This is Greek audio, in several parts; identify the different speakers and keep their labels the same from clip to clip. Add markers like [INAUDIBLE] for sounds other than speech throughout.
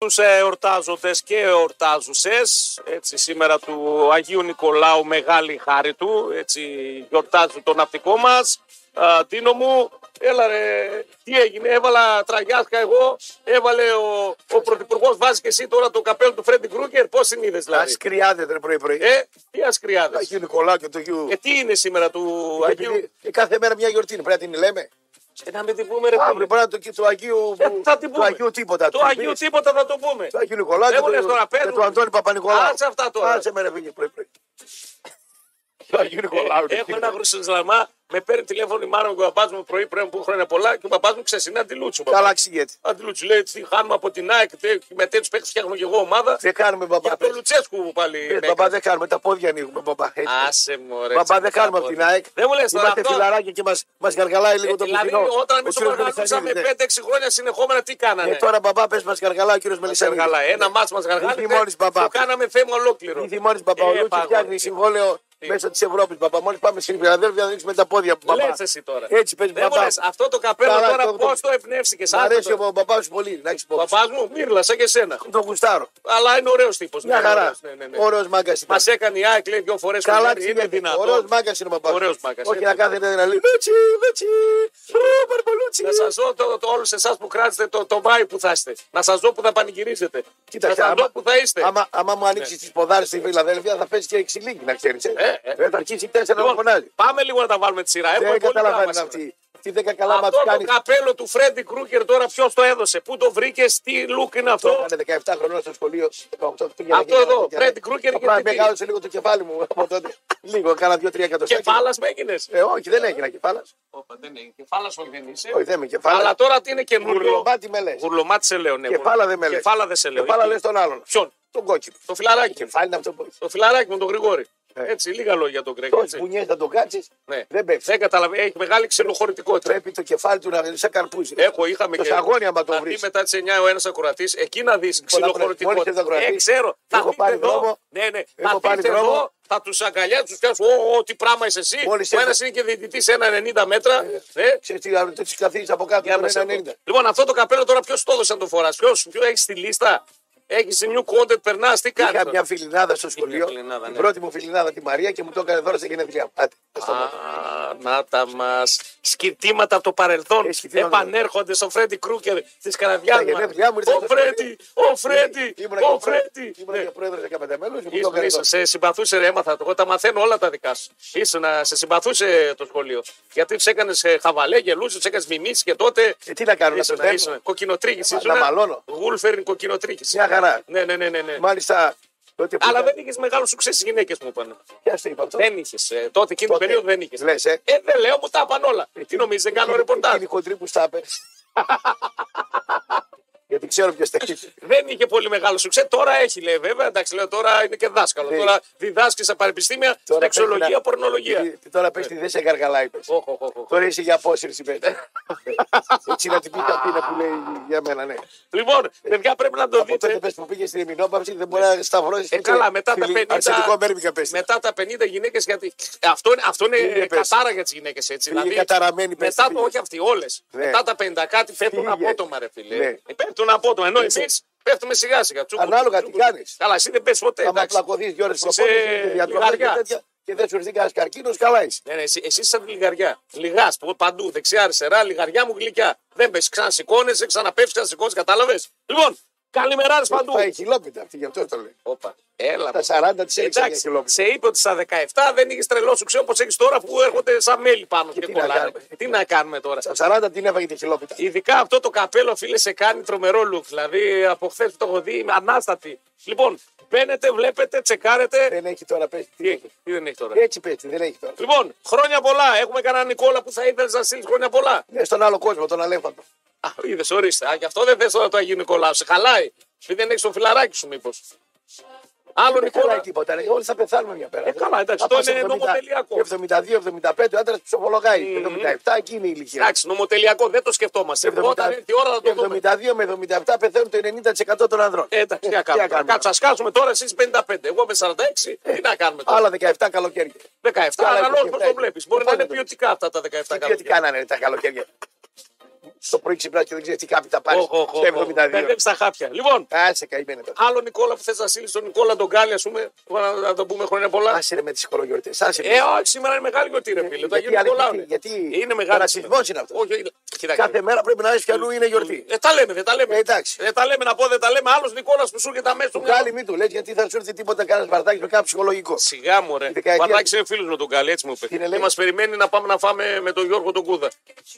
Speaker 1: στους ε, εορτάζοντες και εορτάζουσες. Έτσι, σήμερα του Αγίου Νικολάου μεγάλη χάρη του. Έτσι, γιορτάζει το ναυτικό μας. Α, Τίνο μου, έλα ρε, τι έγινε, έβαλα τραγιάσκα εγώ, έβαλε ο, ο Πρωθυπουργός, βάζεις και εσύ τώρα το καπέλο του Φρέντι Κρούγκερ, πώς την είδες δηλαδή.
Speaker 2: Ασκριάδες τρε πρωί-πρωί.
Speaker 1: Ε, τι ασκριάδες.
Speaker 2: Αγίου Νικολάου και του Αγίου.
Speaker 1: Ε, τι είναι σήμερα του
Speaker 2: Ε,
Speaker 1: Αγίου.
Speaker 2: επειδή- ε, κάθε μέρα μια γιορτή είναι. Πρέπει να την λέμε.
Speaker 1: Ε, να μην την πούμε ρε
Speaker 2: Αύριο
Speaker 1: φίλε.
Speaker 2: μπορεί να είναι το, του Αγίου,
Speaker 1: Ε, θα την
Speaker 2: του
Speaker 1: πούμε.
Speaker 2: Αγίου τίποτα. Ε,
Speaker 1: Το
Speaker 2: του
Speaker 1: Αγίου
Speaker 2: Πύρης,
Speaker 1: τίποτα θα το πούμε.
Speaker 2: του Αγίου Νικολάου
Speaker 1: Δεν μου λες τώρα,
Speaker 2: και
Speaker 1: παίρνουμε.
Speaker 2: του Αντώνη Παπα-Νικολάου.
Speaker 1: Άσε αυτά τώρα.
Speaker 2: Άσε με ρε φίλε Ε, πρωί-πρωί. Του Αγίου Νικολάου. ρε,
Speaker 1: Έχω
Speaker 2: φίλε.
Speaker 1: ένα γρουσισλαμά, με παίρνει τηλέφωνο η μάνα μου και ο παπά μου πρωί πριν που χρόνια πολλά και ο παπά μου ξεσυνά αντιλούτσου.
Speaker 2: Καλά ξηγέτη.
Speaker 1: Αντιλούτσου λέει τι χάνουμε από την ΑΕΚ, τε- με τέτοιους παίκτες φτιάχνω και εγώ ομάδα.
Speaker 2: Δεν κάνουμε μπαμπά.
Speaker 1: Για τον Λουτσέσκου που πάλι. με
Speaker 2: Ε, Μπαμπά
Speaker 1: έκανε.
Speaker 2: δεν κάνουμε, τα πόδια ανοίγουμε μπαμπά. έτσι.
Speaker 1: Άσε μου, ρε.
Speaker 2: Μπαμπά
Speaker 1: τσακωτά
Speaker 2: δεν κάνουμε από
Speaker 1: πόδι.
Speaker 2: την ΑΕΚ.
Speaker 1: Δεν μου λες τώρα
Speaker 2: Είμαστε
Speaker 1: αυτό.
Speaker 2: φιλαράκια και μας, μας γαργαλάει λίγο
Speaker 1: Ε,
Speaker 2: το
Speaker 1: Δηλαδή,
Speaker 2: πουθινό.
Speaker 1: όταν εμεί
Speaker 2: Ο
Speaker 1: το
Speaker 2: κύριος
Speaker 1: παρακαλούσαμε
Speaker 2: Μελισσανίδης,
Speaker 1: 5-6
Speaker 2: ναι.
Speaker 1: χρόνια συνεχόμενα, τι κάνανε.
Speaker 2: Ε, τώρα μπαμπά πες μας γαργαλάει ο κύριος
Speaker 1: Μας
Speaker 2: Μελισσανίδης.
Speaker 1: γαργαλά. Ένα μάτς μας γαργάλε.
Speaker 2: θυμώνεις, μπαμπά.
Speaker 1: Το κάναμε θέμα ολόκληρο.
Speaker 2: Ήδη μόλι Παπαολούτσι
Speaker 1: Ε,
Speaker 2: φτιάχνει συμβόλαιο μέσω της Ευρώπης. Παπα, μόλις πάμε στην Φιλαδέλφια να δείξουμε τα πόδια που παπά.
Speaker 1: Λες εσύ τώρα.
Speaker 2: Έτσι παίζει
Speaker 1: Δεν μου
Speaker 2: παπά.
Speaker 1: λες, αυτό το καπέλο
Speaker 2: Καλά,
Speaker 1: τώρα
Speaker 2: το- το-
Speaker 1: πώς το εμπνεύστηκε.
Speaker 2: Μ' αρέσει ο παπά σου πολύ, να έχεις
Speaker 1: Ο
Speaker 2: υπόψη.
Speaker 1: παπά μου μύρλα σαν και εσένα.
Speaker 2: Το γουστάρω.
Speaker 1: Αλλά είναι Ναι, ωραίος τύπος.
Speaker 2: Μια χαρά. Ωραίος μάγκα.
Speaker 1: Μας έκανε η ΑΕΚ λέει δύο φορές
Speaker 2: Καλά
Speaker 1: είναι
Speaker 2: ξηγείται. Ωραίο
Speaker 1: δυνατό.
Speaker 2: μάγκας είναι ο παπά.
Speaker 1: Ωραίος μάγκας,
Speaker 2: Όχι
Speaker 1: έτσι.
Speaker 2: να κάθεται να λέει Μέτσι, Μέτσι, ρε, Παρπολούτσι.
Speaker 1: Να σας δω το, το, όλους εσάς που κράτηστε το, το Μάη που θα είστε. Να σας δω που θα πανηγυρίζετε. να
Speaker 2: Κοίταξε,
Speaker 1: σας δω
Speaker 2: άμα,
Speaker 1: που θα είστε. Ναι.
Speaker 2: άμα, άμα μου ανοίξεις τις ποδάρες στη Φιλαδέλφια θα πέσεις και ξυλίκι, να ξέρεις.
Speaker 1: Ε, ε.
Speaker 2: Θα αρχίσει η τέσσερα να
Speaker 1: Λοιπόν,
Speaker 2: φωνάζει.
Speaker 1: πάμε λίγο να τα βάλουμε τη σειρά. Έχουμε
Speaker 2: Δεν
Speaker 1: πολύ πράγμα
Speaker 2: καταλαβαίνει
Speaker 1: σήμερα.
Speaker 2: αυτή. Τι δέκα καλά μα
Speaker 1: Αυτό το
Speaker 2: κάνεις.
Speaker 1: καπέλο του Φρέντι Κρούγκερ τώρα ποιος το έδωσε, πού το βρήκες, τι λουκ είναι
Speaker 2: Το
Speaker 1: αυτό.
Speaker 2: έκανε 17 χρονών στο σχολείο. 18
Speaker 1: Αυτό εδώ,
Speaker 2: ναι.
Speaker 1: Freddy Krueger και
Speaker 2: Απλά
Speaker 1: τι
Speaker 2: μεγάλωσε λίγο το κεφάλι μου από τότε. Λίγο, κάνα δύο-τρία εκατοστά.
Speaker 1: Κεφάλα με έγινες.
Speaker 2: Ε, όχι, δεν έγινα κεφάλας.
Speaker 1: Δεν είναι. Κεφάλα όχι δεν είσαι.
Speaker 2: Όχι, δεν είμαι
Speaker 1: Αλλά
Speaker 2: κεφάλα.
Speaker 1: τώρα τι είναι καινούριο.
Speaker 2: Γουρλωμάτι με λες.
Speaker 1: Γουρλωμάτι σε λέω. ναι,
Speaker 2: Κεφάλα δεν με λες.
Speaker 1: Κεφάλα δεν σε λέω.
Speaker 2: Κεφάλα
Speaker 1: Εκεί.
Speaker 2: λες τον άλλον.
Speaker 1: Ποιον.
Speaker 2: Τον κόκκινο.
Speaker 1: Το φιλαράκι. μου.
Speaker 2: Κεφάλι είναι αυτό που.
Speaker 1: Το φιλαράκι μου, τον Γρηγόρη.
Speaker 2: Ε.
Speaker 1: Έτσι, λίγα λόγια για τον Γκρέκ.
Speaker 2: Τόσες
Speaker 1: έτσι.
Speaker 2: μπουνιές να τον κάτσει.
Speaker 1: Ναι.
Speaker 2: Δεν πέφτει.
Speaker 1: Δεν καταλαβαίνω. Έχει μεγάλη ξενοχωρητικότητα.
Speaker 2: Πρέπει το κεφάλι του να είναι σαν καρπούζι.
Speaker 1: Έχω, είχαμε
Speaker 2: Το σαγόνι, άμα το
Speaker 1: να
Speaker 2: βρεις.
Speaker 1: δει μετά τις 9 ο ένας ακροατή, εκεί να δεις
Speaker 2: μόλις και
Speaker 1: ξυλοχωρητικότητα.
Speaker 2: το ακροατή.
Speaker 1: Ε, ξέρω. Θα
Speaker 2: Έχω
Speaker 1: δείτε
Speaker 2: πάρει
Speaker 1: εδώ.
Speaker 2: δρόμο.
Speaker 1: Ναι, ναι.
Speaker 2: Έχω
Speaker 1: Θα
Speaker 2: πάρει
Speaker 1: δείτε
Speaker 2: δρόμο.
Speaker 1: εδώ. Θα τους αγκαλιά, τους πιάσουν. Ω, ω, τι πράγμα είσαι εσύ.
Speaker 2: Μόλις
Speaker 1: Ο ένα
Speaker 2: ήρθα.
Speaker 1: είναι και διαιτητής σε 1,90 μέτρα. Ε,
Speaker 2: Ξέρεις τι άλλο, τι καθίσει από κάτω.
Speaker 1: για
Speaker 2: τον
Speaker 1: να σε
Speaker 2: 1,90.
Speaker 1: δω. Λοιπόν, αυτό το καπέλο τώρα ποιος το έδωσε να το φοράς. Ποιος έχεις στη λίστα. Έχεις new content, περνάς, τι
Speaker 2: Είχα
Speaker 1: κάνεις.
Speaker 2: μια φιλινάδα στο σχολείο.
Speaker 1: φιλινάδα,
Speaker 2: Την
Speaker 1: ναι.
Speaker 2: πρώτη μου φιλινάδα τη Μαρία και μου το έκανε δώρα σε γενέθλια. Πάτε. τα σταματάω.
Speaker 1: Α, να τα μας. Σκητήματα από το παρελθόν
Speaker 2: Ε, σκητήματα.
Speaker 1: επανέρχονται στο Φρέντι Κρούκερ της καρδιά
Speaker 2: Τα γενέθλιά μου ήρθαν
Speaker 1: Ο
Speaker 2: στο
Speaker 1: Φρέντι, ο Φρέντι,
Speaker 2: Ήμουνα
Speaker 1: ο
Speaker 2: και
Speaker 1: Φρέντι. Ναι. Ε,
Speaker 2: Ήμουν και πρόεδρο 15 μέλου. Μου το
Speaker 1: Ήσουν,
Speaker 2: έκανε
Speaker 1: ήσουν, σε συμπαθούσε, ρε, έμαθα. Εγώ τα μαθαίνω όλα τα δικά σου. Ήσουν, α, σε συμπαθούσε το σχολείο. Γιατί τους έκανες χαβαλέ, γελούσες, τους έκανες μιμήσεις και τότε.
Speaker 2: Ε, τι να κάνω, να
Speaker 1: Ήσουν,
Speaker 2: μπερδεύω.
Speaker 1: ήσουν. Κοκκινοτρίκης.
Speaker 2: Να μαλώνω.
Speaker 1: Γούλφερν κοκκινοτρίκης.
Speaker 2: Μια χαρά.
Speaker 1: Ναι, ναι, ναι. ναι, ναι.
Speaker 2: Μάλιστα. Τότε που
Speaker 1: Αλλά
Speaker 2: ήταν-
Speaker 1: δεν είχες μεγάλο σουξέ στι γυναίκες μου είπαν.
Speaker 2: Ποια στο είπα αυτό.
Speaker 1: Δεν είχες. Ε, τότε εκείνη την
Speaker 2: Τότε.
Speaker 1: περίοδο δεν είχες.
Speaker 2: Λες, ε.
Speaker 1: δεν λέω, μου τα είπαν όλα. Τι νομίζεις, δεν κάνω
Speaker 2: Εκείνη-
Speaker 1: ρεπορτάζ.
Speaker 2: εκείνη η χοντρή που στάπε. Γιατί ξέρω ποιος θέλει.
Speaker 1: Δεν είχε πολύ μεγάλο σουξέ. Τώρα έχει, λέει, βέβαια. Εντάξει, λέω, τώρα είναι και δάσκαλο.
Speaker 2: Ναι.
Speaker 1: Τώρα διδάσκει σε πανεπιστήμια, στην εξολογία, πορνολογία.
Speaker 2: Τώρα πες τη δεν σε καργαλά είπες.
Speaker 1: Οχ, οχ, οχ, οχ.
Speaker 2: Τώρα είσαι για απόσυρση πέντε. Έτσι να την πει καπίνα που λέει για μένα, ναι.
Speaker 1: Λοιπόν, παιδιά, πρέπει να το
Speaker 2: Από τότε
Speaker 1: δείτε.
Speaker 2: πες που πήγες στην Εμινόπαυση δεν μπορεί να σταυρώσεις.
Speaker 1: Ε,
Speaker 2: ούτε
Speaker 1: καλά, μετά τα
Speaker 2: φιλί-
Speaker 1: 50.
Speaker 2: Αρσενικό μέρμικα πες.
Speaker 1: Μετά τα 50 γυναίκες, γιατί αυτό είναι, αυτό είναι,
Speaker 2: Πήγε, πες.
Speaker 1: κατάρα για τις γυναίκες. Έτσι.
Speaker 2: Πήγε καταραμένη, πες,
Speaker 1: μετά, το,
Speaker 2: πήγε.
Speaker 1: όχι αυτοί, όλες.
Speaker 2: Ναι.
Speaker 1: Μετά τα 50 κάτι φεύγουν
Speaker 2: Πήγε.
Speaker 1: απότομα, ρε φίλε.
Speaker 2: Ναι.
Speaker 1: Ε, Πέφτουν απότομα. Ενώ εμείς πέφτουμε σιγά σιγά. Τσούκου,
Speaker 2: Ανάλογα
Speaker 1: τσούκου,
Speaker 2: τι
Speaker 1: τσούκου.
Speaker 2: κάνεις.
Speaker 1: Καλά, εσύ δεν πέφτει ποτέ.
Speaker 2: Άμα
Speaker 1: εντάξει.
Speaker 2: πλακωθείς δύο ώρες
Speaker 1: Εσύ είσαι
Speaker 2: προπόνηση και διαδρομές και
Speaker 1: λιγαριά.
Speaker 2: τέτοια και δεν σου έρθει κανένας καρκίνος, καλά είσαι.
Speaker 1: Ναι, ναι, εσύ, εσύ είσαι σαν τη λιγαριά. Λιγάς παντού, δεξιά, αριστερά, λιγαριά μου γλυκιά. Δεν πες, ξανασηκώνεσαι, ξαναπέφτεις, ξανασηκώνει, κατάλαβες. Λοιπόν, καλημερά παντού.
Speaker 2: Πάει χιλόπιτα αυτή, γι' αυτό το λέει.
Speaker 1: Όπα, έλα.
Speaker 2: Τα
Speaker 1: μου.
Speaker 2: 40 τη έριξα για
Speaker 1: Εντάξει,
Speaker 2: χιλόπιτα.
Speaker 1: σε είπε ότι στα 17 δεν είχες τρελό σου ξέρω όπω έχεις τώρα που έρχονται σαν μέλη πάνω και,
Speaker 2: τι να
Speaker 1: κολλάνε.
Speaker 2: κάνουμε.
Speaker 1: Τι να κάνουμε τώρα.
Speaker 2: Στα 40 την έφαγε τη χιλόπιτα.
Speaker 1: Ειδικά αυτό το καπέλο, φίλε, σε κάνει τρομερό look. Δηλαδή, από χθες που το έχω δει, είμαι ανάστατη. Λοιπόν, μπαίνετε, βλέπετε, τσεκάρετε.
Speaker 2: Δεν έχει τώρα πες.
Speaker 1: Τι έχει, τι δεν έχει τώρα.
Speaker 2: Έτσι πες, δεν έχει τώρα.
Speaker 1: Λοιπόν, χρόνια πολλά. Έχουμε κανέναν Νικόλα που θα ήθελε να στείλεις χρόνια πολλά.
Speaker 2: Ναι, στον άλλο κόσμο, τον αλέφαντο.
Speaker 1: Α, είδες, ορίστε. Α, γι' αυτό δεν θες τώρα το Αγίου Νικολάου. Σε χαλάει. Επειδή δεν έχει το φιλαράκι σου, μήπως. Άλλο
Speaker 2: Δεν χωράει
Speaker 1: Νικόλα.
Speaker 2: τίποτα. ρε. Όλοι θα πεθάνουμε μια πέρα.
Speaker 1: Ε, καλά, εντάξει,
Speaker 2: Θα
Speaker 1: το
Speaker 2: πας
Speaker 1: είναι
Speaker 2: 70,
Speaker 1: νομοτελειακό.
Speaker 2: 72-75, ο άντρας ψοφολογάει. 77, εκεί είναι η ηλικία.
Speaker 1: Εντάξει, νομοτελειακό, δεν το σκεφτόμαστε.
Speaker 2: 70,
Speaker 1: Όταν έρθει η ώρα θα το δούμε.
Speaker 2: 72 με 77 πεθαίνουν το 90% των ανδρών.
Speaker 1: Ε, Εντάξει, τι να κάνουμε. Ε, τώρα. Κάτσε, ας κάτσουμε τώρα εσείς 55. Εγώ είμαι 46. Τι να κάνουμε τώρα.
Speaker 2: Άλλα 17 καλοκαίρια.
Speaker 1: 17.
Speaker 2: άλλα
Speaker 1: Αναλόγως πώς
Speaker 2: 27.
Speaker 1: το βλέπεις. Μπορεί να είναι
Speaker 2: Οπότε,
Speaker 1: ε, ποιοτικά αυτά τα 17
Speaker 2: Και τι
Speaker 1: καλοκαίρια.
Speaker 2: κάνανε τα καλοκαίρια. Το πρωί ξυπνά και δεν ξέρει τι κάπη θα πάρει.
Speaker 1: Οχ, οχ,
Speaker 2: Στο
Speaker 1: οχ, οχ.
Speaker 2: 72.
Speaker 1: Μπερδέψει τα χάπια. Λοιπόν,
Speaker 2: Άσε καημένα τώρα.
Speaker 1: άλλο Νικόλα που θες να στείλεις τον Νικόλα τον Γκάλι, ας πούμε, να, να το πούμε χρόνια πολλά.
Speaker 2: Άσε ρε με τις χωρογιορτέ. Άσε.
Speaker 1: Ε, όχι, σήμερα είναι μεγάλη γιορτή, ρε φίλε. Τα
Speaker 2: Ε, γιατί
Speaker 1: γίνουν
Speaker 2: άλλη-
Speaker 1: πολλά.
Speaker 2: γιατί- γιατί
Speaker 1: είναι μεγάλη.
Speaker 2: παρασυρμός είναι αυτός.
Speaker 1: Όχι, όχι, κοιτάξτε.
Speaker 2: Κάθε μέρα πρέπει να είσαι κι αλλού είναι γιορτή.
Speaker 1: Ε, τα λέμε, δεν τα λέμε.
Speaker 2: Ε, εντάξει.
Speaker 1: Δεν τα λέμε να πω, δεν τα λέμε. Άλλος Νικόλας που σου έρχεται αμέσως του μυαλό.
Speaker 2: Κάλι μην του λες γιατί θα σου έρθει τίποτα κανένας βαρτάκι με κάποιο ψυχολογικό.
Speaker 1: Σιγά μου, ρε.
Speaker 2: Η δεκαετία-
Speaker 1: Βαρδάκης είναι φίλος με τον Γκάλι, έτσι μου είπε.
Speaker 2: Είναι,
Speaker 1: Και
Speaker 2: λέει.
Speaker 1: μας περιμένει να πάμε να φάμε με τον Γιώργο τον Κούδα.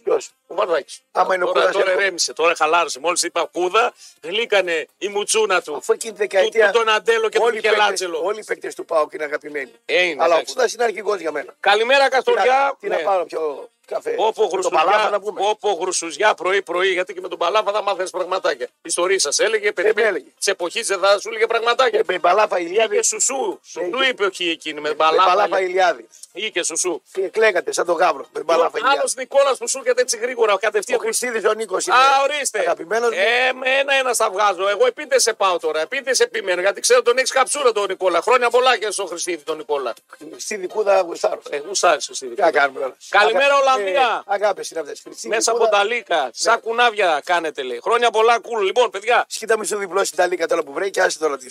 Speaker 2: Ποιος.
Speaker 1: Ο Βαρδάκης.
Speaker 2: Άμα είναι ο
Speaker 1: τώρα,
Speaker 2: Κούδας,
Speaker 1: τώρα
Speaker 2: έρχομαι.
Speaker 1: ρέμισε, τώρα χαλάρωσε. Μόλις είπα Κούδα, γλίκανε η μουτσούνα του.
Speaker 2: Αφού εκείνη τη
Speaker 1: Του, του
Speaker 2: δεκαετία.
Speaker 1: τον Αντέλο και τον
Speaker 2: Όλοι οι παίκτες-
Speaker 1: Μικελάτζελο.
Speaker 2: όλοι οι παίκτες του ΠΑΟΚ είναι αγαπημένοι.
Speaker 1: Ε, είναι,
Speaker 2: Αλλά ο
Speaker 1: εντάξει.
Speaker 2: Κούδα είναι αρχηγός για μένα.
Speaker 1: Καλημέρα,
Speaker 2: Τι να-
Speaker 1: Καστοριά.
Speaker 2: Τι να
Speaker 1: Ναι.
Speaker 2: πάρω πιο καφέ.
Speaker 1: Όπο
Speaker 2: Το παλάβα
Speaker 1: γρουσουζιά,
Speaker 2: να πούμε.
Speaker 1: όπο γρουσουζιά πρωί-πρωί, γιατί και με τον Παλάβα θα μάθαινες πραγματάκια. Ιστορίε σας έλεγε,
Speaker 2: με
Speaker 1: περιμένει.
Speaker 2: Ε, έλεγε.
Speaker 1: Της εποχής δεν θα σου έλεγε πραγματάκια.
Speaker 2: Και Ε, με μπαλάφα Ηλιάδη.
Speaker 1: Είχε ναι. σουσού. Σου
Speaker 2: Ε, είχε. Ε,
Speaker 1: του είπε όχι εκείνη με
Speaker 2: Με μπαλάφα
Speaker 1: Παλάβα.
Speaker 2: Ηλιάδη.
Speaker 1: Είχε σουσού.
Speaker 2: Και εκλέγατε σαν τον γάβρο. Με μπαλάφα
Speaker 1: Άλλο
Speaker 2: Ηλιάδη.
Speaker 1: Νικόλας που σου έρχεται έτσι γρήγορα
Speaker 2: Ο
Speaker 1: κατευθείαν.
Speaker 2: Χριστίδη ο Νίκος είναι.
Speaker 1: Α, ορίστε.
Speaker 2: Αγαπημένος μου.
Speaker 1: Ε, με ένα-ένα στα βγάζω. Εγώ επίτε σε πάω τώρα. Επίτε σε επιμένω. Γιατί ξέρω τον έχεις καψούρα τον Νικόλα. Χρόνια πολλά και στον Χριστίδη τον Νικόλα.
Speaker 2: Χριστίδη Κούδα Γουστάρο.
Speaker 1: Ε, γουσάρι, Χριστίδη.
Speaker 2: Τι να κάνουμε τώρα.
Speaker 1: Καλημέρα,
Speaker 2: Αγα-
Speaker 1: Ολλανδία.
Speaker 2: Ε, Αγάπε είναι αυτέ. Χριστίδη.
Speaker 1: Μέσα από τα λίκα,
Speaker 2: Ναι.
Speaker 1: σαν κουνάβια κάνετε λέει. Χρόνια πολλά, κούλ. Λοιπόν, παιδιά,
Speaker 2: Σκίτα μισό διπλό στην Ιταλία τώρα που βρέει και άσε τώρα Ναι, τη.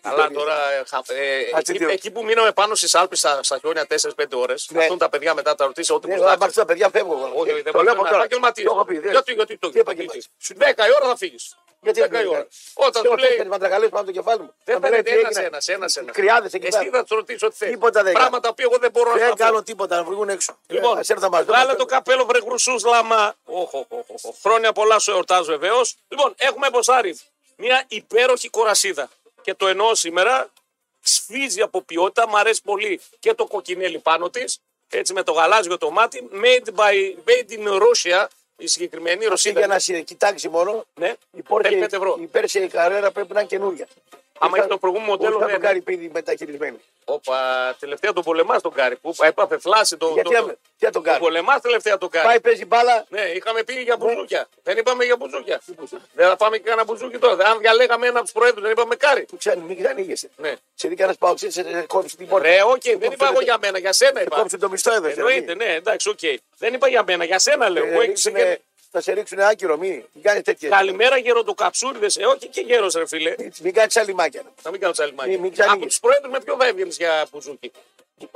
Speaker 1: Καλά τώρα. ε, χα- ε,
Speaker 2: Κάτσε
Speaker 1: εκεί,
Speaker 2: τι ώρα.
Speaker 1: εκεί που μείναμε πάνω στις Άλπε στα, στα χιόνια 4-5 ώρες,
Speaker 2: Ναι.
Speaker 1: αυτούν τα παιδιά μετά τα ρωτήσα ό,τι μου
Speaker 2: Θα
Speaker 1: ζητάτε.
Speaker 2: πάρει τα παιδιά, φεύγω. εγώ.
Speaker 1: Όχι,
Speaker 2: Ε,
Speaker 1: δεν
Speaker 2: το
Speaker 1: μπορείς
Speaker 2: λέω
Speaker 1: να
Speaker 2: από τώρα.
Speaker 1: επαγγελματία.
Speaker 2: Το έχω πει, δεν-
Speaker 1: Γιατί, γιατί το
Speaker 2: Τι επαγγελματίας.
Speaker 1: γιατί. Σου 10 η ώρα θα φύγεις.
Speaker 2: Γιατί δεν
Speaker 1: 10 η ώρα.
Speaker 2: πήγαινε.
Speaker 1: Όταν
Speaker 2: Ξέρω,
Speaker 1: του λέει.
Speaker 2: φέρνει μαντρακαλές πάνω από το κεφάλι μου.
Speaker 1: Δεν
Speaker 2: Θα μου λέει,
Speaker 1: φαίνεται
Speaker 2: τι
Speaker 1: ένας,
Speaker 2: έγινε.
Speaker 1: ένας, ένας, ένας.
Speaker 2: Κρυάδες εκεί
Speaker 1: Εσύ
Speaker 2: πέρα.
Speaker 1: θα του ρωτήσω τι θέλεις.
Speaker 2: Τίποτα δεν
Speaker 1: Πράγματα που εγώ δεν μπορώ να
Speaker 2: Δεν
Speaker 1: κάνω.
Speaker 2: κάνω τίποτα, να βγουν έξω. Ε,
Speaker 1: Λοιπόν,
Speaker 2: ας έρθουν να μας δουν.
Speaker 1: βγάλε το καπέλο βρε γρουσούς λάμα. Οχ, οχ, οχ, οχ. Χρόνια πολλά σου εορτάζω βεβαίως. Λοιπόν, έχουμε μποσάρι. Μια υπέροχη κορασίδα. Και το εννοώ σήμερα. Σφίζει από ποιότητα. Μ' αρέσει πολύ και το κοκκινέλι πάνω της. Έτσι με το γαλάζιο το μάτι. Made, by, made in Russia. Η συγκεκριμένη
Speaker 2: Εσύ
Speaker 1: Ρωσίδα.
Speaker 2: για να σε κοιτάξει μόνο,
Speaker 1: Ναι,
Speaker 2: η
Speaker 1: Θέλει
Speaker 2: Πόρσε
Speaker 1: πέντε ευρώ.
Speaker 2: η Πέρσια η καρέρα πρέπει να είναι καινούργια.
Speaker 1: Άμα
Speaker 2: Ήρθα-
Speaker 1: έχει το προηγούμενο μοντέλο,
Speaker 2: ήρθα
Speaker 1: ναι,
Speaker 2: το
Speaker 1: ναι.
Speaker 2: καρυπίδι μεταχειρισμένος.
Speaker 1: Όπα, τελευταία τον πολεμάς τον Κάρι. Που έπαθε φλάση το.
Speaker 2: Γιατί
Speaker 1: το-
Speaker 2: να- τι να τον
Speaker 1: τον
Speaker 2: κάνω.
Speaker 1: πολεμάς τελευταία τον Κάρι.
Speaker 2: Πάει, παίζει μπάλα.
Speaker 1: Ναι, είχαμε πει για μπουζούκια. Δεν είπαμε για μπουζούκια. Δεν θα πάμε και κανένα μπουζούκι τώρα. Αν διαλέγαμε ένα από τους προέδρους, δεν είπαμε κάρι.
Speaker 2: Του ξάνει, μην ξανοίγεσαι.
Speaker 1: Ναι.
Speaker 2: Σε δει κανένας παοξί, σε κόψει την πόρτα.
Speaker 1: Ρε, οκ, δεν είπα εγώ για μένα, για σένα είπα.
Speaker 2: Κόψει το μισθό εδώ.
Speaker 1: Εννοείται, ναι, εντάξει, οκ. Δεν είπα για μένα, για σένα
Speaker 2: Ε,
Speaker 1: λέω. Εγώ έξι και-
Speaker 2: Θα σε ρίξουν άκυρο, μην κάνεις τέτοια.
Speaker 1: Καλημέρα γεροντοκαψούριδε. Ε, όχι και γέρος, ρε φίλε.
Speaker 2: Μην κάνει σαλιμάκια.
Speaker 1: Να μην κάνω τσαλιμάκι.
Speaker 2: Μην- μην ξανοίγεις.
Speaker 1: Από τους προέδρου με ποιο θα έβγαινε για μπουζούκι.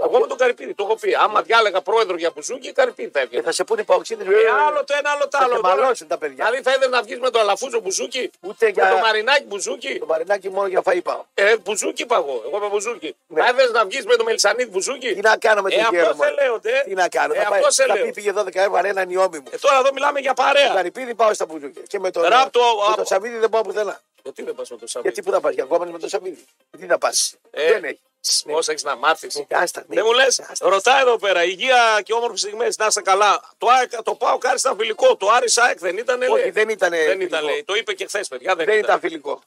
Speaker 1: Εγώ με τον Καρυπίδη, το έχω πει. Άμα διάλεγα πρόεδρο για μπουζούκι, Καρυπίδη θα
Speaker 2: Ε,
Speaker 1: έβγαινε.
Speaker 2: Θα σε πούνε οι παοξίδε.
Speaker 1: Ε, άλλο το ένα, άλλο το άλλο.
Speaker 2: σε
Speaker 1: Τώρα-
Speaker 2: μαλώσουν τα παιδιά.
Speaker 1: Δηλαδή θα ήθελε να βγεις με το αλαφούζο μπουζούκι,
Speaker 2: Ούτε
Speaker 1: με το
Speaker 2: για
Speaker 1: μαρινάκι μπουζούκι.
Speaker 2: το μαρινάκι μόνο για φαΐ πάω.
Speaker 1: Ε, μπουζούκι είπα εγώ. Εγώ είπα μπουζούκι.
Speaker 2: Ναι.
Speaker 1: Θα ήθελε να βγεις με το μελισανίδι μπουζούκι.
Speaker 2: Τι να κάνω με
Speaker 1: ε,
Speaker 2: τον γέρο
Speaker 1: αυτό
Speaker 2: μου.
Speaker 1: σε λέω, τε.
Speaker 2: Τι να κάνω.
Speaker 1: Ε,
Speaker 2: θα πάει,
Speaker 1: αυτό σε
Speaker 2: θα
Speaker 1: λέω.
Speaker 2: πει πήγε 12 ευρώ έναν ιόμι μου.
Speaker 1: Ε, τώρα εδώ μιλάμε για παρέα.
Speaker 2: Καρυπίδι πάω στα μπουζούκια. Και με τον,
Speaker 1: Ρε, απ' το-
Speaker 2: με
Speaker 1: απ'
Speaker 2: τον Σαββίδι δεν πάω πουθενά.
Speaker 1: Γιατί δεν πας με το Σαββίδι.
Speaker 2: Γιατί που θα πας, για κόμμα με τον Σαββίδι. Τι να πας.
Speaker 1: Ε,
Speaker 2: Δεν έχεις. Ναι. Ε,
Speaker 1: σ- Όσα έχεις να μάθεις.
Speaker 2: Άστα, ναι. μην-
Speaker 1: Δεν μου λες,
Speaker 2: άστα.
Speaker 1: ρωτάει εδώ πέρα, υγεία και όμορφες στιγμές, να είσαι καλά. Το, ΑΕΚ- το πάω κάρι ήταν φιλικό, το Άρης ΑΕΚ δεν ήταν.
Speaker 2: Όχι, δεν ήταν.
Speaker 1: δεν ήταν, λέει. Το είπε και χθες, παιδιά. Δεν,
Speaker 2: Δεν
Speaker 1: ήταν.
Speaker 2: ήταν φιλικό.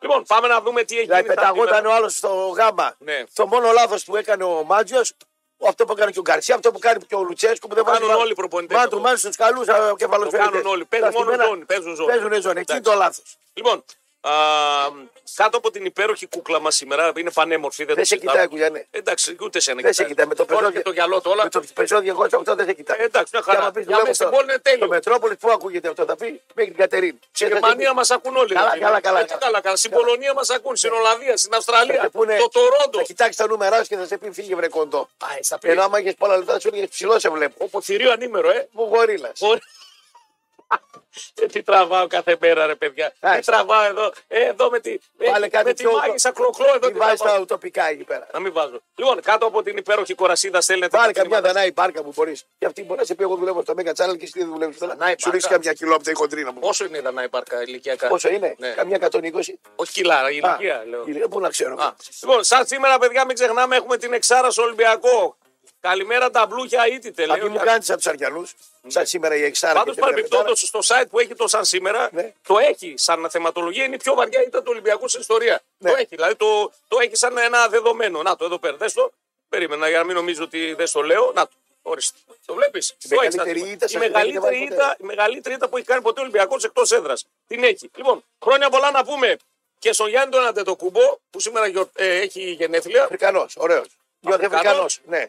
Speaker 1: Λοιπόν, πάμε να δούμε τι έγινε.
Speaker 2: Δηλαδή
Speaker 1: στα
Speaker 2: πεταγόταν
Speaker 1: αντίμετρα.
Speaker 2: ο άλλος στο γάμα.
Speaker 1: Ναι.
Speaker 2: Το μόνο λάθος που έκανε ο Μάτζιος, αυτό που έκανε και ο Γκαρσία, αυτό που κάνει και ο Λουτσέσκο που δεν
Speaker 1: Κάνουν
Speaker 2: βάζει βάρος.
Speaker 1: όλοι οι προπονητές
Speaker 2: Μα
Speaker 1: αυτό.
Speaker 2: του μάζουν στους καλούς α, κεφαλοφέρειες.
Speaker 1: κάνουν όλοι. Παίζουν
Speaker 2: Τα
Speaker 1: μόνο
Speaker 2: στημένα-
Speaker 1: ζώνη, παίζουν ζώνη.
Speaker 2: Παίζουν ζώνη. Εκεί
Speaker 1: Εντάξει.
Speaker 2: είναι το λάθος.
Speaker 1: Λοιπόν, α, κάτω από την υπέροχη κούκλα μας σήμερα, είναι πανέμορφη. Δεν,
Speaker 2: Δεν
Speaker 1: το
Speaker 2: σε
Speaker 1: συζητάω.
Speaker 2: κοιτάει, ναι. κουλιανέ.
Speaker 1: Εντάξει, ούτε σε
Speaker 2: Δεν σε κοιτάει. Με το
Speaker 1: Τώρα
Speaker 2: πεζό
Speaker 1: και το γυαλό του όλα.
Speaker 2: Με το πεζό 208 δεν σε κοιτάει.
Speaker 1: Ε, εντάξει, μια χαρά.
Speaker 2: Και άμα πεις,
Speaker 1: Για
Speaker 2: δουλεύω
Speaker 1: μένα στην
Speaker 2: στο-
Speaker 1: πόλη είναι τέλειο.
Speaker 2: Στο Μετρόπολη που ακούγεται αυτό θα πει μέχρι την Κατερίνη.
Speaker 1: Στη Γερμανία μα ακούν όλοι.
Speaker 2: Καλά,
Speaker 1: ρε φίλε.
Speaker 2: καλά, καλά,
Speaker 1: Ε, τι καλά,
Speaker 2: καλά.
Speaker 1: καλά. Στην Πολωνία μας ακούν, στην Ολλανδία, στην Αυστραλία,
Speaker 2: Θα πούνε-
Speaker 1: το Τορόντο.
Speaker 2: Θα κοιτάξεις τα νούμερά σου και θα σε πει φύγε βρε κοντό.
Speaker 1: Α, ε, στα πει.
Speaker 2: Ενώ άμα έχεις πολλά λεφτά σου έλεγε ψηλό σε βλέπω.
Speaker 1: Όπω θηρίο ανήμερο, ε.
Speaker 2: Μου γορίλας.
Speaker 1: Μπορεί- [LAUGHS] Ε, Τι τραβάω κάθε μέρα, ρε παιδιά. Τι
Speaker 2: Εντάξει.
Speaker 1: τραβάω εδώ, ε, εδώ με τη, ε,
Speaker 2: Ε, Βάλε κάτι
Speaker 1: με τη
Speaker 2: πιο-
Speaker 1: μάγισσα κροκλό εδώ.
Speaker 2: Μην
Speaker 1: τι
Speaker 2: βάζει
Speaker 1: τραβάω.
Speaker 2: τα ουτοπικά εκεί πέρα.
Speaker 1: Να μην βάζω. Λοιπόν, κάτω από την υπέροχη κορασίδα στέλνετε. τα
Speaker 2: Πάρε καμιά
Speaker 1: μηνύματα.
Speaker 2: δανάη πάρκα που μπορείς. Και αυτή μπορεί να σε πει: Εγώ δουλεύω στο Mega Channel και εσύ δεν δουλεύεις
Speaker 1: Δανάη
Speaker 2: τώρα. Σου
Speaker 1: πάρκα.
Speaker 2: ρίξει καμιά κιλό από τα κοντρίνα μου.
Speaker 1: Πόσο είναι η Δανάη Μπάρκα ηλικιακά.
Speaker 2: Πόσο είναι,
Speaker 1: Ναι.
Speaker 2: καμιά 120.
Speaker 1: Όχι κιλά,
Speaker 2: Α,
Speaker 1: ηλικία λέω.
Speaker 2: ηλικία, Πού να ξέρω.
Speaker 1: Α, Λοιπόν, σαν σήμερα, παιδιά, μην ξεχνάμε, έχουμε την Εξάρας στο Ολυμπιακό. Καλημέρα τα μπλούχια ήτητε.
Speaker 2: Αυτή μου κάνεις από τους αριανού,
Speaker 1: Ναι.
Speaker 2: σαν σήμερα η Εξάρα.
Speaker 1: Πάντως
Speaker 2: και την
Speaker 1: παρεμπιπτόντω
Speaker 2: Πεντάρα.
Speaker 1: στο site που έχει το σαν σήμερα,
Speaker 2: Ναι.
Speaker 1: το έχει σαν θεματολογία, είναι η πιο βαριά ήταν του Ολυμπιακού στην ιστορία.
Speaker 2: Ναι.
Speaker 1: Το έχει, δηλαδή το, το έχει σαν ένα δεδομένο. Να το εδώ πέρα, δες το. Περίμενα για να μην νομίζω ότι δεν στο λέω. Να το. Ορίστε. Το βλέπεις.
Speaker 2: μεγαλύτερη ήττα
Speaker 1: η,
Speaker 2: σαν δεν
Speaker 1: μεγαλύτερη
Speaker 2: βάλει ποτέ.
Speaker 1: ήττα, η μεγαλύτερη ήττα που έχει κάνει ποτέ ο Ολυμπιακός εκτός έδρας. Την έχει. Λοιπόν, χρόνια πολλά να πούμε και στον Γιάννη τον Αντετοκούμπο που σήμερα γιορ- ε, έχει γενέθλια.
Speaker 2: Αφρικανός, ωραίος. Αφρικανός, ναι.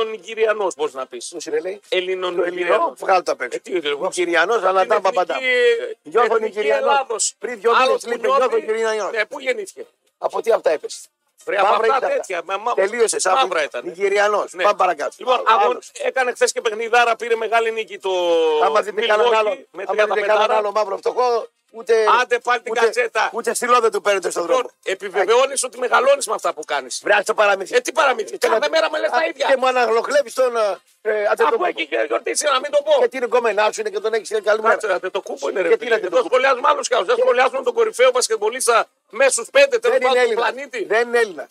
Speaker 1: Ελληνονιγηριανό, μπορείς να πεις.
Speaker 2: Πώς είναι λέει. Το ελληνικό.
Speaker 1: Ελληνονιγηριανό.
Speaker 2: Βγάλω τα
Speaker 1: Ε,
Speaker 2: παίξω.
Speaker 1: τι είναι, εγώ-
Speaker 2: Κυριακό Ανατά
Speaker 1: ε,
Speaker 2: Παπαντά. Γιώργο Νιγηριανός. Πριν δυο μήνες λείπει, Γιώργο Νιγηριανός.
Speaker 1: Ναι, πού γεννήθηκε.
Speaker 2: Από τι αυτά έπεσε.
Speaker 1: Βρε,
Speaker 2: Μαύρα
Speaker 1: από αυτά
Speaker 2: ήταν τα.
Speaker 1: τέτοια, με μαύρα.
Speaker 2: Τελείωσε. σαν
Speaker 1: Μαύρα ήταν.
Speaker 2: Νιγηριανό.
Speaker 1: Ναι.
Speaker 2: Πάμε παρακάτω.
Speaker 1: Λοιπόν,
Speaker 2: Άλλο-
Speaker 1: αγων...
Speaker 2: άλλος.
Speaker 1: έκανε χθες και παιχνιδάρα, πήρε μεγάλη νίκη το.
Speaker 2: Άμα δεν πει κανέναν
Speaker 1: Milwaukee
Speaker 2: άλλο,
Speaker 1: Με
Speaker 2: άμα δεν πει
Speaker 1: 35
Speaker 2: κανέναν άλλο μαύρο φτωχό, ούτε.
Speaker 1: Άντε πάλι την
Speaker 2: ούτε-
Speaker 1: κατσέτα.
Speaker 2: Ούτε στυλό δεν του παίρνετε στον δρόμο.
Speaker 1: Λοιπόν, επιβεβαιώνεις ότι μεγαλώνεις με αυτά που κάνεις.
Speaker 2: Βράζει το παραμύθι.
Speaker 1: Ε, τι παραμύθι.
Speaker 2: Και να-
Speaker 1: Κάθε μέρα με λες
Speaker 2: Α,
Speaker 1: τα ίδια.
Speaker 2: Και μου αναγλοκλεύει τον. ε, ε, άντε το
Speaker 1: Αφού
Speaker 2: πω.
Speaker 1: έχει και γιορτήσει, να μην το πω.
Speaker 2: Γιατί είναι κομμένα σου είναι και τον έχεις την καλή μέρα.
Speaker 1: Κάτσε, άντε, το κούμπο είναι ρε.
Speaker 2: Γιατί
Speaker 1: φίλε.
Speaker 2: να την
Speaker 1: Εδώ
Speaker 2: το κούμπο.
Speaker 1: σχολιάζουμε άλλους καλούς. Δεν σχολιάζουμε τον κορυφαίο πασκευολίστα μέσα στου πέντε τέλος
Speaker 2: Δεν είναι
Speaker 1: πάντων του
Speaker 2: Έλληνας.
Speaker 1: πλανήτη.
Speaker 2: Δεν είναι Έλληνας.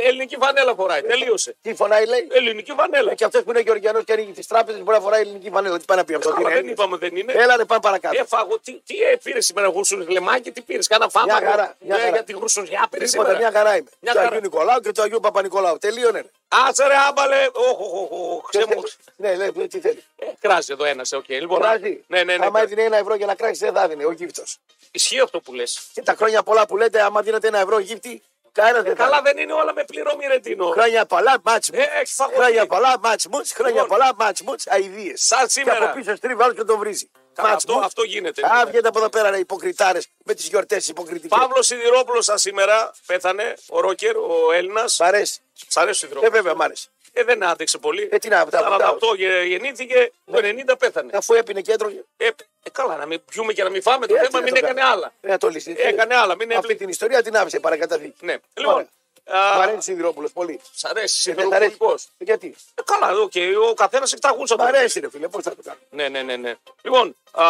Speaker 1: Ε, ελληνική βανέλα φοράει. Τελείωσε.
Speaker 2: Τι φωνάει, λέει.
Speaker 1: Ελληνική βανέλα.
Speaker 2: Και αυτός που είναι Γεωργιανός και ανοίγει τις τράπεζες μπορεί να φοράει ελληνική φανέλα. Τι πάει να πει αυτό.
Speaker 1: Καλά,
Speaker 2: ότι είναι
Speaker 1: δεν
Speaker 2: Έλληνας.
Speaker 1: είπαμε ναι. δεν είναι.
Speaker 2: Έλα, ρε, πάμε παρακάτω.
Speaker 1: Έφαγω. Τι, τι ε, πήρε σήμερα γούσουν λεμάκι, τι πήρες. Κάνα φάμα.
Speaker 2: Μια χαρά, μια
Speaker 1: Ναι,
Speaker 2: χαρά.
Speaker 1: για τη γρουσουζιά πήρε
Speaker 2: Τίποτα,
Speaker 1: σήμερα.
Speaker 2: μια χαρά είμαι.
Speaker 1: Μια
Speaker 2: Του
Speaker 1: χαρά. Ναι,
Speaker 2: Αγίου Νικολάου και του Αγίου Παπα-Νικολάου. Τελείωνε. ρε.
Speaker 1: Άτσε ρε άμπαλε. Οχ, οχ, οχ, οχ, ξέμω.
Speaker 2: Ναι, λέει, τι θέλεις.
Speaker 1: Ε, Κράζει εδώ ένας, οκ. Λοιπόν,
Speaker 2: Κράζει.
Speaker 1: ναι, ναι, ναι.
Speaker 2: Άμα έδινε ένα ευρώ για να κράξεις, δεν θα έδινε ο Αιγύπτο.
Speaker 1: Ισχύει αυτό που λες.
Speaker 2: Και τα χρόνια πολλά που λέτε, άμα δίνετε ένα ευρώ Αιγύπτη, κανένα δεν θα
Speaker 1: Ε, Καλά
Speaker 2: έδινε.
Speaker 1: δεν είναι όλα με πληρώμη ρετίνο.
Speaker 2: Χρόνια πολλά, μάτς μου.
Speaker 1: Ε, έχεις φαγωθεί.
Speaker 2: Χρόνια πολλά, μάτς μου. Χρόνια
Speaker 1: Λοιπόν.
Speaker 2: πολλά, μάτς μου. Αιδίε.
Speaker 1: Σαν σήμερα.
Speaker 2: Και από πίσω στρίβει άλλος και τον βρίζει.
Speaker 1: Καλά,
Speaker 2: Μάτς
Speaker 1: Αυτό,
Speaker 2: μου.
Speaker 1: αυτό γίνεται.
Speaker 2: Α, βγαίνετε από εδώ πέρα, ρε, υποκριτάρες με τις γιορτές υποκριτικέ.
Speaker 1: Παύλος Σιδηρόπουλος σας σήμερα πέθανε. Ο Ρόκερ, ο Έλληνας.
Speaker 2: Μ' αρέσει.
Speaker 1: Σ' αρέσει ο
Speaker 2: Ε,
Speaker 1: Σιδηρόπουλο.
Speaker 2: βέβαια, μ' άρεσε.
Speaker 1: Ε, δεν άντεξε πολύ.
Speaker 2: Ε, τι να- τα- Ναι.
Speaker 1: 48 γε- γεννήθηκε, το 90 πέθανε.
Speaker 2: Αφού έπινε κέντρο,
Speaker 1: Ε, ε, καλά, να μην πιούμε και να μην φάμε. Το
Speaker 2: Ε, τι
Speaker 1: θέμα
Speaker 2: να
Speaker 1: μην
Speaker 2: το
Speaker 1: έκανε
Speaker 2: κάνω.
Speaker 1: άλλα.
Speaker 2: δεν θα το λύσεις.
Speaker 1: Έκανε άλλα, μην
Speaker 2: Αυτή
Speaker 1: έβλεπε.
Speaker 2: την ιστορία την άφησε παρακαταθήκη.
Speaker 1: Ναι. Λοιπόν,
Speaker 2: Μ'
Speaker 1: α,
Speaker 2: αρέσει Σιδηρόπουλος πολύ.
Speaker 1: σ' αρέσει,
Speaker 2: Ε, δεν τα αρέσει.
Speaker 1: σιδηροπουλικό.
Speaker 2: Γιατί.
Speaker 1: Ε, καλά, εδώ και ο καθένας έχει τα γούστα
Speaker 2: Μ'
Speaker 1: του.
Speaker 2: αρέσει, ρε φίλε, πώς θα το κάνω.
Speaker 1: Ναι, ναι, ναι. ναι. Λοιπόν, α,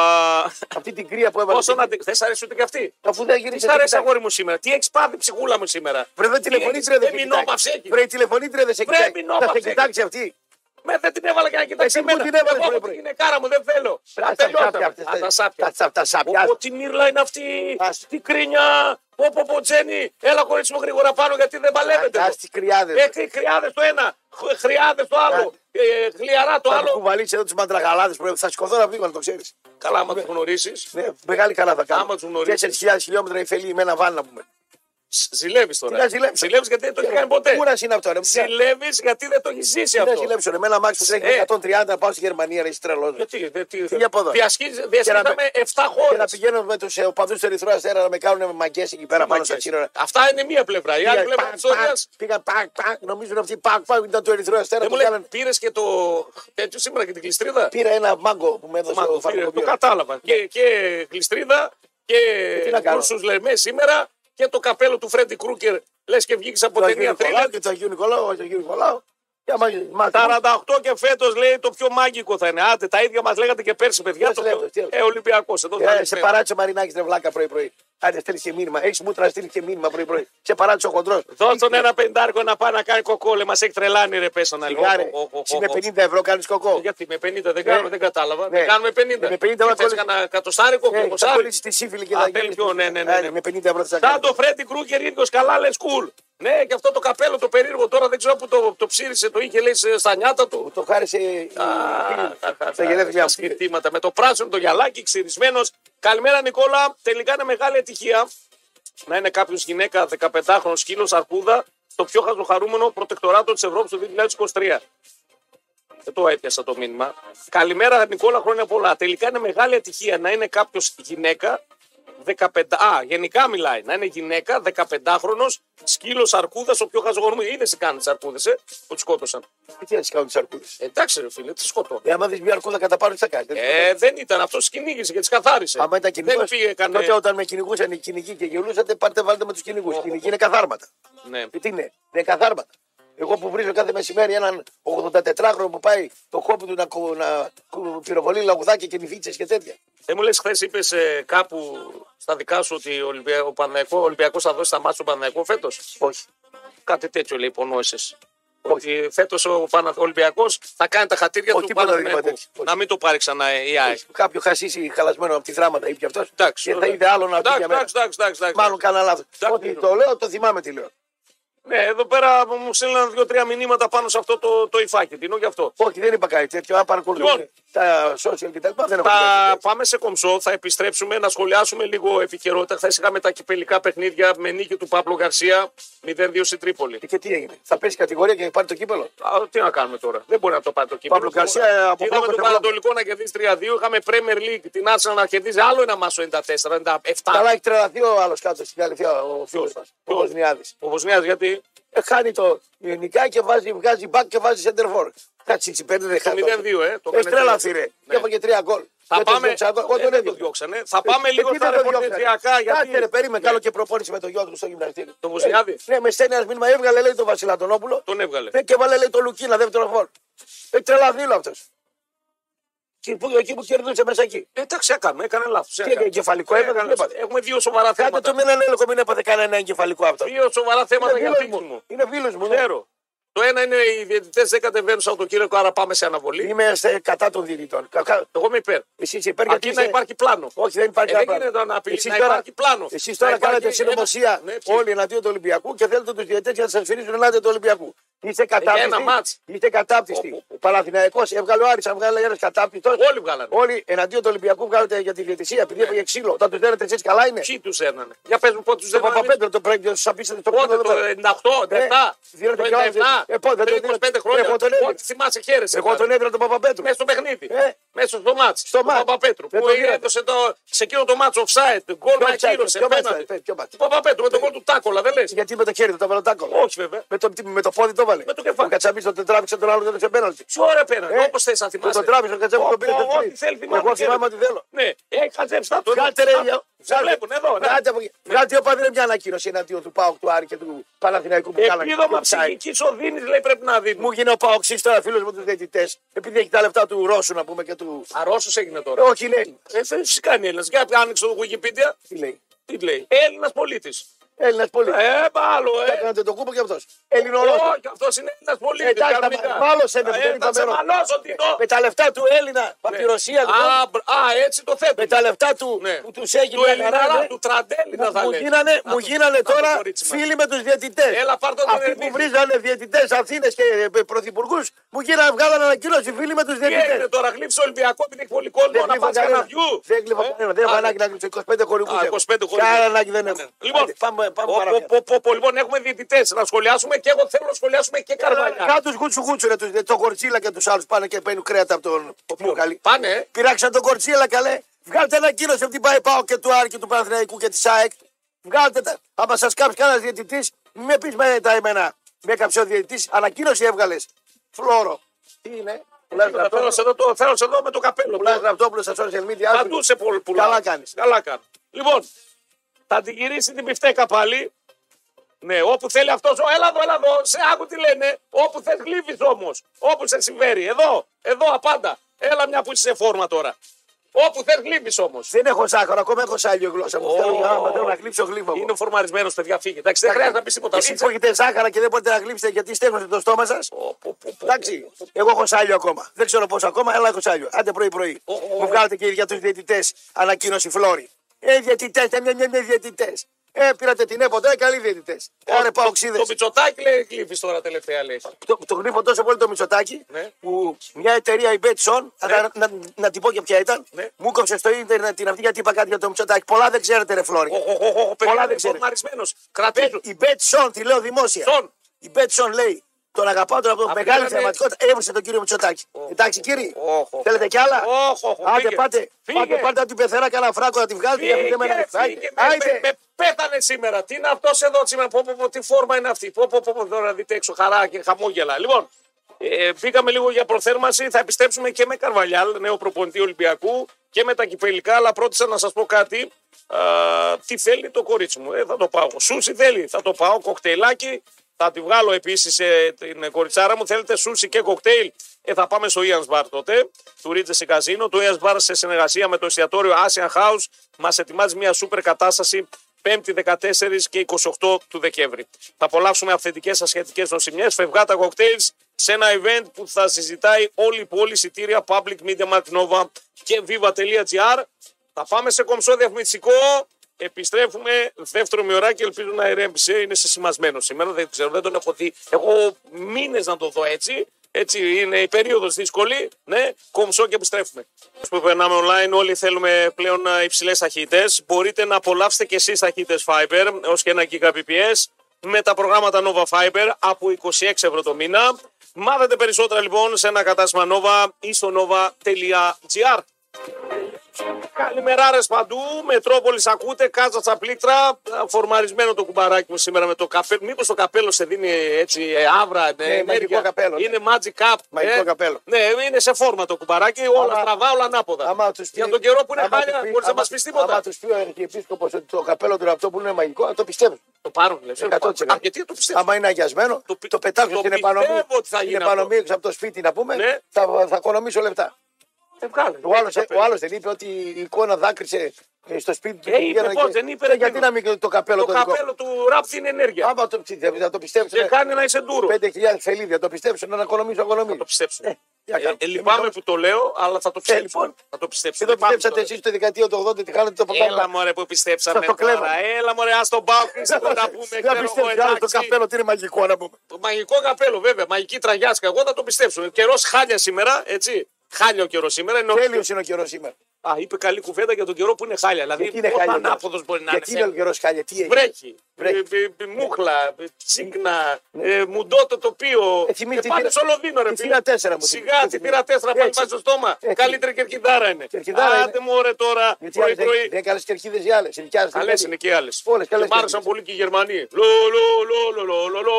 Speaker 2: Αυτή την κρύα που έβαλε.
Speaker 1: πόσο να αντέξει. Δεν σ' αρέσει ούτε και αυτή.
Speaker 2: Αφού δεν
Speaker 1: Τι
Speaker 2: γύρισε.
Speaker 1: σ' αρέσει, αγόρι μου σήμερα. Τι έχεις πάθει ψυχούλα μου σήμερα.
Speaker 2: Βρε δεν τηλεφωνήτρια δεν
Speaker 1: Ε,
Speaker 2: σε
Speaker 1: μηνόπαυση
Speaker 2: κοιτάει.
Speaker 1: έχει.
Speaker 2: Βρε η τηλεφωνήτρια δεν σε
Speaker 1: Βρε,
Speaker 2: κοιτάει.
Speaker 1: μηνόπαυση
Speaker 2: Θα σε
Speaker 1: έχει.
Speaker 2: κοιτάξει αυτή.
Speaker 1: Με δεν την έβαλα για να κοιτάξει
Speaker 2: Εσύ μου
Speaker 1: εμένα.
Speaker 2: την έβαλες
Speaker 1: Εγώ έχω
Speaker 2: πρωί-πρωί.
Speaker 1: Την γυναικάρα μου δεν θέλω.
Speaker 2: Άσε,
Speaker 1: Να τελειώσαμε.
Speaker 2: σάπια αυτές,
Speaker 1: Α, Τα
Speaker 2: θέλεις.
Speaker 1: σάπια.
Speaker 2: Τα σάπια, τα σάπια.
Speaker 1: Πω, πω, τι μύρλα είναι αυτή.
Speaker 2: Άσε.
Speaker 1: Τι κρίνια. Πω, πω, πω, Τζένι. Έλα, κορίτσι μου, γρήγορα πάνω γιατί δεν παλεύετε.
Speaker 2: Ας τις κρυάδες.
Speaker 1: Έχει χρειάδε το ένα, χρειάδε το άλλο, ε, χλιαρά το
Speaker 2: Θα του
Speaker 1: άλλο.
Speaker 2: κουβαλήσεις εδώ τους μαντραγαλάδες που θα σηκωθώ να φύγω να το ξέρεις.
Speaker 1: Καλά, άμα το γνωρίσει,
Speaker 2: Ναι, μεγάλη καλά θα κάνω.
Speaker 1: Άμα τους γνωρίζεις.
Speaker 2: 4.000 χιλιόμετρα η φελή με ένα βάν να πούμε.
Speaker 1: ζηλεύει
Speaker 2: Τι να
Speaker 1: τώρα.
Speaker 2: ζηλέψω.
Speaker 1: Ζηλεύεις γιατί δεν το έχει κάνει ποτέ.
Speaker 2: Κούραση είναι αυτό. Ρε. Τι
Speaker 1: Ζηλεύεις γιατί δεν το έχεις ζήσει
Speaker 2: να
Speaker 1: αυτό.
Speaker 2: ζηλέψω. ρε. Με ένα μάξι που
Speaker 1: Ε.
Speaker 2: τρέχει 130 να πάω στη Γερμανία, ρε, είσαι τρελός, ρε.
Speaker 1: Γιατί, δε- τι-
Speaker 2: Φύγε από εδώ.
Speaker 1: διασχίζ-
Speaker 2: Και να
Speaker 1: Διασχίζαμε
Speaker 2: με-
Speaker 1: 7
Speaker 2: Και
Speaker 1: χώρε.
Speaker 2: να πηγαίνω με ε, του οπαδού του Ερυθρού Αστέρα να με κάνουν μαγκές εκεί πέρα πάνω στα σύνορα.
Speaker 1: Αυτά είναι μία πλευρά. Η άλλη πλευρά τη ιστορία.
Speaker 2: Πήγα πακ, πακ, νομίζουν αυτοί πακ, πακ, ήταν του Ερυθρού Αστέρα.
Speaker 1: Δεν μου
Speaker 2: Το
Speaker 1: λέει,
Speaker 2: κάνανε.
Speaker 1: πήρες και το τέτοιο σήμερα και την κλειστρίδα.
Speaker 2: Πήρα ένα μάγκο που με έδωσε
Speaker 1: Μα,
Speaker 2: ο
Speaker 1: πήρε, Το
Speaker 2: φαρμακοποιός.
Speaker 1: κατάλαβα. Και, και κλειστρίδα
Speaker 2: Ναι. τι
Speaker 1: και
Speaker 2: να κάνω.
Speaker 1: κούρσους λεμέ σήμερα και το καπέλο του Φρέντι Κρούκερ. Λες και βγήκες από
Speaker 2: Το Αγίου
Speaker 1: ταινία θρύλα.
Speaker 2: Νικολάου και το Αγίου Νικολάου, όχι το Αγίου Νικολάου. Και άμα- μα-
Speaker 1: 48 και φέτος λέει το πιο μάγικο θα είναι. Άντε, τα ίδια μας λέγατε και πέρσι, παιδιά.
Speaker 2: Ποιος
Speaker 1: Το
Speaker 2: λέει
Speaker 1: πιο...
Speaker 2: αυτό, τι έλεγε.
Speaker 1: Ε, Ολυμπιακός. Εδώ θα
Speaker 2: Ε,
Speaker 1: είναι.
Speaker 2: σε παράτησε ο Μαρινάκης ρε βλάκα πρωί-πρωί. Άντε, στέλνει και μήνυμα. Έχεις μούτρα να στείλει και μήνυμα πρωί-πρωί. Σε παράτησε ο χοντρός.
Speaker 1: Δώσ' τον ένα πεντάρκο να πάει να κάνει κοκόλε. Μας έχει τρελάνει ρε πέσω να λέω.
Speaker 2: Γάρε,
Speaker 1: Οχ, οχ, οχ,
Speaker 2: με
Speaker 1: οχ.
Speaker 2: 50 ευρώ κάνεις κοκό.
Speaker 1: Γιατί με 50 δεν κάνουμε,
Speaker 2: Ναι.
Speaker 1: δεν κατάλαβα.
Speaker 2: Ναι.
Speaker 1: Δεν κάνουμε 50.
Speaker 2: Με 50
Speaker 1: Τι θες,
Speaker 2: να κολλήσεις.
Speaker 1: κανένα εκατοστάρικο,
Speaker 2: Ε, Θα
Speaker 1: πεντακόσάρικο.
Speaker 2: κολλήσει τη σύμφυλη και
Speaker 1: Α,
Speaker 2: θα
Speaker 1: θέλεις
Speaker 2: γίνει.
Speaker 1: πιο, ναι, ναι, ναι,
Speaker 2: Άντε,
Speaker 1: ναι.
Speaker 2: Με 50 ευρώ θα
Speaker 1: Σαν
Speaker 2: κάνει.
Speaker 1: το Φρέντι Κρούκερ ίδιος καλά λες κουλ. Ναι, και αυτό το καπέλο το περίεργο τώρα δεν ξέρω που το, το ψήρισε, το είχε λέει σε- στα νιάτα του.
Speaker 2: Το χάρισε η- στα γενέθλια
Speaker 1: Τα
Speaker 2: μου.
Speaker 1: σκυρτήματα με το πράσινο το γυαλάκι, ξυρισμένος. Καλημέρα Νικόλα, τελικά είναι μεγάλη ατυχία να είναι κάποιος γυναίκα 15χρονο σκύλος αρκούδα στο πιο χαζοχαρούμενο προτεκτοράτο της Ευρώπης το 2023. Δεν το έπιασα το μήνυμα. Καλημέρα Νικόλα, χρόνια πολλά. Τελικά είναι μεγάλη ατυχία να είναι κάποιος γυναίκα 15. Α, γενικά μιλάει. Να είναι γυναίκα 15χρονο σκύλος αρκούδας, ο πιο χαζογορμό. Είδε τι κάνει τις αρκούδες, ε, που τις σκότωσαν.
Speaker 2: Τι να τις κάνουν τις αρκούδες.
Speaker 1: Ε, εντάξει, ρε φίλε, τις σκοτώνει.
Speaker 2: Ε, άμα δεις μια αρκούδα κατά πάνω, τι θα κάνεις.
Speaker 1: Ε, δεν ήταν. Αυτός κυνήγησε και τις καθάρισε.
Speaker 2: Άμα ήταν κυνηγό,
Speaker 1: Δεν πήγε κανένα.
Speaker 2: τότε όταν με κυνηγούσαν οι κυνηγοί και γελούσατε, πάρτε βάλτε με τους κυνηγούς. Οι κυνηγοί είναι καθάρματα.
Speaker 1: Ναι.
Speaker 2: Ε, Τι είναι, είναι καθάρματα. Εγώ που βρίζω κάθε μεσημέρι έναν 84χρονο που πάει το κόμπι του να, κο- να κο- πυροβολεί λαγουδάκια και νηφίτσες και τέτοια.
Speaker 1: Δεν Ε, μου λες, χθες είπες ε, κάπου στα δικά σου ότι ο, Ολυμπια... ο Παναθηναϊκός- ο Ολυμπιακός θα δώσει τα μάτια στον Παναθηναϊκό φέτος.
Speaker 2: Όχι.
Speaker 1: Κάτι τέτοιο λέει, υπονόησε. Ότι φέτος ο Πανα... Ολυμπιακός θα κάνει τα χατήρια
Speaker 2: Όχι,
Speaker 1: του
Speaker 2: τίποτα,
Speaker 1: Παναθηναϊκού.
Speaker 2: τίποτα τέτοιο.
Speaker 1: Να μην το πάρει ξανά ε, η ΑΕΚ.
Speaker 2: Κάποιο χασίσει χαλασμένο από τη δράμα τα είπε αυτός.
Speaker 1: Εντάξει.
Speaker 2: Και θα
Speaker 1: ωραία.
Speaker 2: είδε άλλο να πει
Speaker 1: Εντάξει,
Speaker 2: για μένα.
Speaker 1: εντάξει, εντάξει, εντάξει.
Speaker 2: Μάλλον κάνα λάθος.
Speaker 1: Εντάξει,
Speaker 2: Ό,τι
Speaker 1: ναι.
Speaker 2: το λέω, το θυμάμαι τι λέω.
Speaker 1: Ναι, εδώ πέρα μου στέλναν δύο-τρία μηνύματα πάνω σε αυτό το, το υφάκι. Τίνω γι' αυτό.
Speaker 2: Όχι, δεν είπα κάτι τέτοιο. Αν παρακολουθούν
Speaker 1: Λοιπόν.
Speaker 2: τα social και τα λοιπά, δεν έχω
Speaker 1: Θα
Speaker 2: κάτι
Speaker 1: πάμε σε κομψό, θα επιστρέψουμε να σχολιάσουμε λίγο επικαιρότητα. Χθες είχαμε τα κυπελικά παιχνίδια με νίκη του Πάπλο Γκαρσία 0-2 στην Τρίπολη.
Speaker 2: τέτοιο. Και τι έγινε. Θα πέσει κατηγορία και πάρει το κύπελο.
Speaker 1: Α, τι να κάνουμε τώρα, δεν μπορεί να το πάρει το κύπελο.
Speaker 2: Παύλο Γκαρσία, από
Speaker 1: Είδαμε
Speaker 2: πρώτο
Speaker 1: τον
Speaker 2: τριπλό.
Speaker 1: Πανατολικό να κερδίσει 3-2. Είχαμε Premier League την Arsenal να κερδίζει άλλο ένα μάσο 94-97.
Speaker 2: Καλά, έχει τρελαθεί ο άλλος κάτω στην αλήθεια, ο φίλος μας. Ο
Speaker 1: Ποιος?
Speaker 2: Βοσνιάδης.
Speaker 1: Ο Βοσνίας γιατί
Speaker 2: Ε, χάνει το νικά και βάζει, βγάζει μπακ και βάζει σέντερφορ. Κάτσε έτσι, παίρνει δεν
Speaker 1: το
Speaker 2: χάνει.
Speaker 1: 0-2, ε, το
Speaker 2: Έχει
Speaker 1: έκανε
Speaker 2: τρελαθεί,
Speaker 1: τέλος.
Speaker 2: ρε.
Speaker 1: Ναι.
Speaker 2: Και έχω και τρία γκολ.
Speaker 1: Θα
Speaker 2: Δεν τον
Speaker 1: πάμε,
Speaker 2: διώξα, Εγώ
Speaker 1: ε,
Speaker 2: εγώ τον
Speaker 1: δεν
Speaker 2: Ε,
Speaker 1: το
Speaker 2: έδιωξα.
Speaker 1: διώξανε. Θα πάμε λίγο στα ρεπορτιζιακά.
Speaker 2: Κάτσε ρε,
Speaker 1: Γιατί Ε,
Speaker 2: περίμενε, κάνω και προπόνηση με τον γιο του στο γυμναστήριο.
Speaker 1: Τον Βοσνιάδη.
Speaker 2: Ε, Ναι, με στέλνει ένας μήνυμα, έβγαλε λέει τον Βασιλατονόπουλο.
Speaker 1: τον έβγαλε.
Speaker 2: Ε, και βάλε λέει τον Λουκίνα, δεύτερο φόρ. Ε, τρελαθεί όλο αυτό. Και που, εκεί που κερδούσε μέσα εκεί.
Speaker 1: Ε, Εντάξει, έκανε, έκανε λάθος.
Speaker 2: Τι έκανε, κεφαλικό έπαιρνε, δεν έπαθε.
Speaker 1: Έχουμε δύο σοβαρά
Speaker 2: Κάντε
Speaker 1: θέματα.
Speaker 2: το μήνα έλεγχο, μην έπαθε κανένα εγκεφαλικό αυτό.
Speaker 1: Δύο σοβαρά θέματα για
Speaker 2: Είναι φίλο
Speaker 1: θίξιμο.
Speaker 2: μου. Είναι φίλος μου. ναι.
Speaker 1: Ξέρω. Το ένα είναι οι διαιτητές δεν κατεβαίνουν στο αυτοκύλακο, άρα πάμε σε αναβολή.
Speaker 2: Είμαι σε- κατά των διαιτητών. Κα- κα-
Speaker 1: Εγώ είμαι υπέρ.
Speaker 2: Εσύ είσαι υπέρ
Speaker 1: Αρκεί να
Speaker 2: είσαι-
Speaker 1: υπάρχει πλάνο.
Speaker 2: Όχι, δεν υπάρχει
Speaker 1: Ε, δεν
Speaker 2: απλά.
Speaker 1: γίνεται να πει-
Speaker 2: Εσείς
Speaker 1: να
Speaker 2: τώρα-
Speaker 1: υπάρχει πλάνο.
Speaker 2: Εσείς
Speaker 1: Να
Speaker 2: τώρα
Speaker 1: υπάρχει
Speaker 2: κάνατε
Speaker 1: ένα-
Speaker 2: συνωμοσία
Speaker 1: Ναι, ψήφι.
Speaker 2: όλοι εναντίον του Ολυμπιακού και θέλετε τους διαιτέ για να σας φυρίζουν ενάντια του Ολυμπιακού. Είστε κατάπτυστοι.
Speaker 1: Ε, ένα μάτς.
Speaker 2: Είστε κατάπτυστοι. Ο Παναθυναϊκό έβγαλε ο Άρης, αν βγάλε ένας κατάπτυστος.
Speaker 1: Όλοι βγάλανε. Ναι.
Speaker 2: Όλοι εναντίον του Ολυμπιακού βγάλετε για τη διαιτησία επειδή έφεγε ξύλο. Όταν τους δέρετε εσείς καλά είναι.
Speaker 1: Ποιοι τους έρνανε. Για πες μου πότε τους
Speaker 2: Το
Speaker 1: δεν έρνανε.
Speaker 2: Παπαπέτρο το πρέπει να του απίσετε το
Speaker 1: Πότε
Speaker 2: πρώτο
Speaker 1: το 98,
Speaker 2: Ε,
Speaker 1: το 7,
Speaker 2: δίνετε
Speaker 1: το
Speaker 2: και άλλους.
Speaker 1: 97,
Speaker 2: Ε, πότε δεν
Speaker 1: πριν
Speaker 2: το δίνετε.
Speaker 1: 25 χρόνια.
Speaker 2: Εγώ τον έδινα.
Speaker 1: Πότε θυμάσαι, χαίρεσαι.
Speaker 2: Εγώ τον έδρα τον Παπαπέτρου.
Speaker 1: Μέσα στο παιχνίδι.
Speaker 2: Ε.
Speaker 1: Μέσα στο μάτσο.
Speaker 2: Στο μάτς.
Speaker 1: Παπαπέτρου.
Speaker 2: Δεν
Speaker 1: Που
Speaker 2: το δίνετε.
Speaker 1: έδωσε το, σε εκείνο το μάτσο offside. Γκολ
Speaker 2: Ποιο
Speaker 1: να
Speaker 2: offside,
Speaker 1: κύρωσε.
Speaker 2: ποιο μάτς
Speaker 1: πέναλτι.
Speaker 2: ήταν, ποιο μάτς.
Speaker 1: Του Παπαπέτρου με τον γκολ του Τάκολα, δεν λες.
Speaker 2: Γιατί με το χέρι του, το βαλατάκολο.
Speaker 1: Όχι βέβαια.
Speaker 2: Με το, με το πόδι το βάλε.
Speaker 1: Με το κεφάλι.
Speaker 2: Ο Κατσαμπής τον τράβηξε τον άλλο δεν έδωσε πέναλτι.
Speaker 1: Τι ώρα πέναντι.
Speaker 2: Ε,
Speaker 1: Όπως θες να θυμάσαι.
Speaker 2: τον τράβηξε ο Κατσαμπής
Speaker 1: Ω,
Speaker 2: τον πήρε.
Speaker 1: ω,
Speaker 2: το
Speaker 1: Ό,τι
Speaker 2: τρίτο.
Speaker 1: θέλει θυμάμαι.
Speaker 2: Εγώ
Speaker 1: χαίρεται.
Speaker 2: θυμάμαι ότι θέλω.
Speaker 1: Ναι, έχει χαζέψει τα του.
Speaker 2: Βγάλτε ρε, για-
Speaker 1: Τα
Speaker 2: βγάλτε.
Speaker 1: βλέπουν εδώ. ναι.
Speaker 2: Βγάλτε από εκεί. Βγάλτε ο Παδρέ μια ανακοίνωση εναντίον του Πάουκ, του Άρη και του Παναθηναϊκού που κάνανε.
Speaker 1: Ε, Επίδομα
Speaker 2: το ψάρι.
Speaker 1: ψυχικής οδύνης λέει πρέπει να δίνουν.
Speaker 2: Μου γίνει ο Παοξής τώρα φίλος μου τους διαιτητές, επειδή έχει τα λεφτά του Ρώσου να πούμε και του.
Speaker 1: Αρρώσο έγινε
Speaker 2: Ε,
Speaker 1: τώρα.
Speaker 2: Όχι, είναι
Speaker 1: Ε, φυσικά είναι Έλληνας. Για άνοιξε το Wikipedia.
Speaker 2: Τι λέει.
Speaker 1: Τι λέει. Έλληνας πολίτης.
Speaker 2: Έλληνας πολύ.
Speaker 1: Ε, μα άλλο, ε.
Speaker 2: Έκανατε τον κούπο και αυτός. Ελληνορώσο.
Speaker 1: Όχι, αυτός είναι Έλληνας πολίτης.
Speaker 2: Εντάξει, θα μα- μάλωσε με που δεν
Speaker 1: Ε, Θα
Speaker 2: είπαμε
Speaker 1: σε
Speaker 2: Ρώσο.
Speaker 1: μαλώσω την ώρα.
Speaker 2: Με τα λεφτά του Έλληνα από τη Ρωσία. λοιπόν,
Speaker 1: Ναι. Α, μπρ- Α, έτσι το
Speaker 2: Με
Speaker 1: θέτουμε.
Speaker 2: τα λεφτά του
Speaker 1: Ναι.
Speaker 2: που τους έγινε.
Speaker 1: Του Ελληνάρα,
Speaker 2: ναι.
Speaker 1: του Τραντέλινα θα
Speaker 2: μου
Speaker 1: λέει.
Speaker 2: γίνανε, μου γίνανε
Speaker 1: το
Speaker 2: τώρα
Speaker 1: κορίτσι μας.
Speaker 2: φίλοι με τους διαιτητές.
Speaker 1: Έλα, πάρ' το τον
Speaker 2: Αυτοί που
Speaker 1: Ερνίκη.
Speaker 2: βρίζανε διαιτητές Αθήνες και πρωθυπουργούς, μου γίνανε, βγάλανε ανακοίνωση φίλοι με τους
Speaker 1: Τι έγινε
Speaker 2: διαιτητές.
Speaker 1: τώρα, γλύψε Ολυμπιακό, επειδή έχει πολύ κόσμο να πας κανένα βιού.
Speaker 2: Δεν κλείβα
Speaker 1: Ε,
Speaker 2: κανένα. Δεν έχω
Speaker 1: άντε.
Speaker 2: ανάγκη να κλείψω 25 χωρικού.
Speaker 1: Α, 25 χωρικούς.
Speaker 2: Κάρα ανάγκη δεν έχω.
Speaker 1: Λοιπόν,
Speaker 2: Άντε, πάμε, πάμε
Speaker 1: πω,
Speaker 2: παραπέρα.
Speaker 1: πω, πω, πω, πω, λοιπόν, έχουμε διαιτητές να σχολιάσουμε και εγώ θέλω να σχολιάσουμε και καρβαλιά.
Speaker 2: Ε, Κάτω γούτσου γούτσου ρε, τους- το κορτσίλα και τους άλλους πάνε και παίρνουν κρέατα από τον Πορτοκαλί.
Speaker 1: Πάνε, ε.
Speaker 2: Πειράξαν τον κορτσίλα καλέ. Βγάλτε ένα κύριο από την Πάη Πάο και του Άρη και του Παναθηναϊκού και της ΑΕΚ. Βγάλτε τα. Άμα σας κάψει κανένας διαιτητής, μην με πεις με τα εμένα. Με κάψε ο διαιτητής, ανακοίνωση έβγαλες. Φλόρο. Τι είναι, πουλάς
Speaker 1: Θέλω Ε, σε
Speaker 2: γραπτόπουλο.
Speaker 1: εδώ το- θέλω σε εδώ με το καπέλο.
Speaker 2: Πουλάς γραπτόπουλο στα social media. άσχημα.
Speaker 1: Παντού σε πολλ- πουλάω.
Speaker 2: Καλά κάνεις.
Speaker 1: Καλά κάνω. Λοιπόν, θα την γυρίσει την πιφτέκα πάλι. Ναι, όπου θέλει αυτός. Έλα εδώ, έλα εδώ. Σε άκου τι λένε. Όπου θες γλύβεις όμως. Όπου σε συμφέρει. Εδώ, εδώ απάντα. Έλα μια που είσαι σε φόρμα τώρα. Όπου θες γλύβεις όμως.
Speaker 2: Δεν έχω σάκαρο, ακόμα έχω σάλιο γλώσσα μου.
Speaker 1: Ω.
Speaker 2: Θέλω, άμα θέλω να κλείψω, γλύφω. εγώ.
Speaker 1: Είναι φορμαρισμένος, παιδιά, φύγει. Εντάξει, δεν χρειάζεται να πεις τίποτα.
Speaker 2: Εσείς
Speaker 1: Λίτσα.
Speaker 2: που έχετε ζάχαρα και δεν μπορείτε να γλύψετε γιατί στέκονται το στόμα σας.
Speaker 1: Πω, πω, πω, πω.
Speaker 2: Εντάξει, εγώ έχω σάλιο ακόμα. Δεν ξέρω πόσο ακόμα, αλλά έχω σάλιο. Άντε πρωί-πρωί.
Speaker 1: Ω, ω, ω.
Speaker 2: Μου βγάλετε και για τους διαιτητές ανακοίνωση φλόρη. Ε, διαιτητέ, ναι, ναι, ναι, ναι, διαιτητέ. Ε, πήρατε την έποτα, ε, καλοί διαιτητές. Ωραία, πάω
Speaker 1: Το
Speaker 2: ξύδε.
Speaker 1: πιτσοτάκι λέει γλύβει τώρα τελευταία λέει.
Speaker 2: Το, το γλύφω τόσο πολύ το μισοτάκι
Speaker 1: Ναι.
Speaker 2: που μια εταιρεία η Betson, να, να, να την πω και ποια ήταν,
Speaker 1: Ναι.
Speaker 2: μου κόψε στο ίντερνετ την αυτή γιατί είπα κάτι για το μισοτάκι. Πολλά δεν ξέρετε, ρε Φλόρη. Πολλά δεν ξέρει.
Speaker 1: Φορμαρισμένο. Κρατήσου.
Speaker 2: Η Betson, τη λέω δημόσια.
Speaker 1: Τον.
Speaker 2: Η Betson λέει. Τον αγαπάω τον από
Speaker 1: Απ' ναι.
Speaker 2: μεγάλη
Speaker 1: την άλλη-
Speaker 2: θεαματικότητα. Έβρισε τον κύριο Μητσοτάκη. Εντάξει, κύριε.
Speaker 1: Οχ, οχ.
Speaker 2: Θέλετε κι άλλα.
Speaker 1: Οχ, οχ,
Speaker 2: Άντε,
Speaker 1: φύγε.
Speaker 2: πάτε.
Speaker 1: Φύγε.
Speaker 2: Πάτε, πάτε από την πεθερά κανένα φράκο να τη βγάλετε.
Speaker 1: Φύγε,
Speaker 2: Γιατί δεν με αναφέρει.
Speaker 1: φύγε, με- με-
Speaker 2: Άιτε.
Speaker 1: με πέθανε σήμερα. Τι είναι αυτός εδώ σήμερα. Πω, πω, πω, τι φόρμα είναι αυτή. Πω, πω, πω, πω, τώρα δείτε έξω χαρά και χαμόγελα. Λοιπόν, ε, πήγαμε λίγο για προθέρμανση. Θα επιστρέψουμε και με Καρβαλιάλ, νέο προπονητή Ολυμπιακού και με τα κυπελικά. Αλλά πρώτησα να σας πω κάτι. Α, τι θέλει το κορίτσι μου. Ε, θα το πάω. Σούσι θέλει. Θα το πάω. Κοκτέιλάκι. Θα τη βγάλω επίσης ε, την κοριτσάρα μου. Θέλετε σούσι και κοκτέιλ. Ε, θα πάμε στο Ian's Bar τότε, του Ρίτζε Καζίνο. Το Ian's Bar σε συνεργασία με το εστιατόριο Asian House μας ετοιμάζει μια σούπερ κατάσταση 5η, 14 και 28 του Δεκέμβρη. Θα απολαύσουμε αυθεντικές ασχετικές νοσημιέ, φευγάτα κοκτέιλ σε ένα event που θα συζητάει όλη η πόλη εισιτήρια Public Media Market Nova και viva.gr. Θα πάμε σε κομψό διαφημιστικό. Επιστρέφουμε δεύτερο μειωράκι, ελπίζω να ηρέμησε. Είναι συσημασμένο σήμερα, δεν ξέρω, δεν τον έχω δει. Εγώ μήνες να το δω έτσι. Έτσι είναι η περίοδος δύσκολη. Ναι, κομψό και επιστρέφουμε. Που περνάμε online, όλοι θέλουμε πλέον υψηλέ ταχύτητε. Μπορείτε να απολαύσετε και εσείς ταχύτητε Fiber έω και 1 Gbps με τα προγράμματα Nova Fiber από 26 ευρώ το μήνα. Μάθετε περισσότερα λοιπόν σε ένα κατάστημα Nova ή στο nova.gr. Καλημεράρε παντού. Μετρόπολης ακούτε, κάτσα στα πλήκτρα. Φορμαρισμένο το κουμπαράκι μου σήμερα με το καπέλο. Μήπως το καπέλο σε δίνει έτσι ε, άβρα, ναι, ενέργεια.
Speaker 2: μαγικό καπέλο, ναι.
Speaker 1: Είναι magic cup.
Speaker 2: Μαγικό
Speaker 1: ε.
Speaker 2: καπέλο.
Speaker 1: Ναι, είναι σε φόρμα το κουμπαράκι, όλα
Speaker 2: Άμα-
Speaker 1: στραβά, όλα ανάποδα.
Speaker 2: Άμα τους πει-
Speaker 1: Για τον καιρό που είναι
Speaker 2: άμα
Speaker 1: χάλια,
Speaker 2: τους πει-
Speaker 1: μπορείς να
Speaker 2: άμα-
Speaker 1: μας πεις τίποτα.
Speaker 2: Άμα τους πει ο Αρχιεπίσκοπος ότι το καπέλο του είναι αυτό που είναι μαγικό, να το πιστεύουν.
Speaker 1: Το πάρουν, λε.
Speaker 2: 100%.
Speaker 1: Αρκετοί το πιστεύουν.
Speaker 2: Άμα είναι αγιασμένο,
Speaker 1: Το
Speaker 2: το,
Speaker 1: πι-
Speaker 2: πετάξω
Speaker 1: το
Speaker 2: στην επανομή.
Speaker 1: πιστεύω ότι θα
Speaker 2: Στην
Speaker 1: γίνει
Speaker 2: επανομή έξω από το σπίτι να πούμε,
Speaker 1: Ναι.
Speaker 2: θα, θα οικονομήσω λεπτά.
Speaker 1: Ε, βγάλε,
Speaker 2: Ο άλλος,
Speaker 1: το
Speaker 2: ο
Speaker 1: καπέλο.
Speaker 2: άλλος δεν είπε ότι η εικόνα δάκρυσε ε, στο σπίτι του.
Speaker 1: Ε,
Speaker 2: και
Speaker 1: είπε
Speaker 2: πήγαιναν
Speaker 1: πως,
Speaker 2: και-
Speaker 1: δεν είπε,
Speaker 2: Ε,
Speaker 1: ρε,
Speaker 2: Γιατί
Speaker 1: παιδί.
Speaker 2: να μην το καπέλο
Speaker 1: Το
Speaker 2: το δικό.
Speaker 1: καπέλο Ε, του ραπ την ενέργεια.
Speaker 2: Άμα το, ψη- θα το
Speaker 1: Και
Speaker 2: πιστέψουν
Speaker 1: κάνει να είσαι ντούρο.
Speaker 2: 5.000 σελίδια, το πιστέψουν να οικονομήσω,
Speaker 1: Το
Speaker 2: οικονομήσω.
Speaker 1: πιστέψω.
Speaker 2: Ε, τι να
Speaker 1: Ε,
Speaker 2: κάνουμε.
Speaker 1: ε, λυπάμαι που το λέω, αλλά θα το πιστέψω.
Speaker 2: λοιπόν.
Speaker 1: θα το πιστέψω.
Speaker 2: Και το
Speaker 1: Δεν πάμε
Speaker 2: πιστέψατε
Speaker 1: τώρα.
Speaker 2: εσείς το δεκαετία του 80, τη χάνετε το πρωτάθλημα.
Speaker 1: Έλα μωρέ που πιστέψαμε
Speaker 2: Σας το κλέβω.
Speaker 1: τώρα. Έλα μωρέ, ας τον πάω πίσω να τα πούμε. ξέρω
Speaker 2: Δεν
Speaker 1: εγώ,
Speaker 2: πιστέψει άλλο το
Speaker 1: εντάξει.
Speaker 2: καπέλο ότι είναι μαγικό να πούμε.
Speaker 1: Το μαγικό καπέλο βέβαια, μαγική τραγιάσκα. Εγώ θα το πιστέψω. Καιρός χάλια σήμερα, έτσι. Χάλια ο καιρό σήμερα. Ενώ...
Speaker 2: Τέλειος είναι ο καιρός σήμερα.
Speaker 1: Α, είπε καλή κουβέντα για τον καιρό που είναι χάλια. Δηλαδή,
Speaker 2: Γιατί είναι χάλια. ο καιρός.
Speaker 1: ανάποδος μπορεί να
Speaker 2: Γιατί είναι ο
Speaker 1: είναι.
Speaker 2: καιρός χάλια, τι έγινε.
Speaker 1: Βρέχει.
Speaker 2: Βρέχει. Ναι.
Speaker 1: Ε, ε, ε, Μούχλα, ε, τσίγνα, ε, μουντό το τοπίο.
Speaker 2: Ε, θυμίζει
Speaker 1: Ε,
Speaker 2: τη
Speaker 1: πάλι
Speaker 2: θύρα-
Speaker 1: σολοδίνο, ρε
Speaker 2: τη
Speaker 1: φίλε.
Speaker 2: θύρα τέσσερα μου
Speaker 1: Σιγά,
Speaker 2: θυμίζει.
Speaker 1: τη θύρα 4 πάλι
Speaker 2: Έτσι.
Speaker 1: πάει στο στόμα.
Speaker 2: Έτσι.
Speaker 1: Καλύτερη κερκιδάρα είναι.
Speaker 2: Κερκυδάρα
Speaker 1: Άντε
Speaker 2: είναι.
Speaker 1: μου ωραία τώρα,
Speaker 2: Γιατί άλλες δεν-
Speaker 1: πρωί-πρωί.
Speaker 2: δεν καλέ κερχίδε οι άλλες.
Speaker 1: Καλέ είναι και οι άλλες.
Speaker 2: δηλαδή? Όλες καλές
Speaker 1: Μ' άρεσαν
Speaker 2: κερκίδες.
Speaker 1: πολύ και οι Γερμανοί. Λο, λο, λο, λο, λο, λο, λο.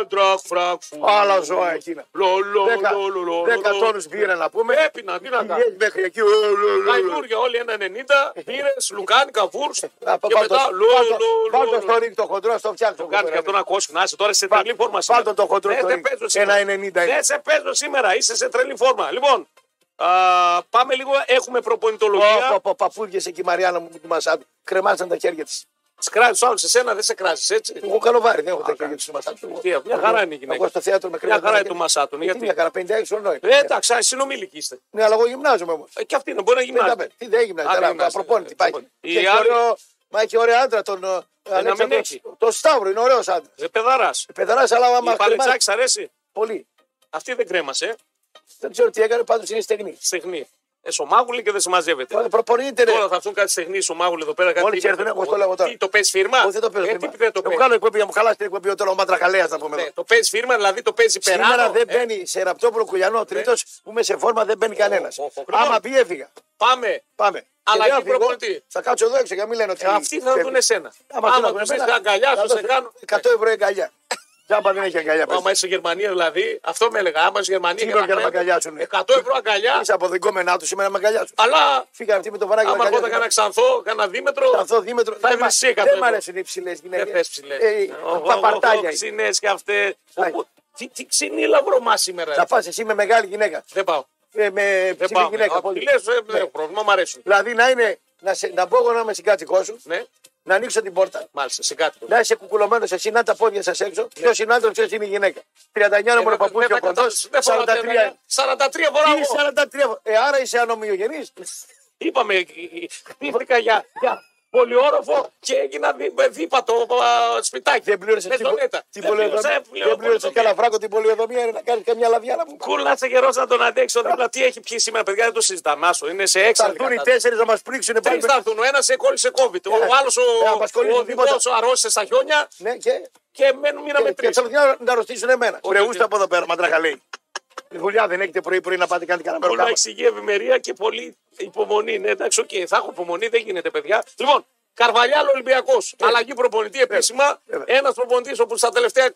Speaker 1: Άντρακ, φρακφού.
Speaker 2: Άλλα ζώα εκείνα.
Speaker 1: Λο, λο,
Speaker 2: Δέκα-
Speaker 1: λο, λο, λο,
Speaker 2: Δέκα
Speaker 1: λο.
Speaker 2: τόνους μπύρα να πούμε.
Speaker 1: Έπινα, τι να κάνω.
Speaker 2: Χιλιές μέχρι εκεί. ου, ου, ου, ου.
Speaker 1: Καϊδούρια όλοι ένα 90, πήρε, λουκάνικα, βούρστ.
Speaker 2: Α, πα-
Speaker 1: Και
Speaker 2: βάλ' το-
Speaker 1: μετά λο,
Speaker 2: βάλ' το-
Speaker 1: λο,
Speaker 2: βάλ'
Speaker 1: λο,
Speaker 2: το
Speaker 1: λο.
Speaker 2: στο ρίγκ το χοντρό, στο φτιάξω.
Speaker 1: Κάνει και αυτό να κόσκει, να είσαι τώρα σε τρελή φόρμα σήμερα. Ναι,
Speaker 2: Βάλτε το χοντρό
Speaker 1: Δεν
Speaker 2: στο
Speaker 1: σε
Speaker 2: ring.
Speaker 1: παίζω σήμερα.
Speaker 2: Ένα 90 είναι.
Speaker 1: Δεν σε παίζω σήμερα, είσαι σε τρελή φόρμα. Λοιπόν, α, πάμε λίγο, έχουμε προπονητολογία.
Speaker 2: Παπούδιε εκεί η Μαριάννα μου που τη μασάτου. Κρεμάσαν τα χέρια της.
Speaker 1: Σκράζεις άλλο σε σένα, δεν σε κράζεις έτσι.
Speaker 2: Εγώ καλοβάρι, δεν έχω τα χέρια τη του μασάτου.
Speaker 1: Τι, μια χαρά είναι η γυναίκα.
Speaker 2: Εγώ στο θέατρο με κρεμάσαν.
Speaker 1: χαρά
Speaker 2: τα
Speaker 1: είναι του
Speaker 2: χέρια.
Speaker 1: Μασάτου,
Speaker 2: Ε, τι
Speaker 1: γιατί?
Speaker 2: Μια χαρά, 56 χρονών.
Speaker 1: Ε, εντάξει, α, συνομήλικοι είστε.
Speaker 2: Ναι, αλλά εγώ γυμνάζομαι όμως.
Speaker 1: Ε, Και αυτή είναι, μπορεί να γυμνάζει.
Speaker 2: Τι δεν
Speaker 1: Α, δεν
Speaker 2: γυμνάζομαι.
Speaker 1: γυμνάζεται.
Speaker 2: Προπόνητη πάει.
Speaker 1: Λοιπόν,
Speaker 2: Και
Speaker 1: η
Speaker 2: έχει
Speaker 1: άλλη-
Speaker 2: ωραίο- Μα έχει ωραίο άντρα τον. ε, Αλέξανδρο-
Speaker 1: έχει.
Speaker 2: Το Σταύρο είναι ωραίος άντρας.
Speaker 1: Ε, Πεδαράς.
Speaker 2: Πεδρά, αλλά άμα
Speaker 1: Η
Speaker 2: κρεμάσει
Speaker 1: Παλετσάκη σ' αρέσει.
Speaker 2: πολύ.
Speaker 1: Αυτή δεν κρέμασε.
Speaker 2: Δεν ξέρω τι έκανε, πάντως είναι στεγνή.
Speaker 1: Στεγνή. Ε, σωμάγουλη και δεν συμμαζεύεται.
Speaker 2: Τώρα Προπονείται, ρε.
Speaker 1: Ε, Τώρα θα έρθουν κάτι στεγνή σωμάγουλη εδώ πέρα. κάτι
Speaker 2: Όλοι
Speaker 1: τέτοιο.
Speaker 2: ξέρουν, εγώ στο λέω τώρα.
Speaker 1: Τι, Το παίζει φίρμα.
Speaker 2: Εγώ δεν το παίζω.
Speaker 1: Ε, τι
Speaker 2: θέμα.
Speaker 1: δεν το
Speaker 2: Εγώ
Speaker 1: παίζει.
Speaker 2: κάνω εκπομπή, να μου χαλάσει την εκπομπή όταν ο Μαντραχαλέα να πούμε.
Speaker 1: Ναι,
Speaker 2: εδώ.
Speaker 1: το παίζει φίρμα, δηλαδή το παίζει περάνω.
Speaker 2: Σήμερα δεν
Speaker 1: Ε,
Speaker 2: μπαίνει σε ραπτό προκουλιανό τρίτο που είμαι σε φόρμα δεν μπαίνει κανένας.
Speaker 1: ο, ο, Ναι. λοιπόν.
Speaker 2: Άμα πει έφυγα.
Speaker 1: Πάμε.
Speaker 2: Πάμε.
Speaker 1: Αλλά
Speaker 2: Και δεν
Speaker 1: εκεί
Speaker 2: φύγω,
Speaker 1: προπονητή. Ε,
Speaker 2: Θα κάτσω εδώ έξω για να μην λένε ότι.
Speaker 1: Αυτοί θα
Speaker 2: φεύγει.
Speaker 1: δουν εσένα.
Speaker 2: Άμα θέλω
Speaker 1: Άμα
Speaker 2: να
Speaker 1: του πει θα
Speaker 2: βρω εμένα, θα
Speaker 1: αγκαλιάσω, σε
Speaker 2: δώσω
Speaker 1: κάνω.
Speaker 2: 100 ευρώ αγκαλιά. Τζάμπα δεν έχει αγκαλιά. πες.
Speaker 1: Άμα είσαι Γερμανία δηλαδή, αυτό με έλεγα. Άμα είσαι Γερμανία.
Speaker 2: Τι πρόκειται να
Speaker 1: Γερμανία,
Speaker 2: με αγκαλιάσουν, ε.
Speaker 1: 100 ευρώ αγκαλιά.
Speaker 2: Είσαι αποδικόμενά τους σήμερα με αγκαλιάσουν.
Speaker 1: Αλλά
Speaker 2: Φύγανε αυτοί με το βαράκι.
Speaker 1: άμα
Speaker 2: αγκαλιάζουν.
Speaker 1: εγώ θα κάνα ξανθό, κάνα δίμετρο.
Speaker 2: Αυτό δίμετρο.
Speaker 1: Θα
Speaker 2: δεν
Speaker 1: έβρισες
Speaker 2: μ'
Speaker 1: εσύ εκατό
Speaker 2: Δεν μ'
Speaker 1: ευρώ.
Speaker 2: αρέσουν οι ψηλές γυναίκες.
Speaker 1: Δεν θε ψηλέ.
Speaker 2: Παπαρτάκια. ε, είναι.
Speaker 1: Ξινέ και αυτές.
Speaker 2: Άκου.
Speaker 1: Οπου- Τι, τι ξυνήλα βρωμά σήμερα.
Speaker 2: Θα
Speaker 1: ρε.
Speaker 2: πα εσύ με μεγάλη γυναίκα.
Speaker 1: Δεν πάω.
Speaker 2: Ε, με
Speaker 1: Δεν
Speaker 2: ψηλή
Speaker 1: πάω.
Speaker 2: γυναίκα.
Speaker 1: Απ'
Speaker 2: πολύ.
Speaker 1: τη λες, ε, δεν
Speaker 2: Ναι.
Speaker 1: έχω πρόβλημα, μ' αρέσουν.
Speaker 2: Δηλαδή να είναι. Να, σε, να μπω εγώ να είμαι συγκάτοικός σου,
Speaker 1: Ναι,
Speaker 2: να ανοίξω την πόρτα,
Speaker 1: μάλιστα, σε κάτι.
Speaker 2: να είσαι κουκουλωμένος εσύ, να τα πόδια σας
Speaker 1: Ναι.
Speaker 2: έξω. Ποιος είναι άντρα, ποιος είναι η γυναίκα. 39
Speaker 1: Ε,
Speaker 2: νούμερο παπούτσιο κοντό, 43.
Speaker 1: 43 φορά
Speaker 2: Τι
Speaker 1: εγώ.
Speaker 2: 43. Ε, άρα είσαι ανομοιογενής.
Speaker 1: Είπαμε, ε, ε, χτύπηκα για, για πολυόροφο και έγινα δι- με δίπατο α, σπιτάκι.
Speaker 2: Δεν πλήρωσε
Speaker 1: Με
Speaker 2: την,
Speaker 1: ζωνέτα.
Speaker 2: την
Speaker 1: Δεν ε, πλήρωσα,
Speaker 2: πολεοδομία.
Speaker 1: πλήρωσα
Speaker 2: Δεν πλήρωσε
Speaker 1: πολεοδομία.
Speaker 2: καλά βράκο την πολεοδομία είναι να κάνει καμιά λαβιά να μου
Speaker 1: Κούλατσε καιρός να τον αντέξω. δίπλα. τι έχει πιει σήμερα, παιδιά, δεν το συζητάμε. Άσο, είναι σε
Speaker 2: Θα
Speaker 1: έξαλλη
Speaker 2: έρθουν οι
Speaker 1: κατάσταση.
Speaker 2: τέσσερις να μας πρίξουν πάλι.
Speaker 1: Τρει θα έρθουν. Ο ένας κόλλησε COVID. Ο
Speaker 2: Ε,
Speaker 1: άλλο
Speaker 2: ε, απασχολεί
Speaker 1: ο, ο
Speaker 2: τίποτα.
Speaker 1: οδηγός αρρώστησε στα χιόνια
Speaker 2: Ναι, και.
Speaker 1: και μένουν μείναμε
Speaker 2: και-
Speaker 1: τρει.
Speaker 2: Και θα έρθουν να ρωτήσουν εμένα.
Speaker 1: Όχι,
Speaker 2: Ρε,
Speaker 1: όχι.
Speaker 2: ούστε από εδώ πέρα, μαντραχαλή. Η δουλειά δεν έχετε πρωί-πρωί να πάτε κάτι κανένα
Speaker 1: Πολλά
Speaker 2: μέρο.
Speaker 1: εξηγεί ευημερία και πολύ υπομονή. Ναι, εντάξει, οκ, θα έχω υπομονή, δεν γίνεται, παιδιά. Λοιπόν, Καρβαλιάλ Ολυμπιακός. Αλλαγή προπονητή επίσημα.
Speaker 2: Ε, βέβαια. Ε,
Speaker 1: Ένας προπονητής όπου στα τελευταία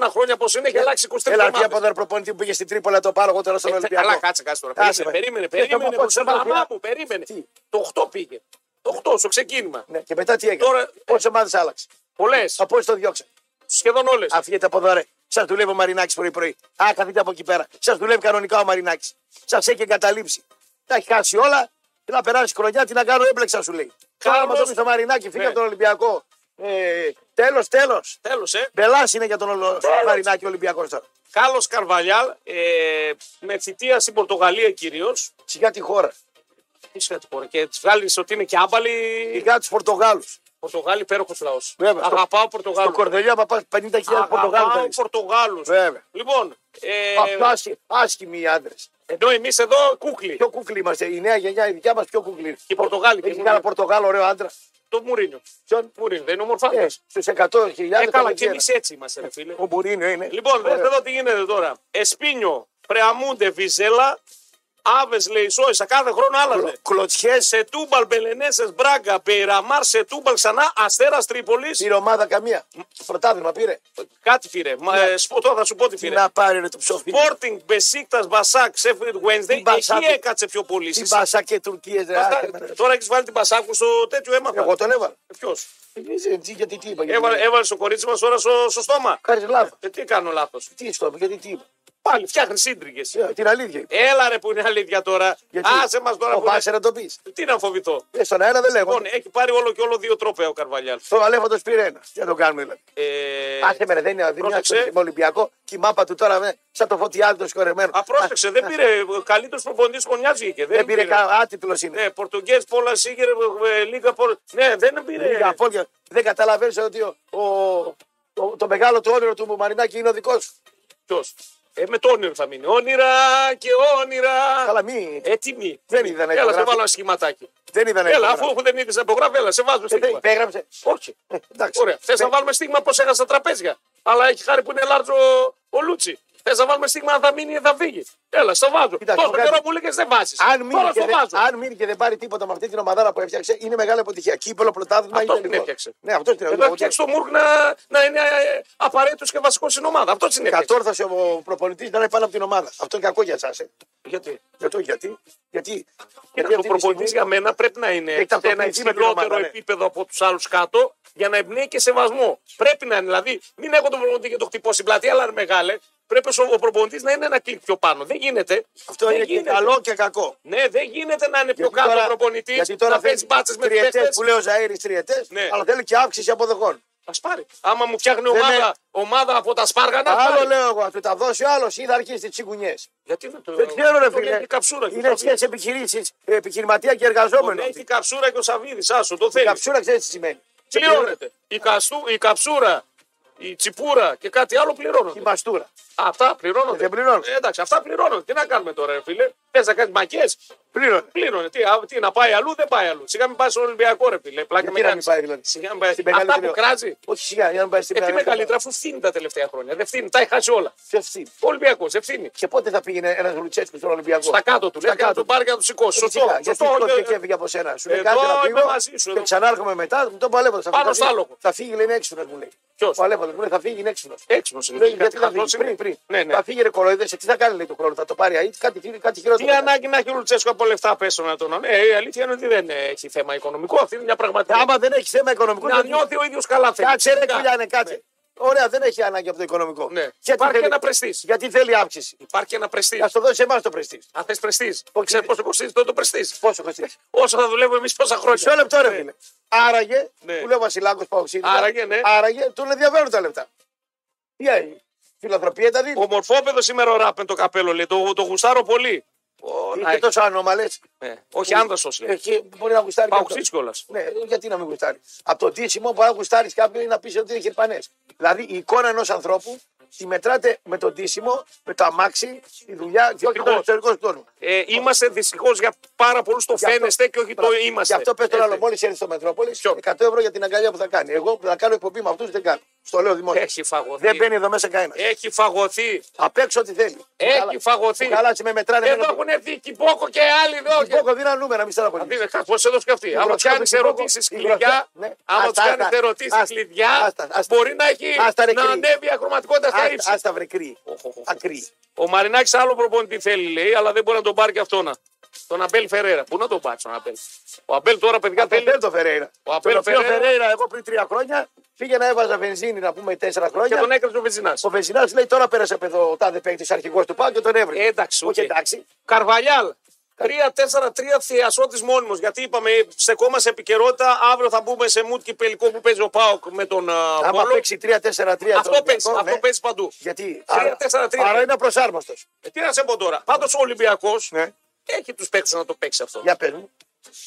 Speaker 1: 21 χρόνια πώ είναι έχει αλλάξει 23
Speaker 2: Έλα, τι από
Speaker 1: ομάδες.
Speaker 2: τον προπονητή που πήγε στην Τρίπολα το πάρω εγώ τώρα στον
Speaker 1: Ε, τε-
Speaker 2: Ολυμπιακό.
Speaker 1: Καλά, κάτσε, κάτσε τώρα.
Speaker 2: Άσε
Speaker 1: Περίμενε,
Speaker 2: με.
Speaker 1: περίμενε,
Speaker 2: Ε, θα
Speaker 1: περίμενε.
Speaker 2: πάω σε
Speaker 1: Μαμά
Speaker 2: Μαρκιά.
Speaker 1: μου, περίμενε.
Speaker 2: Τι.
Speaker 1: Το 8 πήγε. Το 8 στο ξεκίνημα.
Speaker 2: Ναι, και μετά τι έκανε.
Speaker 1: Τώρα- ε-
Speaker 2: Τώρα... Πόσες ομάδες άλλαξε.
Speaker 1: Πολλές,
Speaker 2: Από όσοι το διώξαν.
Speaker 1: σχεδόν όλες.
Speaker 2: Αφιέται από εδώ, ρε. Σας δουλεύει ο Μαρινάκης πρωί-πρωί. Α, καθίτε από εκεί πέρα. Σας δουλεύει κανονικά ο Μαρινάκης. Σας έχει εγκαταλείψει. Τα έχει χάσει όλα. Τι να περάσει χρονιά, τι να κάνω, έμπλεξα σου λέει. Τώρα
Speaker 1: Κάρλος.
Speaker 2: μα το πει στο Μαρινάκη, φύγει
Speaker 1: Ναι.
Speaker 2: από τον Ολυμπιακό. Ε, τέλος, τέλος.
Speaker 1: Τέλος, ε.
Speaker 2: Μπελάς είναι για τον Ολο...
Speaker 1: Τέλος.
Speaker 2: Μαρινάκη Ολυμπιακός τώρα.
Speaker 1: Κάλο Καρβαλιάλ, ε, με θητεία στην Πορτογαλία κυρίως.
Speaker 2: Σιγά τη χώρα.
Speaker 1: Τι σχέση μπορεί. Και της βγάλει ότι είναι και άμπαλοι.
Speaker 2: Ειδικά τους Πορτογάλους.
Speaker 1: Πορτογάλοι, υπέροχος λαός.
Speaker 2: Βέβαια, στο-
Speaker 1: Αγαπάω
Speaker 2: Στο
Speaker 1: Πορτογάλους.
Speaker 2: κορδελιό, άμα πα 50.000 Πορτογάλου.
Speaker 1: Αγαπάω
Speaker 2: θέλεις.
Speaker 1: Πορτογάλου.
Speaker 2: Βέβαια.
Speaker 1: Λοιπόν, ε,
Speaker 2: Αυτό άσχη- άσχημοι οι άντρες.
Speaker 1: ενώ εμείς εδώ κούκλοι.
Speaker 2: Πιο κούκλοι είμαστε. Η νέα γενιά, η δικιά μας πιο κούκλοι. είναι.
Speaker 1: Και οι Πορτογάλοι. Και
Speaker 2: Έχει
Speaker 1: μου-
Speaker 2: κανένα Πορτογάλο ωραίο άντρα.
Speaker 1: Το Μουρίνιο.
Speaker 2: Ποιον?
Speaker 1: Μουρίνιο, δεν είναι ομορφά.
Speaker 2: Ε, Στους 100.000.
Speaker 1: Ε, καλά,
Speaker 2: δεν
Speaker 1: και εμεί
Speaker 2: ξέρω.
Speaker 1: έτσι είμαστε, ρε φίλε.
Speaker 2: Ο Μπουρίνιο ναι, είναι. Ε,
Speaker 1: Λοιπόν,
Speaker 2: Ωραίο.
Speaker 1: δείτε εδώ τι γίνεται τώρα. Εσπίνιο, Πρεαμούντε, Βιζέλα, Άβε Λεϊσόησα, κάθε χρόνο άλλαζε.
Speaker 2: κλωτσιές
Speaker 1: Σε τούμπαλ, Μπελενέσες, Μπράγκα, Πειραμάρ, σε τούμπαλ ξανά, Αστέρας Τρίπολης.
Speaker 2: πήρε ομάδα καμία. Πρωτάθλημα πήρε.
Speaker 1: Κάτι πήρε. Μα, ε, σπο- τώρα θα σου πω τι
Speaker 2: Ναι. Τι
Speaker 1: πήρε.
Speaker 2: να πάρει ρε, το ψοφί.
Speaker 1: Πόρτινγκ, Μπεσίκτα, Μπασάκ, Σέφριντ Wednesday.
Speaker 2: Μπασάκ.
Speaker 1: Εκεί έκατσε πιο πολύ.
Speaker 2: Την
Speaker 1: Στις-
Speaker 2: Πάσα και Τουρκίε.
Speaker 1: Αυτά- Τώρα έχεις βάλει την Μπασάκου στο τέτοιο έμαθα.
Speaker 2: Εγώ τον έβαλα.
Speaker 1: Ποιο.
Speaker 2: Ε, τι- Γιατί τι είπα.
Speaker 1: Έβαλε, έβαλε στο κορίτσι μας τώρα στο, στο στόμα.
Speaker 2: Κάνει λάθος.
Speaker 1: Ε, τι κάνω λάθος.
Speaker 2: Τι στο γιατί τι είπα.
Speaker 1: Πάλι φτιάχνει σύντριγες.
Speaker 2: Ε, Την αλήθεια. είπα.
Speaker 1: Έλα ρε που είναι αλήθεια τώρα.
Speaker 2: Γιατί
Speaker 1: Ε, Άσε μας τώρα που
Speaker 2: Φοβάσαι να το πεις.
Speaker 1: είναι- Τι να φοβηθώ.
Speaker 2: Στον αέρα δεν λέγω.
Speaker 1: Λοιπόν, έχει πάρει όλο και όλο δύο τρόπαια ο Καρβαλιάλ.
Speaker 2: Στο Αλέφαντος πήρε ένα. Τι να το κάνουμε, δηλαδή.
Speaker 1: Ε,
Speaker 2: Άσε με, ρε, δεν είναι
Speaker 1: πρόσεξε.
Speaker 2: αδυνατό με Ολυμπιακό. Και η μάπα του τώρα, με, σαν το φωτιάδι το σκορεμένο.
Speaker 1: α, πρόσεξε, δεν πήρε. Καλύτερος προπονητής χρονιάς βγήκε.
Speaker 2: Δεν πήρε κανένα. Άτιτλος είναι.
Speaker 1: Ναι, Πορτογέ, Πόλα, Σίγερ, ε, Λίγα, Πόλα. Ναι, δεν πήρε.
Speaker 2: Λίγα απόλυτα. Δεν καταλαβαίνεις ότι ο, ο- το, το μεγάλο του όνειρο του Μαρινάκη είναι ο δικός σου.
Speaker 1: Ποιος. Ε, με το όνειρο θα μείνει. Όνειρα και όνειρα.
Speaker 2: Καλά, μη.
Speaker 1: Ε, τι μη.
Speaker 2: Δεν είδα να
Speaker 1: Έλα, σε
Speaker 2: υπογράφει.
Speaker 1: βάλω ένα σχηματάκι.
Speaker 2: δεν είδα να
Speaker 1: Έλα,
Speaker 2: υπογράφει.
Speaker 1: αφού αφού δεν είδες να υπογράφει, έλα, σε βάζω
Speaker 2: Ε, δεν
Speaker 1: στίγμα.
Speaker 2: υπέγραψε.
Speaker 1: Όχι.
Speaker 2: Ε, εντάξει.
Speaker 1: Ωραία. Θες
Speaker 2: Ε,
Speaker 1: να βάλουμε στίγμα πώς έχασα τραπέζια. Αλλά έχει χάρη που είναι λάρτζο ο Λούτσι. Θες να βάλουμε στίγμα αν θα μείνει ή θα φύγει. Έλα, στο βάζω.
Speaker 2: Κοίτα,
Speaker 1: Τόσο
Speaker 2: το κάτι-
Speaker 1: καιρό μου λέγες δεν βάζεις.
Speaker 2: Αν μείνει,
Speaker 1: Τώρα
Speaker 2: και
Speaker 1: στο
Speaker 2: δεν,
Speaker 1: βάζω.
Speaker 2: αν μείνει και δεν πάρει τίποτα με αυτή την ομαδάρα που έφτιαξε, είναι μεγάλη αποτυχία. Κύπελο, πρωτάθλημα
Speaker 1: Αυτό
Speaker 2: είναι
Speaker 1: την
Speaker 2: τελικό.
Speaker 1: έφτιαξε.
Speaker 2: Ναι, αυτό την
Speaker 1: Εδώ
Speaker 2: έφτιαξε.
Speaker 1: φτιάξει το Μουρκ να, να είναι απαραίτητος και βασικός στην ομάδα. Αυτό είναι.
Speaker 2: Κατόρθωσε ο προπονητής να είναι πάνω από την ομάδα. Αυτό είναι κακό για ε. εσά.
Speaker 1: Γιατί.
Speaker 2: Για το γιατί. Γιατί.
Speaker 1: Κοίταξε, ο προπονητής για μένα πρέπει να είναι
Speaker 2: Έχει
Speaker 1: σε ένα
Speaker 2: ταυτοποιηθεί με την
Speaker 1: υψηλότερο
Speaker 2: ομάδα, ναι.
Speaker 1: επίπεδο από τους άλλους κάτω για να εμπνέει και σεβασμό. Πρέπει να είναι, δηλαδή, μην έχω τον προπονητή και το χτυπώ στην πλατεία, αλλά ρε μεγάλε. Πρέπει ο- ο προπονητής να είναι ένα κλικ πιο πάνω. Δεν γίνεται.
Speaker 2: Αυτό
Speaker 1: δεν
Speaker 2: είναι και καλό και κακό.
Speaker 1: Ναι, δεν γίνεται να είναι πιο κάτω ο προπονητή. Να παίζει μπάτσες με του
Speaker 2: τριετές
Speaker 1: παίχτες.
Speaker 2: που λέει ο Ζαήρη τριετές,
Speaker 1: Ναι.
Speaker 2: αλλά θέλει και αύξηση αποδοχών.
Speaker 1: Α πάρει. Άμα μου φτιάχνει
Speaker 2: Δεν
Speaker 1: ομάδα,
Speaker 2: με-
Speaker 1: ομάδα από τα σπάργανα. ας
Speaker 2: άλλο
Speaker 1: πάρει.
Speaker 2: λέω εγώ, θα του τα δώσει ο άλλος ή θα αρχίσει τις τσιγκουνιές.
Speaker 1: Γιατί δεν το.
Speaker 2: Δεν ξέρω, ρε
Speaker 1: τον
Speaker 2: φίλε.
Speaker 1: Έχει καψούρα και ο
Speaker 2: Είναι
Speaker 1: Σαββίδης.
Speaker 2: σχέση επιχειρήσεις, επιχειρηματία και
Speaker 1: Τον
Speaker 2: εργαζόμενο.
Speaker 1: Έχει καψούρα και ο Σαββίδης. Άσο, το
Speaker 2: Η
Speaker 1: θέλει.
Speaker 2: καψούρα ξέρεις τι σημαίνει.
Speaker 1: Πληρώνεται. Η, καστού, η καψούρα, η τσιπούρα και κάτι άλλο
Speaker 2: Η
Speaker 1: πληρώνονται.
Speaker 2: μαστούρα.
Speaker 1: Αυτά πληρώνονται.
Speaker 2: Δεν πληρώνονται.
Speaker 1: Ε, εντάξει, αυτά πληρώνονται. Τι να κάνουμε τώρα, ρε φίλε. Θες να κάνεις μακέ.
Speaker 2: Πλήρωνε.
Speaker 1: Πλήρωνε. Τι, α, τι, να πάει αλλού, δεν πάει αλλού. Σιγά μην πάει στον Ολυμπιακό, ρε φίλε. Πλάκα
Speaker 2: Γιατί
Speaker 1: με
Speaker 2: να
Speaker 1: κάνεις.
Speaker 2: μην πάει, δηλαδή.
Speaker 1: Σιγά μην πάει.
Speaker 2: Στην
Speaker 1: Αυτά
Speaker 2: μεγαλύτερη
Speaker 1: που
Speaker 2: ομάδα.
Speaker 1: κράζει.
Speaker 2: Όχι σιγά, για να πάει στην
Speaker 1: Ε, τι
Speaker 2: Παναγία.
Speaker 1: μεγαλύτερα, αφού φθήνει τα τελευταία χρόνια. Δεν φθήνει, τα έχει χάσει όλα.
Speaker 2: Ποιος αυτή.
Speaker 1: Ο Ολυμπιακό, δεν φθήνει.
Speaker 2: Και πότε θα πήγαινε ένας Λουτσέσκου στον Ολυμπιακό.
Speaker 1: Στα κάτω του. Λέει, να
Speaker 2: Λοιπόν, κάτω
Speaker 1: τον πάρει και να τον σηκώσει.
Speaker 2: Φυσικά,
Speaker 1: Σωστό.
Speaker 2: γιατί
Speaker 1: Σωστό.
Speaker 2: σηκώθηκε
Speaker 1: ε,
Speaker 2: και έφυγε από σένα. Σου λέει
Speaker 1: Εδώ
Speaker 2: κάτι να
Speaker 1: είμαι
Speaker 2: φύγω
Speaker 1: μαζί σου,
Speaker 2: και
Speaker 1: εδώ.
Speaker 2: ξανάρχομαι μετά, μου τον παλεύω. Θα
Speaker 1: Πάνω
Speaker 2: θα
Speaker 1: στο
Speaker 2: φύγει.
Speaker 1: άλογο.
Speaker 2: Θα φύγει, λέει, είναι έξυπνος μου λέει.
Speaker 1: Ποιος? Ε,
Speaker 2: Ο Αλέφαντος μου λέει, θα φύγει, είναι έξυπνος.
Speaker 1: Έξυπνος είναι, κάτι
Speaker 2: γιατί θα
Speaker 1: χαζός
Speaker 2: φύγει,
Speaker 1: είναι.
Speaker 2: πριν, πριν.
Speaker 1: Ναι, ναι.
Speaker 2: Θα φύγει, ρε κοροϊδέσαι, τι θα κάνει, λέει, του χρόνου, θα το πάρει αίτ, κάτι, κάτι
Speaker 1: Τι
Speaker 2: χειρότερο.
Speaker 1: ανάγκη να έχει ο Λουτσέσκο από λεφτά πέσω να τον. Ε, η αλήθεια είναι ότι δεν έχει θέμα οικονομικό. Αυτή είναι μια πραγματικότητα.
Speaker 2: Ε, Άμα δεν έχει θέμα οικονομικό,
Speaker 1: Να
Speaker 2: δεν-
Speaker 1: νιώθει ο ίδιος καλά θέλει.
Speaker 2: κάτσε, ρε
Speaker 1: Φυσικά.
Speaker 2: κουλιάνε,
Speaker 1: Ναι.
Speaker 2: κάτσε. Ωραία, δεν έχει ανάγκη από το οικονομικό.
Speaker 1: Ναι.
Speaker 2: Γιατί
Speaker 1: Υπάρχει
Speaker 2: θέλει-
Speaker 1: ένα πρεστής.
Speaker 2: Γιατί θέλει αύξηση.
Speaker 1: Υπάρχει ένα πρεστής.
Speaker 2: Α το δώσει εμάς το πρεστής.
Speaker 1: Αν θες πρεστής.
Speaker 2: Όχι.
Speaker 1: Ξέρεις πόσο κοστίζει τότε το πρεστής.
Speaker 2: Πόσο κοστίζει.
Speaker 1: Όσο θα δουλεύουμε εμείς πόσα χρόνια.
Speaker 2: Μισό λεπτό, ρε
Speaker 1: Ναι.
Speaker 2: φίλε. Άραγε,
Speaker 1: Ναι.
Speaker 2: που λέω Βασιλάκος Παοξίδη.
Speaker 1: Άραγε, ναι.
Speaker 2: Άραγε, του ενδιαφέρουν τα λεπτά. Τι έγινε. Φιλανθρωπία ήταν
Speaker 1: Ο
Speaker 2: δίνει.
Speaker 1: μορφόπεδο Ε, σήμερα ο ράπ με το καπέλο λέει. Το, το γουστάρω πολύ. Ο, να
Speaker 2: Είναι
Speaker 1: έχει.
Speaker 2: τόσο άνομαλε.
Speaker 1: Ναι. Όχι άνδρασο λέει.
Speaker 2: Μπορεί να γουστάρει. και
Speaker 1: Παοξή
Speaker 2: αυτό.
Speaker 1: κιόλα.
Speaker 2: Ναι, γιατί να μην γουστάρει. Από το ντύσιμο μπορεί να γουστάρεις κάποιον ή να πεις ότι είναι χερπανές. Δηλαδή η εικόνα ενός ανθρώπου τη μετράτε με το ντύσιμο, με το αμάξι, τη δουλειά και όχι τον
Speaker 1: Ακριβώς.
Speaker 2: εξωτερικό τόνο.
Speaker 1: Ε, είμαστε δυστυχώς για πάρα πολλούς το
Speaker 2: Γι' αυτό-
Speaker 1: φαίνεστε και όχι το
Speaker 2: Μπράβο.
Speaker 1: είμαστε. Ε,
Speaker 2: Γι' αυτό πες τώρα,
Speaker 1: Έτσι.
Speaker 2: άλλο, μόλι έρθει στο Μετρόπολης,
Speaker 1: Ποιο?
Speaker 2: 100 ευρώ για την αγκαλιά που θα κάνει. Εγώ που θα κάνω εκπομπή με αυτούς δεν κάνω. Στο λέω δημόσια.
Speaker 1: Έχει φαγωθεί.
Speaker 2: Δεν μπαίνει εδώ μέσα κανένας.
Speaker 1: Έχει φαγωθεί.
Speaker 2: Απ' έξω ό,τι θέλει.
Speaker 1: Έχει
Speaker 2: Καλά-
Speaker 1: φαγωθεί.
Speaker 2: που Καλά, σε με μετράνε.
Speaker 1: Εδώ
Speaker 2: Εδώ
Speaker 1: έχουν έρθει Κυπόκο και άλλοι εδώ. και-
Speaker 2: έχω δει νούμερα, μη στεναχωρεί.
Speaker 1: Δείτε, Πώ έδωσε και αυτή. Άμα τους
Speaker 2: γροθιά
Speaker 1: κάνει
Speaker 2: του Κυπόκου,
Speaker 1: ερωτήσεις
Speaker 2: η γροθιά,
Speaker 1: κλειδιά,
Speaker 2: ναι.
Speaker 1: άμα τους
Speaker 2: Άστα,
Speaker 1: κάνεις
Speaker 2: άστα,
Speaker 1: ερωτήσεις
Speaker 2: άστα,
Speaker 1: κλειδιά,
Speaker 2: άστα, άστα.
Speaker 1: μπορεί να έχει
Speaker 2: Άστα, ρε,
Speaker 1: να
Speaker 2: κρύη.
Speaker 1: ανέβει η ακροματικότητα στα ύψη.
Speaker 2: Α τα βρε κρύη.
Speaker 1: Οχ, οχ, οχ.
Speaker 2: Ακρύη.
Speaker 1: Ο Μαρινάκης άλλο προπονητή θέλει, λέει, αλλά δεν μπορεί να τον πάρει και αυτό να. Τον Αμπέλ Φεραίρα. Πού να τον πάρει τον Αμπέλ. Ο Αμπέλ τώρα, παιδιά,
Speaker 2: Για τον
Speaker 1: θέλει.
Speaker 2: Πέλτο Φεραίρα.
Speaker 1: Ο Απέλ
Speaker 2: Τον οποίο
Speaker 1: Φεραίρα-
Speaker 2: Φεραίρα, εγώ πριν τρία χρόνια πήγαινα έβαζα βενζίνη να πούμε τέσσερα
Speaker 1: Και τον
Speaker 2: χρόνια.
Speaker 1: έκραζε ο Βεζινά.
Speaker 2: Ο Βενζινάς λέει τώρα πέρασε από εδώ ο τάδε παίκτης αρχηγός του Πάου και τον έβρε.
Speaker 1: Εντάξει,
Speaker 2: Όχι
Speaker 1: οκ.
Speaker 2: εντάξει.
Speaker 1: Καρβαλιάλ. 3-4-3 θεασότη μόνιμος. Γιατί είπαμε, στεκόμαστε επικαιρότητα. Αύριο θα μπούμε σε μουτ κυπελικό που παίζει ο Πάοκ με τον α,
Speaker 2: Άμα
Speaker 1: Βόλο.
Speaker 2: παίξει 3-4-3. τον
Speaker 1: Αυτό
Speaker 2: Ολυμπιακό,
Speaker 1: παίζει,
Speaker 2: ναι.
Speaker 1: αυτό παίζει παντού.
Speaker 2: Γιατί.
Speaker 1: Τρία,
Speaker 2: άρα-
Speaker 1: τέσσερα, τρία.
Speaker 2: Άρα είναι απροσάρμοστος.
Speaker 1: Ε, Τι να σε πω τώρα. Πάντως ο Ολυμπιακός
Speaker 2: Ναι.
Speaker 1: Έχει τους παίξει να το παίξει αυτό.
Speaker 2: Για πες μου.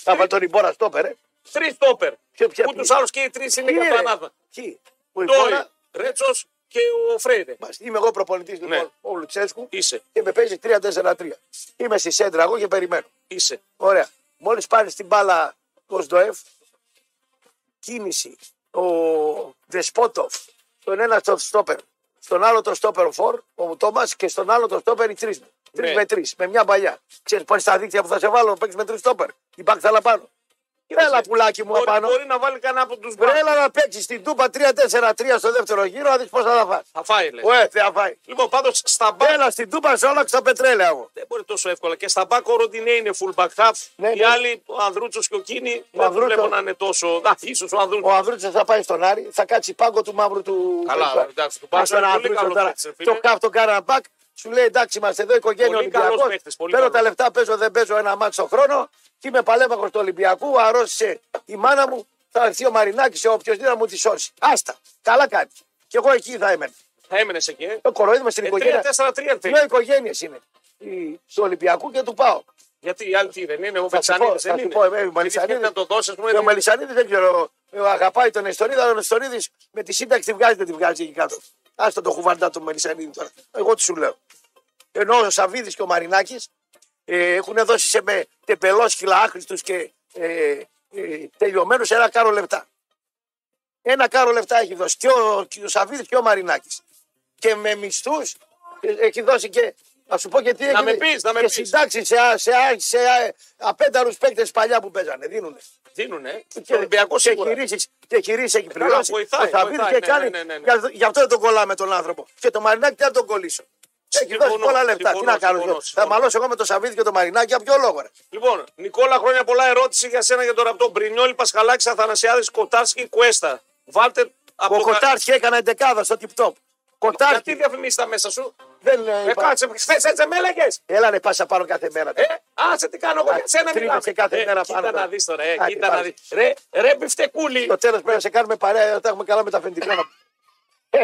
Speaker 2: Θα βάλει τον Ιμπόρα στο πέρε.
Speaker 1: Τρει τόπερ.
Speaker 2: Ποιο- ποια-
Speaker 1: Που τους άλλους και οι τρεις είναι για το ανάθεμα.
Speaker 2: Ποιοι. Ο
Speaker 1: Ντόι,
Speaker 2: Ιμπόρα.
Speaker 1: Ρέτσος και ο Φρέιρε.
Speaker 2: Μάλιστα. Είμαι εγώ προπονητής λοιπόν
Speaker 1: Ναι.
Speaker 2: ο Λουτσέσκου
Speaker 1: Είσαι,
Speaker 2: και με παίζει 3-4-3. Είμαι στη σέντρα εγώ και περιμένω.
Speaker 1: είσαι.
Speaker 2: Ωραία. Μόλις πάρει την μπάλα ο Σντοεφ, κίνηση. Ο Δεσπότοφ, τον ένα στο στόπερ, στον άλλο το στόπερ ο Φορ, ο Τόμας και στον άλλο το στόπερ οι τρει. Τρεις
Speaker 1: Ναι.
Speaker 2: με τρεις, με μια παλιά. Ξέρεις πάλι στα δίκτυα που θα σε βάλω, παίξεις με τρεις στόπερ. Η μπακ θα λαπάνω. Έλα πουλάκι μου
Speaker 1: Μπορεί,
Speaker 2: απάνω.
Speaker 1: μπορεί να βάλει κανένα από τους
Speaker 2: Βρε,
Speaker 1: μπακ.
Speaker 2: Έλα να παίξεις την τούπα 3-4-3 στο δεύτερο γύρο, να δεις πώ θα τα φάει.
Speaker 1: Θα φάει, λες.
Speaker 2: Ωε, θα φάει.
Speaker 1: Λοιπόν, πάντως στα μπακ
Speaker 2: Έλα στην τούπα σε όλα και στα πετρέλαια μου.
Speaker 1: δεν μπορεί τόσο εύκολα. Και στα μπακ ο Ροντινέ είναι full back half.
Speaker 2: Ναι,
Speaker 1: Οι
Speaker 2: ναι.
Speaker 1: άλλοι, ο Ανδρούτσος και ο Κίνη, δεν
Speaker 2: Ανδρούτσο-
Speaker 1: βλέπω να είναι τόσο. Α, ίσως ο Ανδρούτσος.
Speaker 2: Ο Ανδρούτσος θα πάει στον Άρη, θα κάτσει πάγκο του μαύρου του.
Speaker 1: Καλά,
Speaker 2: Πεσβάρη.
Speaker 1: εντάξει, του Πάγκο
Speaker 2: Ας τον
Speaker 1: είναι πολύ
Speaker 2: Ανδρούτσο
Speaker 1: καλό
Speaker 2: τώρα.
Speaker 1: παίκτης, ρε φίλε.
Speaker 2: Το καφ τον Καραμπάκ σου λέει εντάξει, είμαστε εδώ οικογένεια
Speaker 1: Πολύ καλός
Speaker 2: Ολυμπιακό.
Speaker 1: παίκτης, πολύ
Speaker 2: Παίρνω
Speaker 1: καλός.
Speaker 2: τα λεφτά, παίζω, δεν παίζω ένα μάτσο στον χρόνο και είμαι παλέμαχος του Ολυμπιακού. Αρρώστησε η μάνα μου, θα έρθει ο Μαρινάκης, ο οποίο να μου τη σώσει. Άστα, καλά κάνει. Και εγώ εκεί θα έμενα.
Speaker 1: Θα έμενες εκεί. Ε.
Speaker 2: Το κοροϊδεύουμε στην
Speaker 1: Ε,
Speaker 2: οικογένεια.
Speaker 1: 3-4-3 θέλει.
Speaker 2: Δύο οικογένειες είναι. Η- Του Ολυμπιακού και του Πάου.
Speaker 1: Γιατί οι άλλοι τι δεν είναι, ο
Speaker 2: Θα σου πω,
Speaker 1: Βελσανίδη
Speaker 2: θα
Speaker 1: δεν
Speaker 2: σου
Speaker 1: είναι.
Speaker 2: πω, ε, ο
Speaker 1: Γιατί
Speaker 2: Βελσανίδης-
Speaker 1: Να το δώσεις, μου
Speaker 2: Και ο
Speaker 1: είναι.
Speaker 2: Μελισανίδης δεν ξέρω. ε, Αγαπάει τον Εστονίδη, αλλά ο Εστονίδης με τη σύνταξη τη βγάζει, δεν τη βγάζει εκεί κάτω. Άστο το χουβαντά του Μελισανίδη τώρα. Εγώ τι σου λέω. Ενώ ο Σαββίδης και ο Μαρινάκης ε, έχουν δώσει σε με τεπελόσκυλα άχρηστους και ε, ε, τελειωμένους ένα κάρο λεπτά. Ένα κάρο λεφτά έχει δώσει και ο, και ο Σαββίδης και ο Μαρινάκης. Και με μισθούς έχει δώσει και. Να σου πω και τι έχει.
Speaker 1: με πεις, να με
Speaker 2: και
Speaker 1: πεις.
Speaker 2: συντάξει σε, α- σε, α- σε, α- απένταρους παίκτες παλιά που παίζανε. Δίνουνε.
Speaker 1: Δίνουνε. Και
Speaker 2: Ε, Και
Speaker 1: ο Ολυμπιακός
Speaker 2: και
Speaker 1: σίγουρα.
Speaker 2: χειρίσεις, και χειρίσεις έχει πληρώσει.
Speaker 1: βοηθάει,
Speaker 2: Ο Σαββίδης
Speaker 1: βοηθάει,
Speaker 2: και
Speaker 1: ναι,
Speaker 2: κάνει.
Speaker 1: ναι, ναι, ναι.
Speaker 2: για- Γι' αυτό δεν τον κολλάμε τον άνθρωπο. Και το Μαρινάκι τι να τον κολλήσω. Ε, Έχει
Speaker 1: Συμφωνώ,
Speaker 2: δώσει πολλά λεφτά. Τι
Speaker 1: συμφωνώ,
Speaker 2: να κάνω.
Speaker 1: συμφωνώ,
Speaker 2: εγώ. Θα
Speaker 1: συμφωνώ.
Speaker 2: μαλώσω εγώ με το Σαββίδη και το Μαρινάκι για ποιο λόγο. Ρε.
Speaker 1: Λοιπόν, Νικόλα, χρόνια πολλά ερώτηση για σένα για τον ραπτό. Μπρινιόλη, Πασχαλάκη, Αθανασιάδης, Κοτάρσκι, Κουέστα. Βάλτε από.
Speaker 2: Ο Κοτάρσκι έκανε δεκάδα στο tip top.
Speaker 1: Γιατί
Speaker 2: Κοτάρσκι
Speaker 1: διαφημίσει τα μέσα σου.
Speaker 2: δεν ε,
Speaker 1: Ε,
Speaker 2: είπα-
Speaker 1: κάτσε, χθε έτσι με έλεγες.
Speaker 2: Έλα ρε πάσα πάνω κάθε μέρα.
Speaker 1: Ε, άσε τι κάνω εγώ για σένα
Speaker 2: Τρίβεσαι
Speaker 1: μιλάμε.
Speaker 2: κάθε
Speaker 1: ε,
Speaker 2: μέρα
Speaker 1: κοίτα
Speaker 2: πάνω,
Speaker 1: να
Speaker 2: ρε.
Speaker 1: δεις τώρα, ε,
Speaker 2: Άντε,
Speaker 1: κοίτα
Speaker 2: πάρε.
Speaker 1: να δεις. Ρε, ρε μπιφτεκούλη,
Speaker 2: Στο τέλος πρέπει να σε κάνουμε παρέα να τα έχουμε καλά με τα αφεντικά. μα.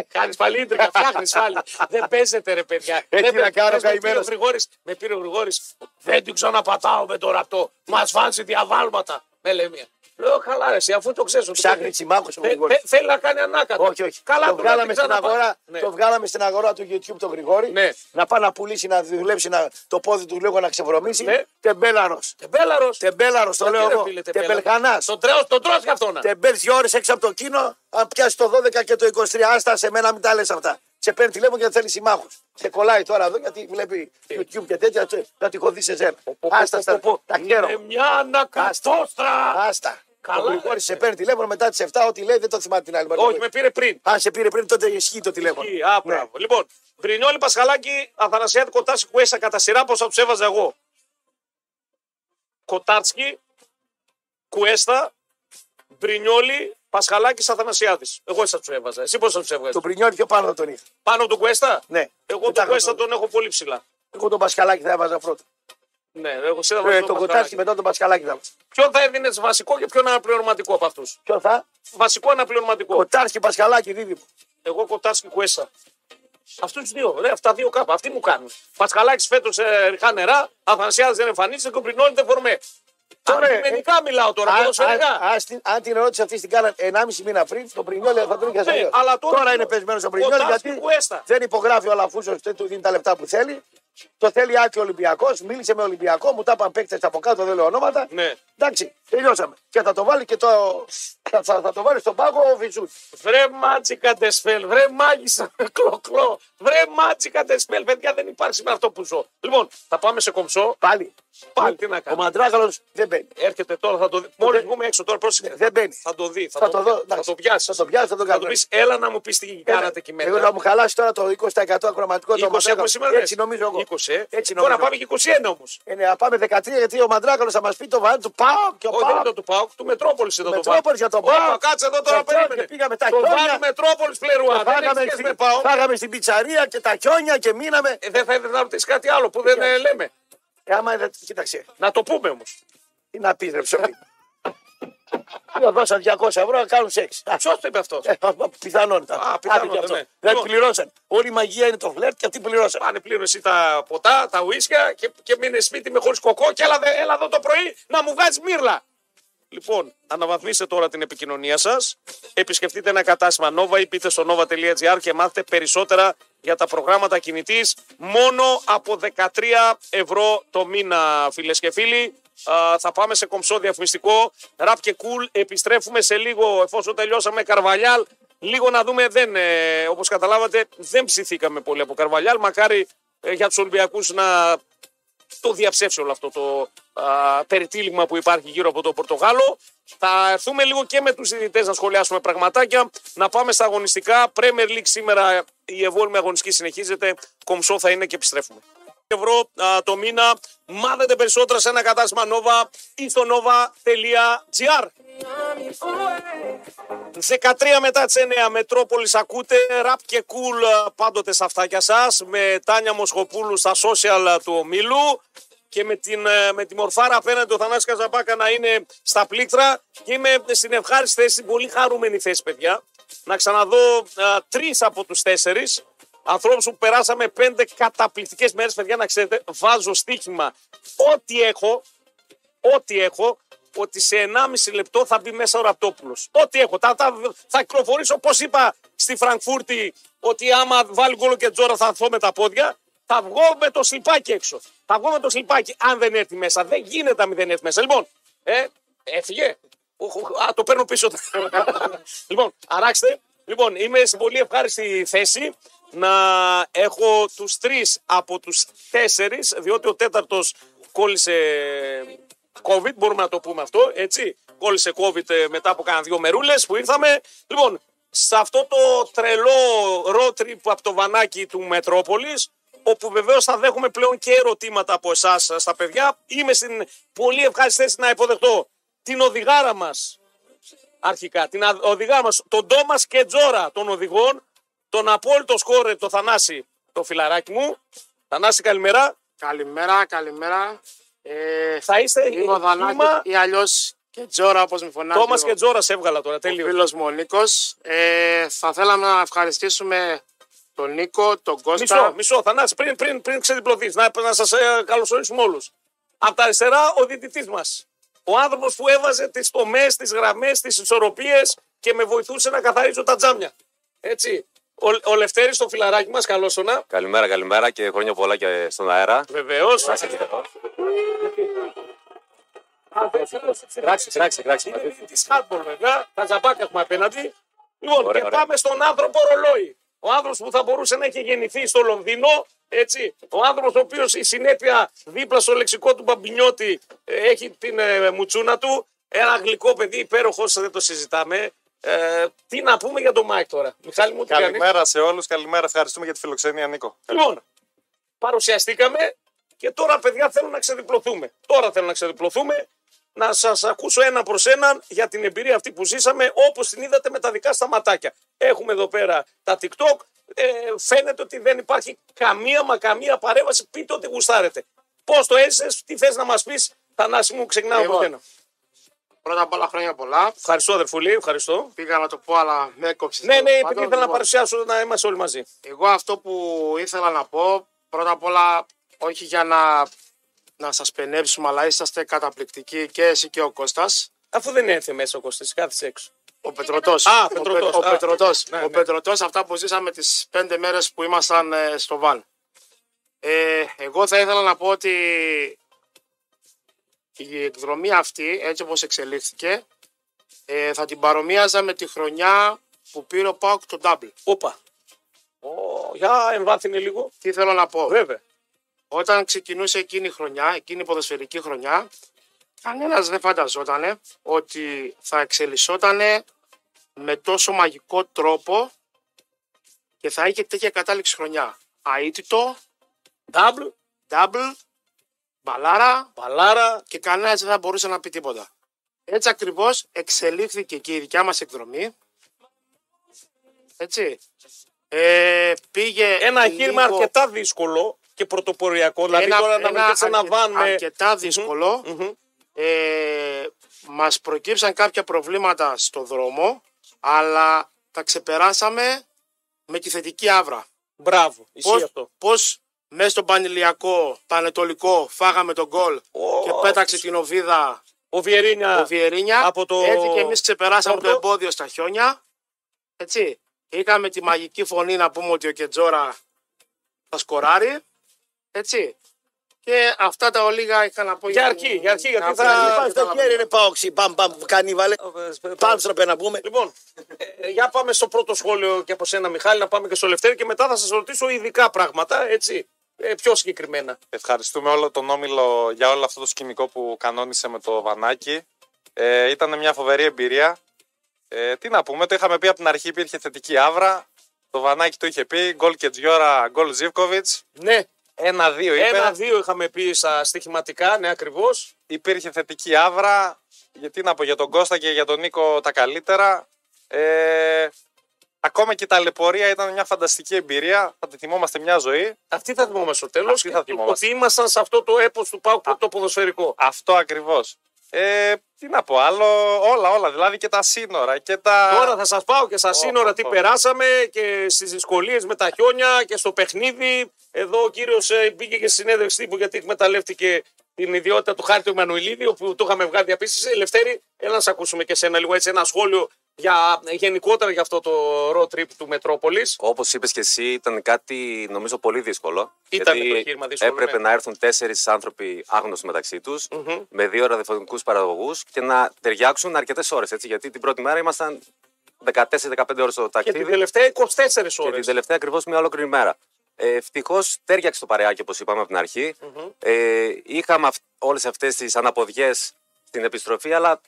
Speaker 1: κάνεις πάλι ίντρικα, φτιάχνεις πάλι. Δεν παίζεται ρε παιδιά.
Speaker 2: τι
Speaker 1: Δεν
Speaker 2: να
Speaker 1: παίζεται.
Speaker 2: κάνω,
Speaker 1: Πες, με πήρε ο
Speaker 2: καημένος.
Speaker 1: Γρηγόρης, με πήρε ο Γρηγόρης, δεν την ξαναπατάω με το ραπτό, μας βάζει διαβάλματα, με λέει μία. Λέω καλά ρε, εσύ, αφού το ξέρεις. ότι
Speaker 2: Ψάχνει
Speaker 1: παίζει.
Speaker 2: τσιμάκο ο
Speaker 1: Θε-
Speaker 2: Γρηγόρης.
Speaker 1: θε- Θέλει να κάνει ανάκατο.
Speaker 2: Όχι, όχι.
Speaker 1: Καλά,
Speaker 2: το,
Speaker 1: του λέω,
Speaker 2: βγάλαμε
Speaker 1: την
Speaker 2: στην
Speaker 1: ξαναπα-
Speaker 2: αγορά,
Speaker 1: Ναι.
Speaker 2: το βγάλαμε στην αγορά του YouTube τον Γρηγόρη.
Speaker 1: Ναι.
Speaker 2: Να πάει να πουλήσει, να δουλέψει να, το πόδι του λίγο να ξεβρωμίσει.
Speaker 1: Ναι.
Speaker 2: Τεμπέλαρος.
Speaker 1: Τεμπέλαρος.
Speaker 2: Τεμπέλαρος, το
Speaker 1: Γιατί,
Speaker 2: λέω
Speaker 1: ρε,
Speaker 2: εγώ.
Speaker 1: φίλε, Τεμπέλαρο.
Speaker 2: Τεμπελχανάς.
Speaker 1: Τον τρέω- τον τρως και αυτόν. ναι. να.
Speaker 2: Τεμπέλ δύο ώρες έξω από το κίνο. Αν πιάσει το 12 και το 23, άστα σε μένα, μην τα λες αυτά. Σε παίρνει τηλέφωνο γιατί θέλει συμμάχους. Σε κολλάει τώρα εδώ γιατί βλέπει
Speaker 1: Ε.
Speaker 2: YouTube και τέτοια. τσε, Θα τη χωθεί σε σένα.
Speaker 1: Πω, πω,
Speaker 2: Άστα,
Speaker 1: πω,
Speaker 2: στα-
Speaker 1: πω, πω.
Speaker 2: τα
Speaker 1: Είναι
Speaker 2: χαίρομαι.
Speaker 1: μια ανακατόστρα.
Speaker 2: Άστα.
Speaker 1: ε, Καλά,
Speaker 2: Ο Γρηγόρη
Speaker 1: ε.
Speaker 2: σε παίρνει τηλέφωνο μετά τις 7, ό,τι λέει δεν το θυμάται την άλλη μέρα.
Speaker 1: Όχι, με πήρε πριν.
Speaker 2: Αν σε πήρε πριν, τότε ισχύει το τηλέφωνο.
Speaker 1: Ισχύει, Α,
Speaker 2: Ναι.
Speaker 1: μπράβο. Λοιπόν, Βρυνιόλη Πασχαλάκη, Αθανασιάτη Κοτάρσκι, Κουέσα κατά σειρά πώ θα τους έβαζα εγώ. Κοτάρσκι, Κουέστα, Βρυνιόλη, Πασχαλάκη, Αθανασιάτη. Εγώ έτσι θα τους έβαζα. Εσύ πώ θα του έβαζα.
Speaker 2: Ε, Το πρινιόλι πιο πάνω θα τον είχα.
Speaker 1: Πάνω του Κουέστα.
Speaker 2: Ναι.
Speaker 1: Εγώ
Speaker 2: Μετά
Speaker 1: τον
Speaker 2: θα
Speaker 1: Κουέστα τον έχω πολύ ψηλά.
Speaker 2: Εγώ τον Πασχαλάκη θα έβαζα πρώτα.
Speaker 1: Ναι, εγώ εσύ θα
Speaker 2: Ε,
Speaker 1: βάζω
Speaker 2: τον
Speaker 1: τον
Speaker 2: Κοτάρσκι
Speaker 1: Πασχαλάκη.
Speaker 2: μετά τον Πασχαλάκη θα έβαζα.
Speaker 1: Ποιον θα έδινε βασικό και ποιον αναπληρωματικό από αυτούς.
Speaker 2: Ποιο θα?
Speaker 1: Βασικό αναπληρωματικό.
Speaker 2: Κοτάρσκι, Πασχαλάκη, δίδυμο.
Speaker 1: Εγώ Κοτάρσκι Κουέσα. Αυτούς τους δύο, ρε, αυτά δύο κάπα. Αυτοί μου κάνουν. Πασχαλάκη φέτος ε, ριχά νερά, Αθανσιάδη δεν εμφανίζεται, Κοπρινόλη δεν φορμέ. Τώρα
Speaker 2: Τώρα, ε,
Speaker 1: αντικειμενικά μιλάω τώρα,
Speaker 2: Αν,
Speaker 1: ποδοσφαιρικά.
Speaker 2: αν- ας την- αν την ερώτηση αυτή την κάναν 1,5 μήνα πριν, τον Πρινιόλι θα τον είχε
Speaker 1: Ναι, αλλά τώρα-
Speaker 2: τώρα είναι πεσμένος ο Πρινιόλι
Speaker 1: Κοτάρσκι,
Speaker 2: γιατί
Speaker 1: Κουέστα.
Speaker 2: δεν υπογράφει ο Αλαφούσο, δεν του δίνει τα λεφτά που θέλει. Το θέλει άκη Ολυμπιακός, μίλησε με Ολυμπιακό, μου τα είπαν παίκτες από κάτω, δεν λέω ονόματα.
Speaker 1: Ναι.
Speaker 2: Εντάξει, τελειώσαμε. Και θα το βάλει και το. θα, θα- θα το βάλει στον πάγο ο Βυζούς.
Speaker 1: Βρε μάτσικα τεσπέλ, βρε [LAUGHS] μάγισσα κλοκλό, βρε μάτσικα τεσπέλ, παιδιά δεν υπάρχει σήμερα αυτό που ζω. Λοιπόν, θα πάμε σε κομψό,
Speaker 2: Πάλι.
Speaker 1: πάλι τι να
Speaker 2: Ο
Speaker 1: κάνω.
Speaker 2: Μαντράγαλος δεν μπαίνει.
Speaker 1: Έρχεται τώρα, θα το δει. Μόλις
Speaker 2: δεν-
Speaker 1: βγούμε έξω τώρα, πρόσεχε.
Speaker 2: δεν μπαίνει.
Speaker 1: Θα το δει, θα,
Speaker 2: Θα
Speaker 1: το,
Speaker 2: το δω,
Speaker 1: θα
Speaker 2: εντάξει.
Speaker 1: το πιάσεις.
Speaker 2: Θα το πιάσει, θα το κάνω. Ε,
Speaker 1: πεις, έλα να μου πεις τι κάνατε εκεί
Speaker 2: Εγώ
Speaker 1: μέσα.
Speaker 2: θα μου χαλάσει τώρα το 20% ακροματικό το
Speaker 1: 20 έχουμε
Speaker 2: Μαντράκαλο.
Speaker 1: σήμερα.
Speaker 2: Έτσι νομίζω εγώ.
Speaker 1: 20, ε.
Speaker 2: Έτσι νομίζω.
Speaker 1: Τώρα πάμε και 21 όμως.
Speaker 2: Ε, ναι, να πάμε 13 γιατί ο Μαντράκαλο θα μας πει το βαρύ του Πάο και ο
Speaker 1: Όχι, δεν
Speaker 2: Πάο.
Speaker 1: ήταν του Πάουκ, του Μετρόπολης ήταν το
Speaker 2: Μετρόπολης για τον ΠΑΟΚ.
Speaker 1: Όπα, Κάτσε εδώ τώρα
Speaker 2: Και τώρα
Speaker 1: περίμενε.
Speaker 2: και πήγαμε τα
Speaker 1: Το
Speaker 2: χιόνια.
Speaker 1: βάρ Μετρόπολη πλερουά. Δεν έχεις
Speaker 2: Ε, Φάγαμε,
Speaker 1: σχέση
Speaker 2: στην-
Speaker 1: με Πάουκ.
Speaker 2: φάγαμε στην πιτσαρία και τα χιόνια και μείναμε.
Speaker 1: Ε, Δεν θα ήθελα να ρωτήσεις κάτι άλλο που δεν ε, λέμε.
Speaker 2: Ε, άμα δεν. Κοίταξε,
Speaker 1: Να το πούμε όμως. [LAUGHS]
Speaker 2: τι να πεις ρε ψωμί. Θα δώσαν 200 ευρώ να κάνουν σεξ. Α,
Speaker 1: Ποιο το είπε αυτός.
Speaker 2: ε, Πιθανόν ήταν.
Speaker 1: Α, πιθανόν,
Speaker 2: Άδικο αυτό.
Speaker 1: ναι.
Speaker 2: Δηλαδή
Speaker 1: Λοιπόν.
Speaker 2: πληρώσαν. Όλη η μαγεία είναι το φλερτ και αυτοί πληρώσαν.
Speaker 1: Πάνε πλήρω εσύ τα ποτά, τα ουίσκια και, και μείνε σπίτι με χωρίς κοκό και έλα, δε- έλα εδώ το πρωί να μου βγάζεις μύρλα. Λοιπόν, αναβαθμίστε τώρα την επικοινωνία σας. Επισκεφτείτε ένα κατάστημα Nova ή πείτε στο nova.gr και μάθετε περισσότερα για τα προγράμματα κινητής μόνο από 13 ευρώ το μήνα, φίλες και φίλοι. Α, θα πάμε σε κομψό διαφημιστικό. Ραπ και cool. Επιστρέφουμε σε λίγο εφόσον τελειώσαμε Καρβαλιάλ. Λίγο να δούμε, δεν, ε, όπως καταλάβατε, δεν ψηθήκαμε πολύ από Καρβαλιάλ. Μακάρι ε, για τους Ολυμπιακούς να το διαψεύσει όλο αυτό το α, περιτύλιγμα που υπάρχει γύρω από τον Πορτογάλο. Θα έρθουμε λίγο και με τους διαιτητές να σχολιάσουμε πραγματάκια. Να πάμε στα αγωνιστικά. Premier League σήμερα η ευόλυμη αγωνιστική συνεχίζεται. Κομψό θα είναι και επιστρέφουμε. Ευρώ α, το μήνα. Μάθετε περισσότερα σε ένα κατάστημα Nova ή στο nova.gr. 13 μετά τις 9, Μετρόπολης ακούτε. Ραπ και κουλ ε, πάντοτε στα αυτάκια σας. Με Τάνια Μοσχοπούλου στα social ε, του ομίλου. Και με, την, ε, με τη μορφάρα απέναντι ο Θανάσης Καζαπάκα να είναι στα πλήκτρα. Και είμαι στην ευχάριστη θέση, πολύ χαρούμενη θέση, παιδιά. Να ξαναδώ τρεις από τους τέσσερις. Ανθρώπους που περάσαμε πέντε καταπληκτικές μέρες, παιδιά, να ξέρετε. Βάζω στοίχημα ό,τι έχω ό,τι έχω, ότι σε 1,5 λεπτό θα μπει μέσα ο Ραπτόπουλος. Ό,τι έχω. Θα, θα, θα κυκλοφορήσω, όπως είπα στη Φραγκφούρτη, ότι άμα βάλει γκολ και τζόρα θα ανθώ με τα πόδια. Θα βγω με το σλιπάκι έξω. Θα βγω με το σλιπάκι, αν δεν έρθει μέσα. Δεν γίνεται αν δεν έρθει μέσα. Λοιπόν, ε, έφυγε. Οχ, οχ, Α, το παίρνω πίσω. λοιπόν, αράξτε. Λοιπόν, είμαι σε πολύ ευχάριστη θέση να έχω τους τρεις από τους τέσσερις, διότι ο τέταρτος κόλλησε COVID, μπορούμε να το πούμε αυτό, έτσι. Κόλλησε COVID ε, μετά από κάνα δύο μερούλες που ήρθαμε. Λοιπόν, σε αυτό το τρελό road trip από το βανάκι του Μετρόπολης, όπου βεβαίως θα δέχομαι πλέον και ερωτήματα από εσάς στα παιδιά, είμαι στην πολύ ευχάριστη θέση να υποδεχτώ την οδηγάρα μας, αρχικά. Την α- οδηγά μας, τον Τόμας και Τζόρα των οδηγών, τον απόλυτο σκόρε, το Θανάση, το φιλαράκι μου. Θανάση, καλημέρα.
Speaker 3: Καλημέρα, καλημέρα. Ε,
Speaker 1: Θα είστε
Speaker 3: είμαι ο
Speaker 1: κύμα.
Speaker 3: Δανάκη ή αλλιώς και Τζόρα, όπως με φωνάζει.
Speaker 1: Τόμας
Speaker 3: ο-
Speaker 1: και Τζόρας σε έβγαλα τώρα,
Speaker 3: ο
Speaker 1: τέλειο.
Speaker 3: φίλος μου ο Νίκος. Ε, θα θέλαμε να ευχαριστήσουμε τον Νίκο, τον Κώστα.
Speaker 1: Μισό, μισό, Θανάση, πριν, πριν, πριν ξεδιπλωθείς, να, να σας ε, καλωσορίσουμε όλους. Απ' τα αριστερά, ο διτητής μας. Ο άνθρωπος που έβαζε τις τομές, τις γραμμές, τις ισορροπίες και με βοηθούσε να καθαρίζω τα τζάμια. Έτσι. Ο, ο Λευτέρης, το φιλαράκι μας, καλώς τον να.
Speaker 4: Καλημέρα, καλημέρα και χρόνια πολλά και στον αέρα.
Speaker 1: Βεβαίως.
Speaker 4: Να είστε και εδώ. Κράξτε, κράξτε, κράξτε.
Speaker 1: τη Χάρμπορ, βέβαια. Τα τζαμπάκια έχουμε απέναντι. Λοιπόν,
Speaker 4: Ωραία,
Speaker 1: και
Speaker 4: ωραία.
Speaker 1: πάμε στον άνθρωπο ρολόι. Ο άνθρωπος που θα μπορούσε να έχει γεννηθεί στο Λονδίνο, έτσι. Ο άνθρωπος ο οποίος η συνέπεια δίπλα στο λεξικό του Μπαμπινιώτη ε, έχει την ε, μουτσούνα του. Ένα γλυκό παιδί, υπέροχος, δεν το συζητάμε. Ε, τι να πούμε για τον Μάικ τώρα. Μιχάλη μου, τι κάνεις?
Speaker 5: Καλημέρα σε όλους. Καλημέρα. Ευχαριστούμε για τη φιλοξενία, Νίκο.
Speaker 1: Λοιπόν, παρουσιαστήκαμε και τώρα, παιδιά, θέλω να ξεδιπλωθούμε. Τώρα θέλω να ξεδιπλωθούμε, να σας ακούσω ένα προς έναν για την εμπειρία αυτή που ζήσαμε, όπως την είδατε με τα δικά στα ματάκια. Έχουμε εδώ πέρα τα TikTok. Ε, φαίνεται ότι δεν υπάρχει καμία μα καμία παρέμβαση. Πείτε ότι γουστάρετε. Πώς το έζησες, τι θες να μας πεις, Θανάση μου, ξεκινάω από
Speaker 3: Λοιπόν.
Speaker 1: σένα.
Speaker 3: Πρώτα απ' όλα χρόνια πολλά.
Speaker 1: Ευχαριστώ, αδερφούλη, ευχαριστώ.
Speaker 3: Πήγα να το πω, αλλά με έκοψες. Λοιπόν,
Speaker 1: Ναι, ναι, επειδή ήθελα να παρουσιάσω να είμαστε όλοι μαζί.
Speaker 3: Εγώ αυτό που ήθελα να πω, πρώτα απ' όλα, όχι για να, να σας πενέψουμε, αλλά είσαστε καταπληκτικοί και εσύ και ο Κώστας.
Speaker 1: Αφού δεν έρθει μέσα ο Κωστής, κάθισε έξω.
Speaker 3: Ο Πετρωτός.
Speaker 1: Α, Πετρωτός.
Speaker 3: Ο,
Speaker 1: Α,
Speaker 3: Πετρωτός.
Speaker 1: ναι, ναι.
Speaker 3: Ο Πετρωτός, αυτά που ζήσαμε τις πέντε μέρες που ήμασταν ε, στο Βαν. Ε, εγώ θα ήθελα να πω ότι η εκδρομή αυτή, έτσι όπως εξελίχθηκε, ε, θα την παρομοίαζα με τη χρονιά που πήρε ο Πάοκ το Ντάμπλ.
Speaker 1: Όπα. Ω, για εμβάθυνε λίγο.
Speaker 3: Τι θέλω να πω.
Speaker 1: Βέβαια.
Speaker 3: Όταν ξεκινούσε εκείνη η χρονιά, εκείνη η ποδοσφαιρική χρονιά, κανένας δεν φανταζόταν ότι θα εξελισσόταν με τόσο μαγικό τρόπο και θα είχε τέτοια κατάληξη χρονιά. Αίτητο,
Speaker 1: Double,
Speaker 3: double, μπαλάρα
Speaker 1: παλάρα,
Speaker 3: και κανένας δεν θα μπορούσε να πει τίποτα. Έτσι ακριβώς εξελίχθηκε και η δικιά μας εκδρομή. Έτσι. Ε, πήγε
Speaker 1: Ένα εγχείρημα
Speaker 3: λίγο-
Speaker 1: αρκετά δηλαδή δύσκολο και πρωτοποριακό. Δηλαδή τώρα να βρεθεί σε ένα
Speaker 3: αρκε-
Speaker 1: βαν με.
Speaker 3: αρκετά δύσκολο.
Speaker 1: Μμμ.
Speaker 3: Ε, μας προκύψαν κάποια προβλήματα στο δρόμο, αλλά τα ξεπεράσαμε με τη θετική άβρα.
Speaker 1: Μπράβο, ισχύει
Speaker 3: Πώς,
Speaker 1: αυτό.
Speaker 3: πώς μέσα στον Πανηλιακό, Πανετολικό, φάγαμε τον γκολ και πέταξε την οβίδα
Speaker 1: Ο Βιερίνια.
Speaker 3: ο Βιερίνια.
Speaker 1: από το-
Speaker 3: Έτσι και εμείς ξεπεράσαμε
Speaker 1: Πόρτο.
Speaker 3: το εμπόδιο στα χιόνια. Έτσι. Είχαμε τη μαγική φωνή να πούμε ότι ο Κετζόρα θα σκοράρει. Έτσι. Και αυτά τα ολίγα είχα να πω
Speaker 1: Για
Speaker 3: την-
Speaker 1: αρχή, για αρχή, γιατί
Speaker 3: την
Speaker 1: θα-
Speaker 3: Απόλλωνα.
Speaker 1: θα-
Speaker 2: Πάμε Ε, στο χέρι είναι πάοξη. Μπαμ, μπαμ, κάνει βάλε.
Speaker 1: Ε,
Speaker 2: Πάμστροπε να πούμε.
Speaker 1: Λοιπόν, ε, ε, για πάμε στο πρώτο σχόλιο και από σένα, Μιχάλη, να πάμε και στο Λευτέρη και μετά θα σας ρωτήσω ειδικά πράγματα, έτσι. ε, πιο συγκεκριμένα.
Speaker 5: Ευχαριστούμε όλο τον Όμιλο για όλο αυτό το σκηνικό που κανόνισε με το Βανάκι. Ε, ήταν μια φοβερή εμπειρία. Ε, τι να πούμε, το είχαμε πει από την αρχή, υπήρχε θετική άβρα. Το Βανάκι το είχε πει, γκολ και τζιόρα, γκολ Ζivkovic.
Speaker 1: Ναι,
Speaker 5: Ένα-δύο είπε.
Speaker 1: ένα-δύο είχαμε πει στα στοιχηματικά, ναι, ακριβώς.
Speaker 5: Υπήρχε θετική άβρα. Γιατί να πω για τον Κώστα και για τον Νίκο τα καλύτερα. Ε, ακόμα και η ταλαιπωρία ήταν μια φανταστική εμπειρία. Θα τη θυμόμαστε μια ζωή.
Speaker 1: Αυτή θα θυμόμαστε στο τέλος.
Speaker 5: Αυτή θα θυμόμαστε.
Speaker 1: Ότι ήμασταν σε αυτό το έπος του Πάουκ το ποδοσφαιρικό.
Speaker 5: Αυτό ακριβώς. Ε, τι να πω άλλο, όλα, όλα. Δηλαδή και τα σύνορα και τα.
Speaker 1: Τώρα θα σας πάω και στα σύνορα
Speaker 5: ω,
Speaker 1: τι
Speaker 5: ω.
Speaker 1: περάσαμε και στις δυσκολίες με τα χιόνια και στο παιχνίδι. Εδώ ο κύριος μπήκε και στη συνέντευξη τύπου γιατί εκμεταλλεύτηκε την ιδιότητα του Χάρτη Μανουηλίδη, όπου το είχαμε βγάλει διαπίστωση. Ελευθέρη, έλα να σε ακούσουμε και σένα λίγο έτσι ένα σχόλιο για, ε, γενικότερα για αυτό το road trip του Μετρόπολης.
Speaker 4: Όπως είπες και εσύ, ήταν κάτι νομίζω πολύ δύσκολο.
Speaker 1: Ήταν
Speaker 4: γιατί
Speaker 1: το εγχείρημα δύσκολο,
Speaker 4: Έπρεπε
Speaker 1: ναι.
Speaker 4: να έρθουν τέσσερις άνθρωποι άγνωστοι μεταξύ τους, με δύο ραδιοφωνικούς παραγωγούς και να ταιριάξουν αρκετές ώρες. Γιατί την πρώτη μέρα ήμασταν 14-15 ώρες στο
Speaker 1: Και
Speaker 4: ταξίδι.
Speaker 1: την τελευταία 24
Speaker 4: Και
Speaker 1: ώρε.
Speaker 4: την τελευταία ακριβώς μια ολόκληρη μέρα. Ε, Ευτυχώς τέριαξε το παρεάκι, όπως είπαμε από την αρχη Ε, είχαμε αυ- όλες αυτές τις αναποδιές στην επιστροφή, αλλά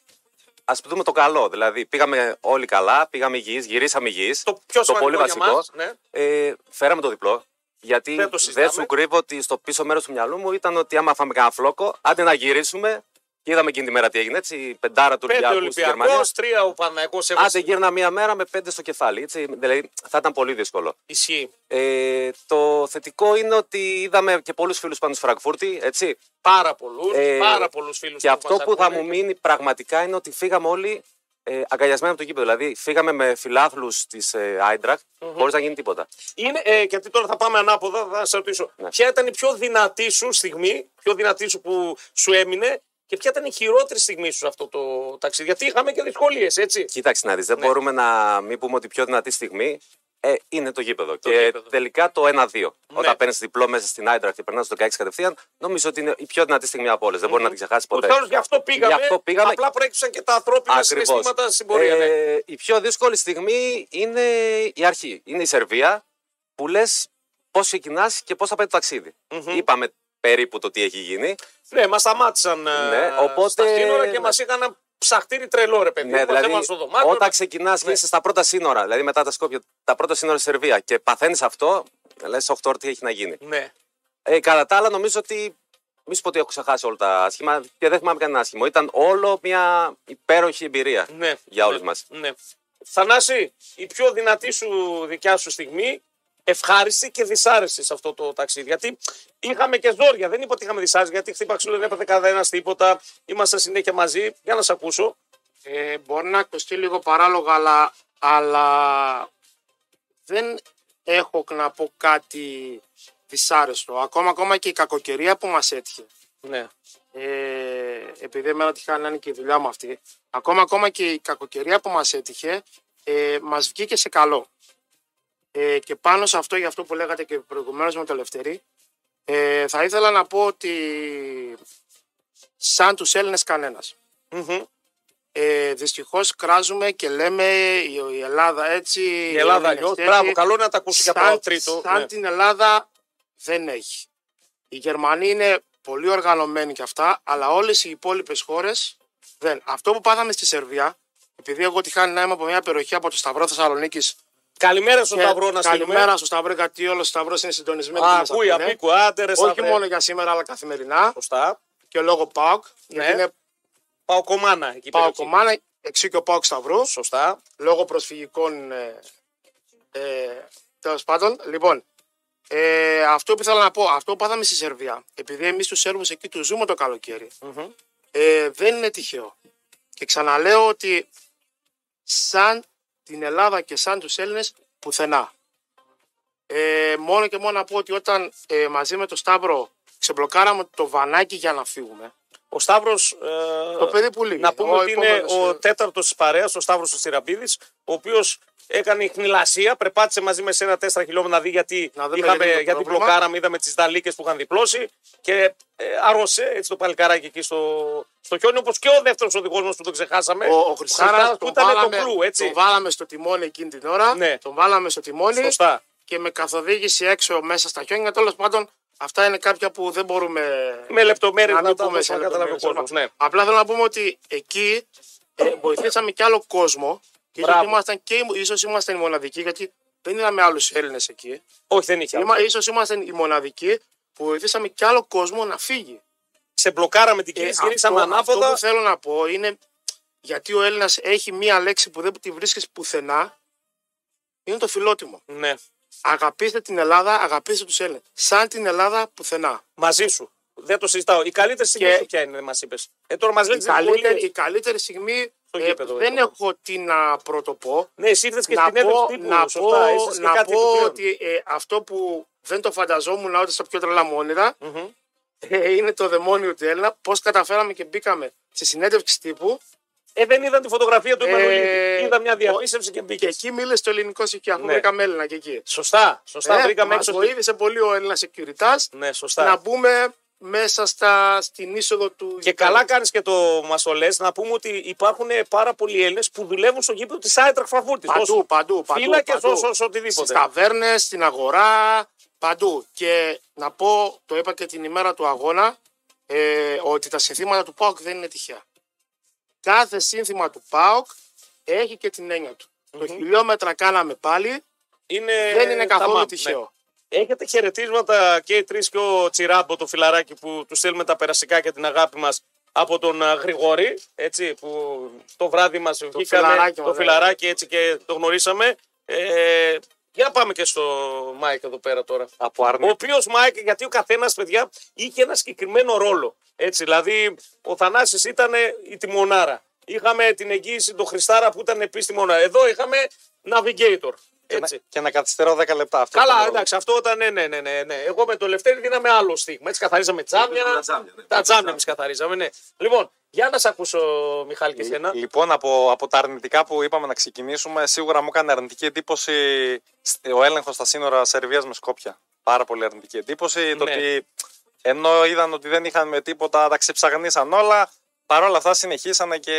Speaker 4: α πούμε το καλό. Δηλαδή, πήγαμε όλοι καλά, πήγαμε υγιείς, γυρίσαμε υγιείς.
Speaker 1: Το πιο σημαντικό
Speaker 4: πολύ
Speaker 1: για
Speaker 4: βασικό.
Speaker 1: μας, ναι.
Speaker 4: ε, φέραμε το διπλό. Γιατί
Speaker 1: Δεν το
Speaker 4: δεν,
Speaker 1: συζητάμε.
Speaker 4: σου κρύβω ότι στο πίσω μέρος του μυαλού μου ήταν ότι άμα φάμε κανένα φλόκο, άντε να γυρίσουμε. Και είδαμε εκείνη τη μέρα τι έγινε, έτσι. η Πεντάρα του
Speaker 1: Πέντε
Speaker 4: Ολυμπιακούς στη Γερμανία.
Speaker 1: Ολυμπιακό, τρία ο Παναγιακό
Speaker 4: Άντε
Speaker 1: Εύα.
Speaker 4: γύρνα μία μέρα με πέντε στο κεφάλι. Έτσι. Δηλαδή θα ήταν πολύ δύσκολο.
Speaker 1: Ισχύει.
Speaker 4: Ε, το θετικό είναι ότι είδαμε και πολλούς φίλους πάνω στη Φραγκφούρτη, έτσι.
Speaker 1: Πάρα πολλούς.
Speaker 4: Ε,
Speaker 1: πάρα πολλούς φίλους.
Speaker 4: και αυτό που θα μου μείνει πραγματικά είναι ότι φύγαμε όλοι ε, αγκαλιασμένοι από το κήπεδο. Δηλαδή, φύγαμε με φιλάθλους της ε, Άιντρακ, χωρίς να γίνει τίποτα.
Speaker 1: Είναι, ε, γιατί τώρα θα πάμε ανάποδα, θα σε ρωτήσω.
Speaker 4: Ναι.
Speaker 1: Ποια ήταν η πιο δυνατή σου στιγμή, πιο δυνατή σου που σου έμεινε και ποια ήταν η χειρότερη στιγμή σου σε αυτό το ταξίδι. Γιατί είχαμε και δυσκολίες, έτσι.
Speaker 4: Κοίταξε να δεις,
Speaker 1: Ναι.
Speaker 4: δεν μπορούμε να μην πούμε ότι η πιο δυνατή στιγμή ε, είναι το γήπεδο. και
Speaker 1: γήπεδο.
Speaker 4: τελικά το 1-2.
Speaker 1: Ναι.
Speaker 4: Όταν παίρνεις διπλό μέσα στην Άιντρακ και περνάς το 16 κατευθείαν, νομίζω ότι είναι η πιο δυνατή στιγμή από όλες. Δεν μπορεί να την ξεχάσεις ποτέ.
Speaker 1: Τέλο, γι' αυτό πήγαμε.
Speaker 4: Γι' αυτό πήγαμε.
Speaker 1: Απλά προέκυψαν και τα ανθρώπινα
Speaker 4: Ακριβώς.
Speaker 1: συναισθήματα στην πορεία. ναι.
Speaker 4: Ε, Η πιο δύσκολη στιγμή είναι η αρχή. Είναι η Σερβία που λες πώς ξεκινάς και πώς θα πάει το ταξιδι Είπαμε περίπου το τι έχει γίνει.
Speaker 1: Ναι, μας σταμάτησαν ε,
Speaker 4: Ναι, οπότε-
Speaker 1: στα σύνορα και
Speaker 4: ναι.
Speaker 1: μας είχαν ένα ψαχτήρι τρελό, ρε παιδί.
Speaker 4: Ναι,
Speaker 1: Μας
Speaker 4: δηλαδή,
Speaker 1: έβαλαν στο δωμάτιο,
Speaker 4: όταν ξεκινάς και
Speaker 1: Ναι.
Speaker 4: είσαι στα πρώτα σύνορα, δηλαδή μετά τα Σκόπια, τα πρώτα σύνορα στη Σερβία και παθαίνεις αυτό, λες 8 ώρα τι έχει να γίνει.
Speaker 1: Ναι.
Speaker 4: Ε, κατά τα άλλα, νομίζω ότι. Μη σου πω ότι έχω ξεχάσει όλα τα άσχημα και δεν θυμάμαι κανένα άσχημο. Ήταν όλο μια υπέροχη εμπειρία
Speaker 1: Ναι,
Speaker 4: για
Speaker 1: ναι,
Speaker 4: όλου μας.
Speaker 1: Ναι. Θανάση, η πιο δυνατή σου δικιά σου στιγμή, ευχάριστη και δυσάρεστη σε αυτό το ταξίδι. Γιατί είχαμε και ζόρια. Δεν είπα ότι είχαμε δυσάρεστη, γιατί χτύπα ξύλο, δεν έπαθε κανένας τίποτα. Είμαστε συνέχεια μαζί. Για να σε ακούσω.
Speaker 3: Ε, μπορεί να ακουστεί λίγο παράλογα, αλλά, αλλά δεν έχω να πω κάτι δυσάρεστο. Ακόμα, ακόμα και η κακοκαιρία που μας έτυχε.
Speaker 1: Ναι.
Speaker 3: Ε, επειδή εμένα τυχαία να είναι και η δουλειά μου αυτή. Ακόμα, ακόμα και η κακοκαιρία που μας έτυχε, ε, μας βγήκε σε καλό. Ε, και πάνω σε αυτό, για αυτό που λέγατε και προηγουμένως με το Λευτέρη, ε, θα ήθελα να πω ότι σαν τους Έλληνες κανένας. Ε, Δυστυχώς κράζουμε και λέμε η, η Ελλάδα έτσι.
Speaker 1: Η Ελλάδα αλλιώ. Μπράβο, καλό είναι να τα ακούσει και από
Speaker 3: Σαν,
Speaker 1: τον τρίτο.
Speaker 3: σαν
Speaker 1: ναι.
Speaker 3: την Ελλάδα δεν έχει. Οι Γερμανοί είναι πολύ οργανωμένοι και αυτά, αλλά όλες οι υπόλοιπες χώρες δεν. Αυτό που πάθαμε στη Σερβία, επειδή εγώ τυχάνει να είμαι από μια περιοχή από το Σταυρό Θεσσαλονίκης.
Speaker 1: Καλημέρα στον Σταυρό να στείλουμε.
Speaker 3: Καλημέρα στο Σταυρό, γιατί όλος ο Σταυρός είναι συντονισμένος.
Speaker 1: Α,
Speaker 3: και μας
Speaker 1: Ακούει,
Speaker 3: ακούνε.
Speaker 1: απίκου, άντερε.
Speaker 3: ναι. Όχι μόνο για σήμερα, αλλά καθημερινά.
Speaker 1: Σωστά.
Speaker 3: Και λόγω ΠΑΟΚ.
Speaker 1: Ναι.
Speaker 3: Γιατί είναι
Speaker 1: Πάω κομμάνα εκεί.
Speaker 3: ΠΑΟΚ
Speaker 1: περιοχή.
Speaker 3: ομάδα, εξού και ο ΠΑΟΚ Σταυρού.
Speaker 1: Σωστά.
Speaker 3: λόγω προσφυγικών ε, ε, τέλος πάντων. Λοιπόν, ε, αυτό που ήθελα να πω, αυτό που πάθαμε στη Σερβία, επειδή εμείς τους Σέρβους εκεί τους ζούμε το καλοκαιρι ε, δεν είναι τυχαίο. Και ξαναλέω ότι σαν την Ελλάδα και σαν τους Έλληνες πουθενά. Ε, μόνο και μόνο να πω ότι όταν ε, μαζί με τον Σταύρο ξεμπλοκάραμε το βανάκι για να φύγουμε.
Speaker 1: Ο ε, Σταύρο.
Speaker 3: Το παιδί πουλί.
Speaker 1: Να πούμε
Speaker 3: Ο
Speaker 1: ότι είναι
Speaker 3: επόμενος,
Speaker 1: ο
Speaker 3: ε.
Speaker 1: τέταρτος της παρέας, ο Σταύρος ο Σιραμπίδης, ο οποίος έκανε χνηλασία, περπάτησε μαζί με σε ένα 4 χιλιόμετρα να δει γιατί,
Speaker 3: Να δούμε
Speaker 1: είχαμε,
Speaker 3: γιατί το
Speaker 1: γιατί
Speaker 3: πρόβλημα.
Speaker 1: μπλοκάραμε, είδαμε τις δαλίκες που είχαν διπλώσει και ε, άρρωσε έτσι το παλικάράκι εκεί στο, στο χιόνι. Όπως και ο δεύτερος οδηγός μας που τον ξεχάσαμε.
Speaker 3: Ο, ο Χρυσάρας
Speaker 1: Χρυσάρας
Speaker 3: τον,
Speaker 1: που ήταν
Speaker 3: βάλαμε-
Speaker 1: το κλου, έτσι.
Speaker 3: τον βάλαμε στο τιμόνι εκείνη την ώρα.
Speaker 1: Ναι.
Speaker 3: Τον βάλαμε στο τιμόνι
Speaker 1: Σωστά.
Speaker 3: και με καθοδήγηση έξω μέσα στα χιόνια. Τέλος πάντων, αυτά είναι κάποια που δεν μπορούμε
Speaker 1: Με λεπτομέρειες
Speaker 3: να
Speaker 1: να,
Speaker 3: μην
Speaker 1: τα
Speaker 3: πούμε σε
Speaker 1: δώσουμε, να καταλάβει ο
Speaker 3: λεπτομέρειες,
Speaker 1: κόσμο. Ναι.
Speaker 3: Απλά θέλω να πούμε ότι εκεί ε, βοηθήσαμε και άλλο κόσμο. Και ίσως,
Speaker 1: Μπράβο.
Speaker 3: ήμασταν και, οι- ίσως ήμασταν οι μοναδικοί, γιατί δεν είδαμε άλλους Έλληνες εκεί.
Speaker 1: Όχι, δεν είχε. άλλο.
Speaker 3: Είμα, ίσως ήμασταν οι μοναδικοί που βοηθήσαμε και άλλο κόσμο να φύγει.
Speaker 1: Σε μπλοκάραμε την
Speaker 3: Ε,
Speaker 1: κίνηση, γυρίσαμε
Speaker 3: αυτό-
Speaker 1: ανάποδα.
Speaker 3: Αυτό που θέλω να πω είναι γιατί ο Έλληνας έχει μία λέξη που δεν τη βρίσκεις πουθενά. Είναι το φιλότιμο.
Speaker 1: Ναι,
Speaker 3: Αγαπήστε την Ελλάδα, αγαπήστε τους Έλληνες. Σαν την Ελλάδα πουθενά.
Speaker 1: μαζί σου. Δεν το συζητάω. Η καλύτερη στιγμή
Speaker 3: Και-
Speaker 1: σου ποια είναι, μας είπες. Ε, τώρα μας λένε
Speaker 3: Η
Speaker 1: τις δυσκολίες.
Speaker 3: καλύτερη, η καλύτερη στιγμή.
Speaker 1: Στο
Speaker 3: ε,
Speaker 1: γήπεδο,
Speaker 3: δεν
Speaker 1: είπαμε.
Speaker 3: έχω τι να πρωτοπώ.
Speaker 1: Ναι, εσύ ήρθε και
Speaker 3: να
Speaker 1: στην έδρα
Speaker 3: πω,
Speaker 1: τύπου.
Speaker 3: να
Speaker 1: σωστά,
Speaker 3: πω,
Speaker 1: ήρθες και
Speaker 3: να
Speaker 1: κάτι
Speaker 3: πω
Speaker 1: επιπλέον.
Speaker 3: ότι ε, αυτό που δεν το φανταζόμουν ούτε στα πιο τρελά μου όνειρα,
Speaker 1: Μμμ.
Speaker 3: ε, είναι το δαιμόνιο του Έλληνα. Πώς καταφέραμε και μπήκαμε στη συνέντευξη τύπου
Speaker 1: Ε, δεν είδαν τη φωτογραφία του
Speaker 3: Ε,
Speaker 1: Ιμανουήλ. Είδα μια
Speaker 3: ο-
Speaker 1: διαφύσευση και μπήκες.
Speaker 3: και εκεί μίλησε στο ελληνικό στοιχείο, αφού
Speaker 1: Ναι.
Speaker 3: βρήκαμε Έλληνα και εκεί.
Speaker 1: Σωστά, σωστά.
Speaker 3: Ε,
Speaker 1: βρήκαμε
Speaker 3: μας
Speaker 1: έξω. στη-
Speaker 3: βοήθησε πολύ ο Έλληνας security
Speaker 1: Ναι, σωστά.
Speaker 3: να μπούμε μέσα στα, στην είσοδο του.
Speaker 1: Και καλά κάνεις και το μα το λες, Να πούμε ότι υπάρχουν πάρα πολλοί Έλληνες που δουλεύουν στο γήπεδο της Άιτρακ Φραγκφούρτης.
Speaker 3: Παντού, παντού, παντού.
Speaker 1: Φύλακε
Speaker 3: παντού.
Speaker 1: όσο
Speaker 3: Στι
Speaker 1: οτιδήποτε.
Speaker 3: ταβέρνες, στην αγορά, παντού. Και να πω, το είπα και την ημέρα του αγώνα, ε, ότι τα συνθήματα του ΠΑΟΚ δεν είναι τυχαία. Κάθε σύνθημα του ΠΑΟΚ έχει και την έννοια του. Το χιλιόμετρα κάναμε πάλι,
Speaker 1: Είναι
Speaker 3: δεν είναι
Speaker 1: Ε, τα
Speaker 3: καθόλου
Speaker 1: μαπ,
Speaker 3: τυχαίο.
Speaker 1: ναι. Έχετε χαιρετίσματα και οι τρεις και ο Τσιράμπο, το φιλαράκι που του στέλνουμε τα περασικά και την αγάπη μας από τον α, Γρηγόρη, έτσι, που το βράδυ μας βγήκαμε.
Speaker 3: φιλαράκι
Speaker 1: Το
Speaker 3: μας, ναι.
Speaker 1: φιλαράκι έτσι και το γνωρίσαμε. Ε, για να πάμε και στο Μάικ εδώ πέρα τώρα.
Speaker 5: Από
Speaker 1: Ο
Speaker 5: αρνητικό.
Speaker 1: οποίο Μάικ, γιατί ο καθένας, παιδιά, είχε ένα συγκεκριμένο ρόλο. Έτσι, δηλαδή, ο Θανάσης ήταν η τιμονάρα. Είχαμε την εγγύηση του Χριστάρα που ήταν επίστημονα. Εδώ είχαμε navigator.
Speaker 5: Και, να-
Speaker 1: Έτσι.
Speaker 5: και να καθυστερώ 10 λεπτά. Αυτό
Speaker 1: Καλά,
Speaker 5: ήταν ο-
Speaker 1: εντάξει, αυτό ήταν ναι, ναι, ναι, ναι, ναι. Εγώ με το Λευτέρη δίναμε άλλο στίγμα. Έτσι καθαρίζαμε τζάμια.
Speaker 4: Τα τζάμια, ναι.
Speaker 1: Τα τζάμια εμείς καθαρίζαμε, ναι. Λοιπόν, για να σε ακούσω, Μιχάλη, και σένα.
Speaker 5: Λοιπόν, από, από τα αρνητικά που είπαμε να ξεκινήσουμε, σίγουρα μου έκανε αρνητική εντύπωση σ- ο έλεγχος στα σύνορα Σερβίας με Σκόπια. Πάρα πολύ αρνητική εντύπωση. Το
Speaker 1: Ναι.
Speaker 5: ότι ενώ είδαν ότι δεν είχαν με τίποτα, τα ξεψαγνίσαν όλα. Παρ' όλα αυτά συνεχίσανε και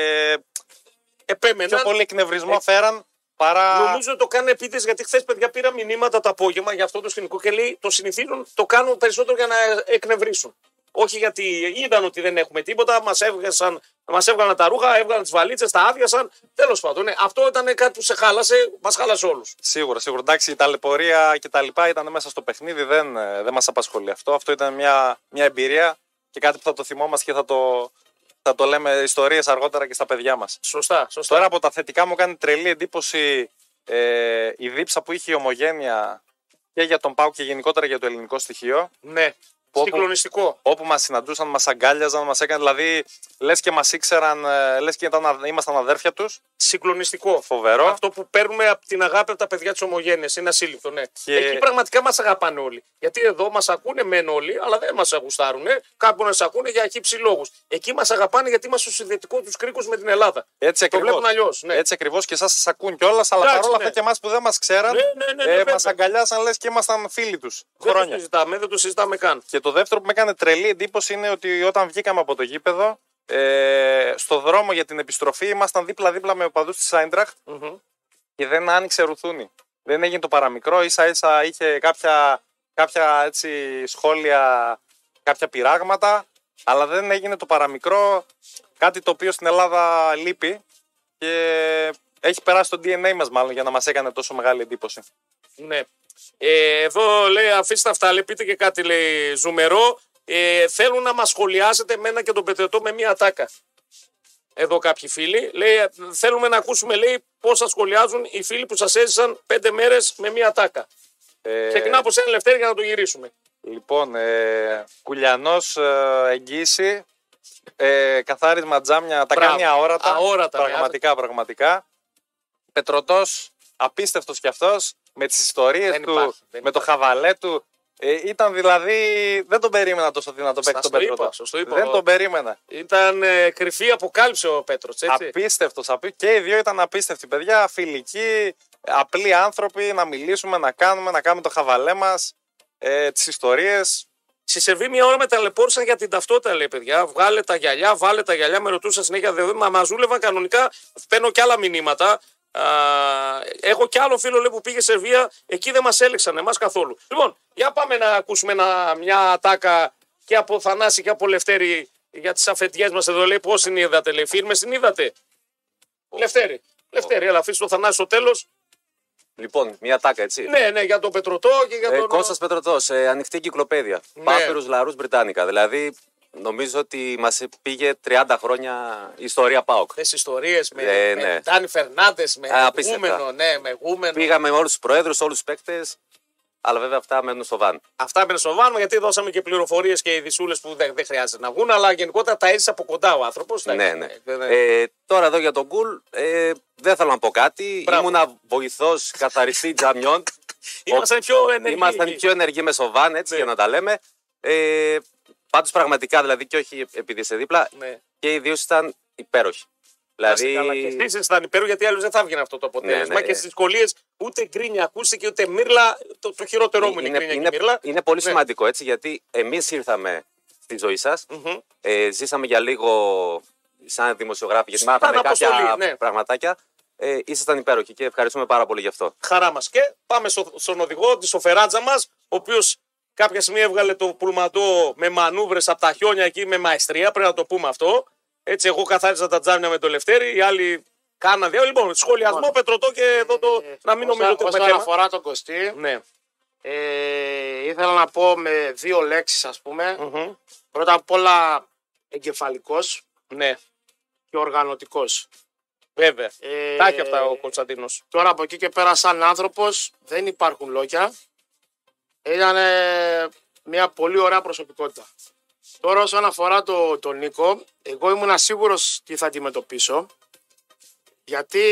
Speaker 5: πιο
Speaker 1: Επέμενα.
Speaker 5: πολύ εκνευρισμό φέραν παρά.
Speaker 1: Νομίζω το κάνουν επίτε γιατί χθες παιδιά πήρα μηνύματα το απόγευμα για αυτό το σκηνικό και λέει το συνηθίζουν, το κάνουν περισσότερο για να εκνευρίσουν. Όχι γιατί είδαν ότι δεν έχουμε τίποτα, μας έβγασαν, μας έβγαλαν τα ρούχα, έβγαλαν τις βαλίτσες, τα άδειασαν. Τέλος πάντων, ναι, αυτό ήταν κάτι που σε χάλασε, μας χάλασε όλους.
Speaker 5: Σίγουρα, σίγουρα. Εντάξει, η ταλαιπωρία και τα λοιπά ήταν μέσα στο παιχνίδι, δεν, ε, δεν μας απασχολεί αυτό. Αυτό ήταν μια, μια εμπειρία και κάτι που θα το θυμόμαστε και θα το, θα το λέμε ιστορίες αργότερα και στα παιδιά μας.
Speaker 1: Σωστά, σωστά.
Speaker 5: Τώρα από τα θετικά μου κάνει τρελή εντύπωση ε, η δίψα που είχε η ομογένεια και για τον Πάου και γενικότερα για το ελληνικό στοιχείο.
Speaker 1: Ναι.
Speaker 5: Πω, πω.
Speaker 1: Συγκλονιστικό.
Speaker 5: Όπου μας συναντούσαν, μας αγκάλιαζαν, μας έκανε. Δηλαδή, λες και μας ήξεραν, ε, λες και ήταν, α- ήμασταν αδέρφια τους.
Speaker 1: Συγκλονιστικό.
Speaker 5: Φοβερό.
Speaker 1: Αυτό που παίρνουμε από την αγάπη από τα παιδιά της ομογένειας. Είναι ασύλληπτο, ναι.
Speaker 5: Και-
Speaker 1: Εκεί πραγματικά μας αγαπάνε όλοι. Γιατί εδώ μας ακούνε μεν όλοι, αλλά δεν μας αγουστάρουν. Κάποιοι μπορεί να σε ακούνε για χύψη λόγους. Εκεί μας αγαπάνε γιατί είμαστε στους συνδετικούς τους κρίκου με την Ελλάδα.
Speaker 5: Έτσι
Speaker 1: Το
Speaker 5: ακριβώ.
Speaker 1: βλέπουν αλλιώς. Ναι.
Speaker 5: Έτσι ακριβώς και εσάς σας ακούν κιόλας, αλλά
Speaker 1: Εντάξει,
Speaker 5: παρόλα
Speaker 1: ναι.
Speaker 5: αυτά και εμάς που δεν μας ξέραν,
Speaker 1: Ναι, ναι, ναι, ναι,
Speaker 5: ε,
Speaker 1: βέβαια.
Speaker 5: μας αγκαλιάσαν λες και ήμασταν φίλοι τους
Speaker 1: δεν το
Speaker 5: χρόνια.
Speaker 1: συζητάμε, δεν το συζητάμε καν.
Speaker 5: Και το δεύτερο που με έκανε τρελή εντύπωση είναι ότι όταν βγήκαμε από το γήπεδο, ε, στο δρόμο για την επιστροφή ήμασταν δίπλα-δίπλα με οπαδούς της Σάιντραχτ
Speaker 1: Μμμ.
Speaker 5: και δεν άνοιξε ρουθούνη. Δεν έγινε το παραμικρό, ίσα ίσα είχε κάποια, κάποια έτσι, σχόλια, κάποια πειράγματα, αλλά δεν έγινε το παραμικρό, κάτι το οποίο στην Ελλάδα λείπει και έχει περάσει το DNA μας μάλλον για να μας έκανε τόσο μεγάλη εντύπωση.
Speaker 1: Ναι. Ε, εδώ λέει αφήστε αυτά, λέει, πείτε και κάτι λέει ζουμερό. Ε, θέλουν να μας σχολιάσετε εμένα και τον Πετρετό με μία ατάκα. Εδώ κάποιοι φίλοι. Λέει, θέλουμε να ακούσουμε λέει πώς σας σχολιάζουν οι φίλοι που σας έζησαν πέντε μέρες με μία ατάκα.
Speaker 5: Ε,
Speaker 1: Ξεκινά από σένα Λευτέρη για να το γυρίσουμε.
Speaker 5: Λοιπόν, ε, Κουλιανός ε, εγγύηση, Ε, καθάρισμα τζάμια, τα
Speaker 1: Μπράβο.
Speaker 5: κάνει αόρατα.
Speaker 1: Αόρατα,
Speaker 5: Πραγματικά, πραγματικά. Πετρωτός, απίστευτος κι αυτός, με τις ιστορίες
Speaker 1: Δεν
Speaker 5: του,
Speaker 1: υπάρχει, δεν
Speaker 5: με το
Speaker 1: υπάρχει.
Speaker 5: χαβαλέ του. Ε, ήταν δηλαδή. Δεν τον περίμενα τόσο δυνατό
Speaker 1: Σας
Speaker 5: παίκτη τον
Speaker 1: το είπα,
Speaker 5: Πετρωτό.
Speaker 1: σας το είπα.
Speaker 5: Δεν τον περίμενα.
Speaker 1: Ήταν ε, κρυφή αποκάλυψη ο Πέτρος.
Speaker 5: Απίστευτο. Και οι δύο ήταν απίστευτοι παιδιά. Φιλικοί, απλοί άνθρωποι. Να μιλήσουμε, να κάνουμε, να κάνουμε το χαβαλέ μας. Ε, τις ιστορίες.
Speaker 1: Στη Σερβία μια ώρα με ταλαιπώρησαν για την ταυτότητα, λέει παιδιά. Βγάλε τα γυαλιά, βάλε τα γυαλιά, με ρωτούσαν συνέχεια. Δεν μα μαζούλευαν κανονικά. Παίρνω και άλλα μηνύματα. Α, έχω και άλλο φίλο λέει, που πήγε Σερβία. Εκεί δεν μας έλεξαν εμάς καθόλου. Λοιπόν, για πάμε να ακούσουμε ένα, μια ατάκα και από Θανάση και από Λευτέρη για τις αφεντιές μας εδώ. Λέει πώς την είδατε, λέει φίρμες, την είδατε. Λευτέρη, Λευτέρη, έλα, αφήσει το Θανάση στο τέλος.
Speaker 4: Λοιπόν, μια τάκα έτσι.
Speaker 1: Ναι, ναι, για τον Πετρωτό και για
Speaker 4: Ε,
Speaker 1: τον.
Speaker 4: Κώστας Πετροτός, ε, ανοιχτή κυκλοπαίδεια. Ναι. Πάπυρους Λαρούς Βρυτάνικα. Δηλαδή, νομίζω ότι μας πήγε 30 χρόνια η ιστορία ΠΑΟΚ.
Speaker 1: Αυτές ιστορίες με,
Speaker 4: Ε,
Speaker 1: με
Speaker 4: ναι.
Speaker 1: Ντάνι Φερνάντες, με
Speaker 4: Α, απίστευτα.
Speaker 1: γούμενο, ναι, με γούμενο.
Speaker 4: Πήγαμε με όλους τους προέδρους, όλους τους παίκτες, αλλά βέβαια αυτά μένουν στο βαν.
Speaker 1: Αυτά με σοβαρά, γιατί δώσαμε και πληροφορίες και ειδισούλε που δεν, δεν χρειάζεται να βγουν, αλλά γενικότερα τα έζησε από κοντά ο άνθρωπος.
Speaker 4: Ναι, ναι. Ε, τώρα εδώ για τον Κουλ, ε, δεν θέλω να πω κάτι.
Speaker 1: Μπράβο.
Speaker 4: Ήμουνα βοηθός καθαριστή τζαμιών.
Speaker 1: [LAUGHS] Ήμασταν πιο ενεργοί. Ναι.
Speaker 4: Ήμασταν πιο ενεργοί μες σοβάν, έτσι, για να τα λέμε. Ε, Πάντως πραγματικά, δηλαδή, και όχι επειδή είσαι δίπλα,
Speaker 1: Ναι.
Speaker 4: και οι δύο ήταν υπέροχοι.
Speaker 1: Καλά, και
Speaker 4: Δηλαδή,
Speaker 1: εσείς ήσασταν υπέροχοι, γιατί άλλω δεν θα βγει αυτό το αποτέλεσμα.
Speaker 4: Ναι, ναι.
Speaker 1: Και στις δυσκολίες ούτε γκρίνια ακούστηκε, ούτε μύρλα. Το, το χειρότερό μου είναι,
Speaker 4: είναι,
Speaker 1: γκρίνια
Speaker 4: είναι-
Speaker 1: και μύρλα.
Speaker 4: είναι πολύ
Speaker 1: Ναι.
Speaker 4: σημαντικό έτσι, γιατί εμείς ήρθαμε στη ζωή σας.
Speaker 1: Μμμ.
Speaker 4: Ε, ζήσαμε για λίγο σαν δημοσιογράφοι, γιατί μάθαμε
Speaker 1: αποστολή,
Speaker 4: κάποια
Speaker 1: ναι.
Speaker 4: πραγματάκια. Ε, ήσασταν υπέροχοι και ευχαριστούμε πάρα πολύ γι' αυτό.
Speaker 1: Χαρά μας. Και πάμε στο, στον οδηγό της Σοφεράτζα μας, ο οποίος κάποια στιγμή έβγαλε το πουλματό με μανούβρες από τα χιόνια εκεί με μαεστρία. Πρέπει να το πούμε αυτό. Έτσι, εγώ καθάρισα τα τζάμια με το Λευτέρη, οι άλλοι κάναν δύο. Λοιπόν, σχολιασμό, πετρωτό και εδώ το. ναι.
Speaker 3: Ε,
Speaker 1: να μην
Speaker 3: Όσον-
Speaker 1: νομίζω ότι
Speaker 3: Όσον
Speaker 1: έχουμε θέμα.
Speaker 3: αφορά τον Κωστή,
Speaker 1: Ναι.
Speaker 3: ε, ήθελα να πω με δύο λέξεις ας πούμε.
Speaker 1: Μμμ.
Speaker 3: Πρώτα απ' όλα εγκεφαλικός
Speaker 1: Ναι,
Speaker 3: και οργανωτικός.
Speaker 1: βέβαια.
Speaker 3: Ε,
Speaker 1: Τα έχει αυτά ο Κωνσταντίνος.
Speaker 3: Τώρα από εκεί και πέρα σαν άνθρωπος δεν υπάρχουν λόγια. Ήταν ε, μια πολύ ωραία προσωπικότητα. Τώρα όσον αφορά το, τον Νίκο, εγώ ήμουν σίγουρος τι θα αντιμετωπίσω. Γιατί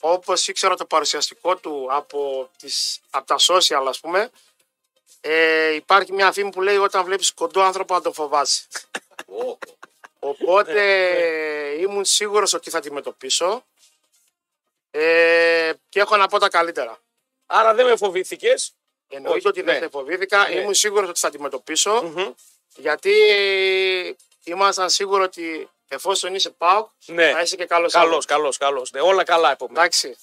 Speaker 3: όπως ήξερα το παρουσιαστικό του από, τις, από τα social ας πούμε, ε, υπάρχει μια φήμη που λέει όταν βλέπεις κοντό άνθρωπο να τον φοβάσαι. Οπότε ήμουν σίγουρος ότι θα αντιμετωπίσω. Ε, και έχω να πω τα καλύτερα.
Speaker 1: Άρα δεν με φοβήθηκες.
Speaker 3: Εννοείται
Speaker 1: Όχι,
Speaker 3: ότι
Speaker 1: ναι.
Speaker 3: δεν ναι. φοβήθηκα.
Speaker 1: Ναι.
Speaker 3: Ήμουν σίγουρος ότι θα αντιμετωπίσω. Γιατί ε, ήμασταν σίγουροι ότι εφόσον είσαι ΠΑΟΚ,
Speaker 1: Ναι.
Speaker 3: θα είσαι και καλός
Speaker 1: Καλός, καλός, καλός. Ναι, όλα καλά επομένω.
Speaker 3: Εντάξει.